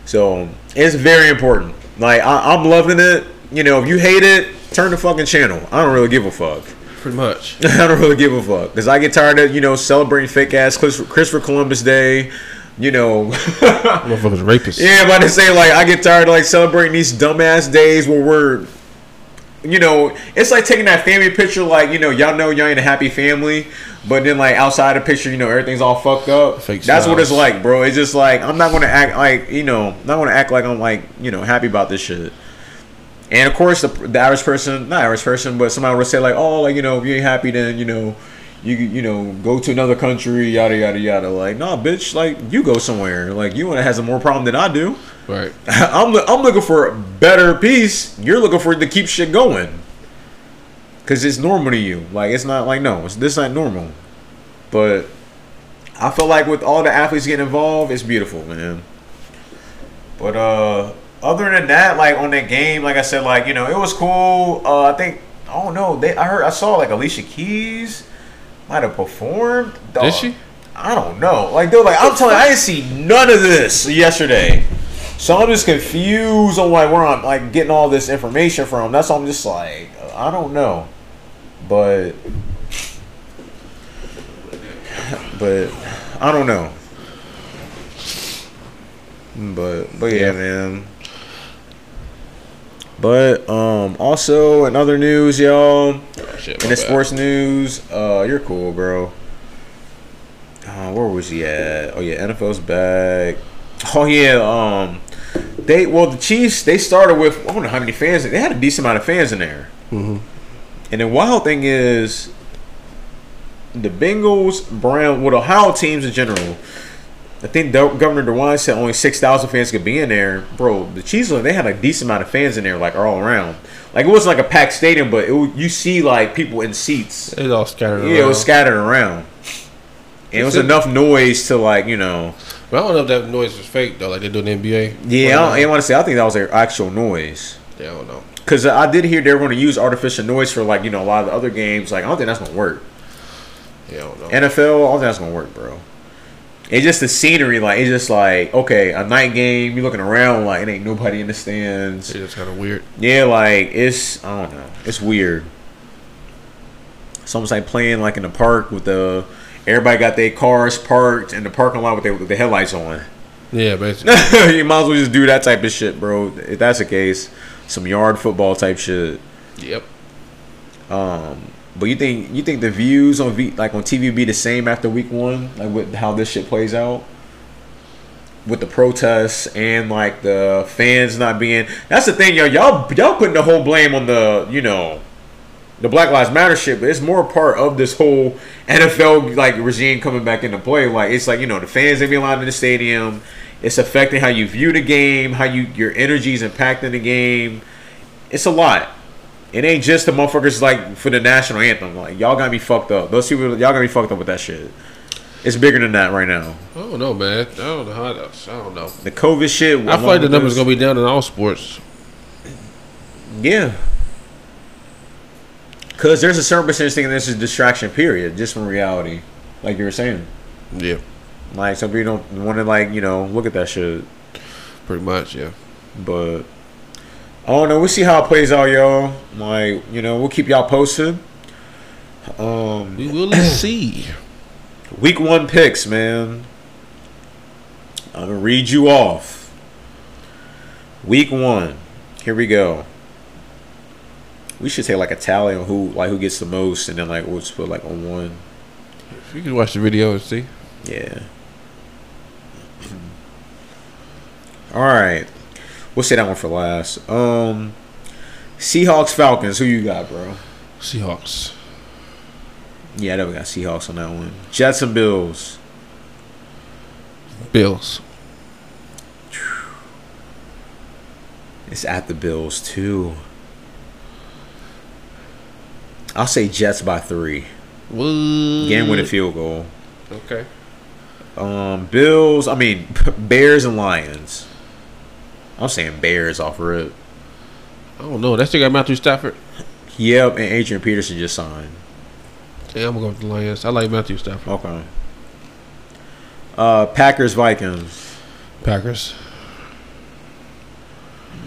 [SPEAKER 2] So it's very important. Like I, I'm loving it. You know, if you hate it, turn the fucking channel. I don't really give a fuck.
[SPEAKER 1] Pretty much.
[SPEAKER 2] I don't really give a fuck because I get tired of you know celebrating fake ass Chris- Christopher Columbus Day. You know,
[SPEAKER 1] Motherfuckers rapists.
[SPEAKER 2] yeah, I'm about to say like I get tired of like celebrating these dumbass days where we're, you know, it's like taking that family picture like you know y'all know y'all ain't a happy family, but then like outside the picture you know everything's all fucked up.
[SPEAKER 1] Fake
[SPEAKER 2] That's what it's
[SPEAKER 1] smiles.
[SPEAKER 2] like, bro. It's just like I'm not gonna act like you know not gonna act like I'm like you know happy about this shit. And of course, the, the average person, not average person, but somebody would say like, oh, like you know, if you ain't happy, then you know, you you know, go to another country, yada yada yada. Like, nah, bitch, like you go somewhere. Like you wanna have some more problem than I do.
[SPEAKER 1] Right.
[SPEAKER 2] I'm I'm looking for a better piece. You're looking for it to keep shit going. Cause it's normal to you. Like it's not like no, it's this not normal. But I feel like with all the athletes getting involved, it's beautiful, man. But uh other than that, like on that game, like I said, like, you know, it was cool. Uh I think I don't know, they I heard I saw like Alicia Keys might have performed. Dog,
[SPEAKER 1] Did she?
[SPEAKER 2] I don't know. Like dude, like I'm telling you, I didn't see none of this yesterday. So I'm just confused on like where I'm like getting all this information from. That's why I'm just like I don't know. But but I don't know. But but
[SPEAKER 1] Yeah.
[SPEAKER 2] yeah, man. But um also in other news, y'all,
[SPEAKER 1] Shit, my
[SPEAKER 2] in the
[SPEAKER 1] bad.
[SPEAKER 2] sports news, uh you're cool, bro. Uh, where was he at? Oh yeah, NFL's back. Oh yeah, um they well the Chiefs they started with I don't know how many fans they had a decent amount of fans in there. And the wild thing is, the Bengals, Brown, well, the Ohio teams in general. I think Do- Governor DeWine said only six thousand fans could be in there, bro. The Chiefs, like, they had a decent amount of fans in there, like all around. Like it wasn't like a packed stadium, but it, wa- you see like people in seats.
[SPEAKER 1] It all scattered
[SPEAKER 2] Yeah, it
[SPEAKER 1] around.
[SPEAKER 2] was scattered around. And Uh-huh. it was
[SPEAKER 1] It's a-
[SPEAKER 2] enough noise to like you know.
[SPEAKER 1] But I don't know if that noise was fake though, like they do in the NBA.
[SPEAKER 2] Yeah, I,
[SPEAKER 1] Or
[SPEAKER 2] don't,
[SPEAKER 1] not.
[SPEAKER 2] want to say I think that was their actual noise.
[SPEAKER 1] Yeah, I don't know.
[SPEAKER 2] Because I did hear they were going to use artificial noise for like you know a lot of the other games. Like I don't think that's going to work.
[SPEAKER 1] Yeah, I don't know.
[SPEAKER 2] NFL, I don't think that's going to work, bro. It's just the scenery. Like it's just like okay, a night game. You looking around like it ain't nobody in the stands.
[SPEAKER 1] it's just kind of weird.
[SPEAKER 2] Yeah, like it's I don't know. It's weird. It's almost like playing like in the park with the everybody got their cars parked in the parking lot with their with the headlights on.
[SPEAKER 1] Yeah, basically.
[SPEAKER 2] you might as well just do that type of shit, bro. If that's the case, some yard football type shit.
[SPEAKER 1] yep.
[SPEAKER 2] But you think you think the views on v, like on TV be the same after week one, like with how this shit plays out, with the protests and like the fans not being. That's the thing, yo. Y'all y'all putting the whole blame on the you know, the Black Lives Matter shit, but it's more part of this whole NFL like regime coming back into play. Like it's like you know the fans they be allowed in the stadium. It's affecting how you view the game, how you your energy is impacting the game. It's a lot. It ain't just the motherfuckers like for the national anthem. Like y'all got me fucked up. Those people, y'all got me fucked up with that shit. It's bigger than that right now.
[SPEAKER 1] I don't know, man. I don't know how. That's, I don't know.
[SPEAKER 2] The COVID shit.
[SPEAKER 1] I feel like the numbers gonna be down in all sports.
[SPEAKER 2] be yeah. Cause there's a certain percentage thinking this is distraction. Period. Just from reality, like you were saying.
[SPEAKER 1] Yeah,
[SPEAKER 2] Like some people don't want to like you know look at that shit,
[SPEAKER 1] pretty much. Yeah.
[SPEAKER 2] but I don't know. We'll see how it plays out, y'all. Like you know, we'll keep y'all posted. Um,
[SPEAKER 1] We will see.
[SPEAKER 2] Week one picks, man. I'm gonna read you off. Week one. Here we go. We should take like a tally on who like who gets the most, and then like we'll just put like on one.
[SPEAKER 1] You can watch the video and see.
[SPEAKER 2] Yeah. All right. We'll say that one for last. Um, Seahawks Falcons. Who you got, bro?
[SPEAKER 1] Seahawks.
[SPEAKER 2] Yeah, I know we got Seahawks on that one. Jets and Bills.
[SPEAKER 1] Bills.
[SPEAKER 2] It's at the Bills too. I'll say Jets by three.
[SPEAKER 1] What?
[SPEAKER 2] Game
[SPEAKER 1] Mm.
[SPEAKER 2] with a field goal.
[SPEAKER 1] Okay.
[SPEAKER 2] Um, Bills. I mean Bears and Lions. I'm saying Bears off rip.
[SPEAKER 1] I don't know. That still got Matthew Stafford.
[SPEAKER 2] Yep, and Adrian Peterson just signed.
[SPEAKER 1] Yeah, I'm gonna go with the Lions. I like Matthew Stafford.
[SPEAKER 2] Okay. Uh, Packers Vikings.
[SPEAKER 1] Oh. Packers.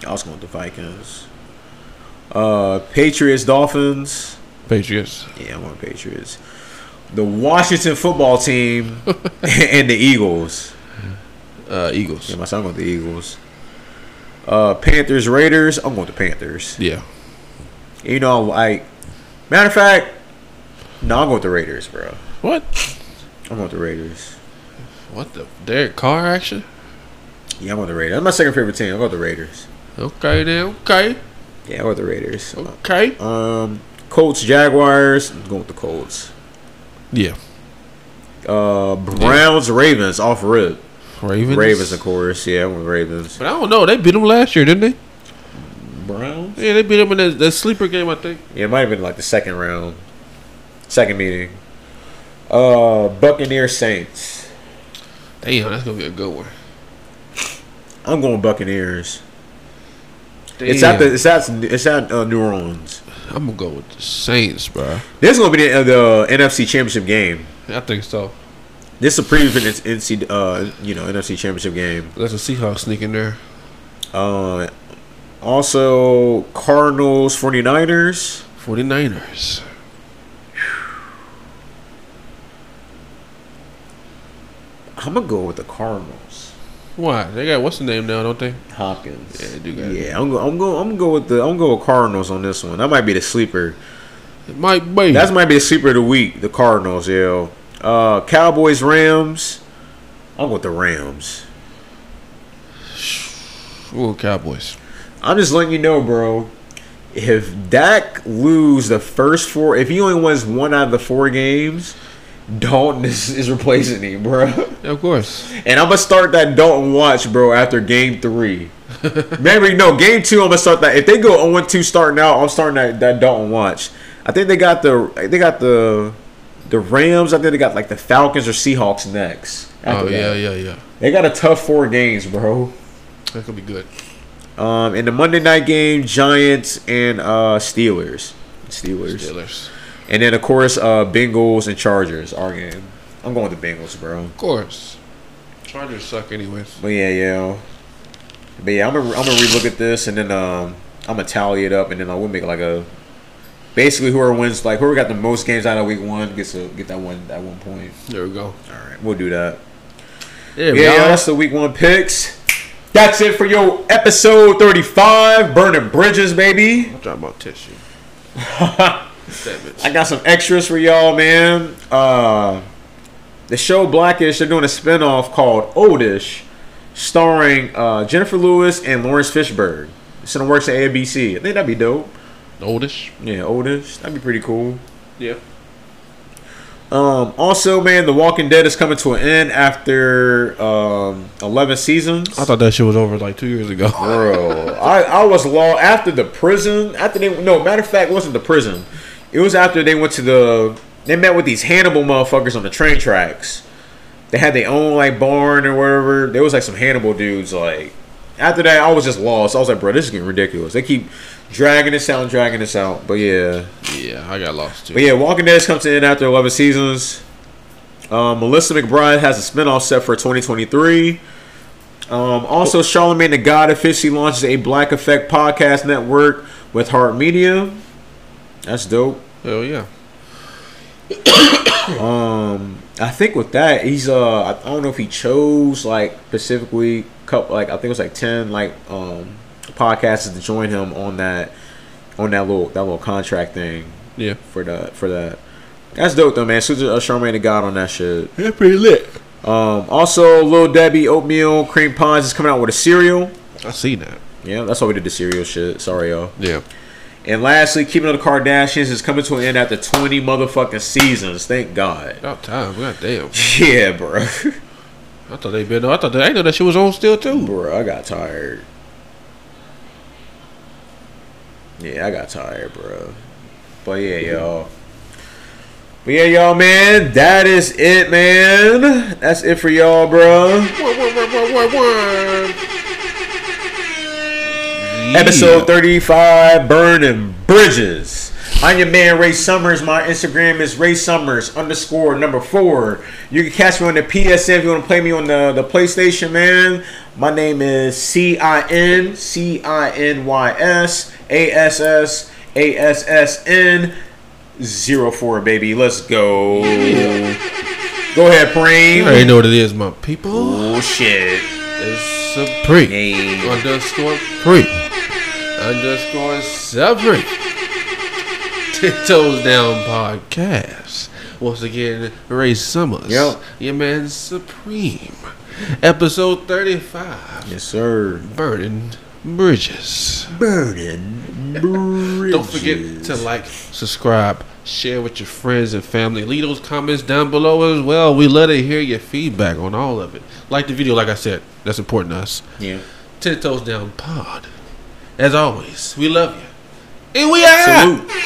[SPEAKER 2] I was going with the Vikings. Uh, Patriots Dolphins.
[SPEAKER 1] Patriots.
[SPEAKER 2] Yeah, I'm on Patriots. The Washington football team and the Eagles.
[SPEAKER 1] Uh, Eagles.
[SPEAKER 2] Yeah,
[SPEAKER 1] Yeah.
[SPEAKER 2] my son with the Eagles. Uh, Panthers, Raiders. I'm going with the Panthers. You know, like matter of fact, no, I'm going with the Raiders, bro.
[SPEAKER 1] What?
[SPEAKER 2] I'm going with the Raiders.
[SPEAKER 1] What the Derek Carr action?
[SPEAKER 2] Yeah, I'm going with the Raiders. That's my second favorite team. I'm going with the Raiders.
[SPEAKER 1] Okay then. Okay.
[SPEAKER 2] Yeah, I'm with the Raiders.
[SPEAKER 1] Okay.
[SPEAKER 2] Um, Colts, Jaguars. I'm going with the Colts.
[SPEAKER 1] Yeah.
[SPEAKER 2] Uh, Browns, Ravens. Off rip.
[SPEAKER 1] Ravens.
[SPEAKER 2] Ravens, of course. Yeah, I'm with the Ravens.
[SPEAKER 1] But I don't know. They beat them last year, didn't they?
[SPEAKER 2] Browns.
[SPEAKER 1] Yeah, they beat them in that, that sleeper game, I think.
[SPEAKER 2] Yeah, it might have been like the second round, second meeting. Uh, Buccaneer Saints.
[SPEAKER 1] Damn, that's gonna be a good one.
[SPEAKER 2] I'm going Buccaneers. It's at the it's at it's at uh, New Orleans.
[SPEAKER 1] I'm gonna go with the Saints, bro.
[SPEAKER 2] This is gonna be the, uh, the NFC Championship game.
[SPEAKER 1] I think so.
[SPEAKER 2] This is a preview for this NC uh you know NFC Championship game.
[SPEAKER 1] That's a Seahawks sneak in there.
[SPEAKER 2] Uh, also Cardinals 49ers.
[SPEAKER 1] 49ers.
[SPEAKER 2] I'm gonna go with the Cardinals.
[SPEAKER 1] Why? They got what's the name now, don't they?
[SPEAKER 2] Hopkins.
[SPEAKER 1] Yeah,
[SPEAKER 2] Yeah,
[SPEAKER 1] they do got it.
[SPEAKER 2] I'm go, I'm go, I'm gonna go with the I'm gonna go with Cardinals on this one. That might be the sleeper.
[SPEAKER 1] It might be.
[SPEAKER 2] That might be the sleeper of the week. The Cardinals, yeah. Uh, Cowboys Rams. I'm with the Rams.
[SPEAKER 1] Ooh, Cowboys.
[SPEAKER 2] I'm just letting you know, bro. If Dak lose the first four, if he only wins one out of the four games, Dalton is, is replacing him, bro.
[SPEAKER 1] Yeah, of course.
[SPEAKER 2] And I'm gonna start that Dalton watch, bro, after game three. Maybe no game two. I'm gonna start that. If they go 0 2 starting out, I'm starting that, that Dalton watch. I think they got the they got the the Rams. I think they got like the Falcons or Seahawks next.
[SPEAKER 1] Oh
[SPEAKER 2] after
[SPEAKER 1] yeah,
[SPEAKER 2] that.
[SPEAKER 1] yeah, yeah.
[SPEAKER 2] They got a tough four games, bro.
[SPEAKER 1] That could be good.
[SPEAKER 2] Um, in the Monday night game, Giants and uh, Steelers. Steelers.
[SPEAKER 1] Steelers.
[SPEAKER 2] And then of course, uh, Bengals and Chargers. Our game. I'm going with the Bengals, bro.
[SPEAKER 1] Of course. Chargers suck anyways.
[SPEAKER 2] But yeah, yeah. But yeah, I'm gonna I'm gonna relook at this and then um I'm gonna tally it up and then I will make like a basically whoever wins like whoever got the most games out of week one gets a get that one that one point.
[SPEAKER 1] There we go.
[SPEAKER 2] All right, we'll do that.
[SPEAKER 1] Yeah,
[SPEAKER 2] Yeah,
[SPEAKER 1] y'all.
[SPEAKER 2] that's the week one picks. That's it for your episode 35, burning bridges, baby.
[SPEAKER 1] I'll drop my tissue. Damn it.
[SPEAKER 2] I got some extras for y'all, man. Uh, the show Blackish, they're doing a spinoff called Oldish, starring uh, Jennifer Lewis and Lawrence Fishburne. It's in the works at ABC. I think that'd be dope.
[SPEAKER 1] Oldish.
[SPEAKER 2] Yeah, Oldish. That'd be pretty cool.
[SPEAKER 1] Yeah.
[SPEAKER 2] Um, also, man, The Walking Dead is coming to an end after um, 11 seasons.
[SPEAKER 1] I thought that shit was over like two years ago.
[SPEAKER 2] Bro, I, I was law after the prison. After they no matter of fact, it wasn't the prison. It was after they went to the they met with these Hannibal motherfuckers on the train tracks. They had their own like barn or whatever. There was like some Hannibal dudes. Like after that, I was just lost. I was like, bro, this is getting ridiculous. They keep dragging this out, and dragging this out. But yeah,
[SPEAKER 1] yeah, I got lost too.
[SPEAKER 2] but yeah, Walking Dead comes in after 11 seasons. Um, Melissa McBride has a spinoff set for 2023. Um, also, Charlemagne the God officially launches a Black Effect podcast network with Heart Media. That's dope.
[SPEAKER 1] Hell yeah.
[SPEAKER 2] I think with that, he's uh, I I don't know if he chose like specifically, couple like I think it was like ten like um podcasts to join him on that on that little that little contract thing
[SPEAKER 1] Yeah.
[SPEAKER 2] for that for that. That's dope though, man. Susan uh, Charmaine the God on that shit.
[SPEAKER 1] Yeah, pretty lit.
[SPEAKER 2] Um, also, Lil Debbie Oatmeal Cream Pies is coming out with a cereal.
[SPEAKER 1] I seen that.
[SPEAKER 2] Yeah, that's why we did the cereal shit. Sorry, y'all.
[SPEAKER 1] Yeah.
[SPEAKER 2] And lastly, Keeping Up the Kardashians is coming to an end after 20 motherfucking seasons. Thank God.
[SPEAKER 1] About time. God damn.
[SPEAKER 2] Yeah, bro.
[SPEAKER 1] I thought they been. I thought they, I didn't know that shit was on still too.
[SPEAKER 2] bro, I got tired. Yeah, I got tired, bro. But yeah, y'all. But yeah, y'all, man. That is it, man. That's it for y'all, bro. Episode 35, Burning Bridges. I'm your man, Ray Summers. My Instagram is Ray Summers underscore number four. You can catch me on the PSN if you want to play me on the, the PlayStation, man. My name is C I N C I N Y S A S S A S S N zero four, baby. Let's go. Go ahead,
[SPEAKER 1] I already
[SPEAKER 2] Preem.
[SPEAKER 1] know what it is, my people.
[SPEAKER 2] Oh, shit.
[SPEAKER 1] It's a pre.
[SPEAKER 2] Hey.
[SPEAKER 1] Underscore pre. Underscore seven. Tiptoes down podcast. Once again, Ray Summers.
[SPEAKER 2] Yo.
[SPEAKER 1] Your man Supreme. Episode 35.
[SPEAKER 2] Yes, sir.
[SPEAKER 1] Burning Bridges.
[SPEAKER 2] Burning Bridges.
[SPEAKER 1] Don't forget to like, subscribe, share with your friends and family. Leave those comments down below as well. We love to hear your feedback on all of it. Like the video, like I said, that's important to us.
[SPEAKER 2] Yeah.
[SPEAKER 1] Ten Toes Down Pod. As always, we love you. And we are out.
[SPEAKER 2] Salute.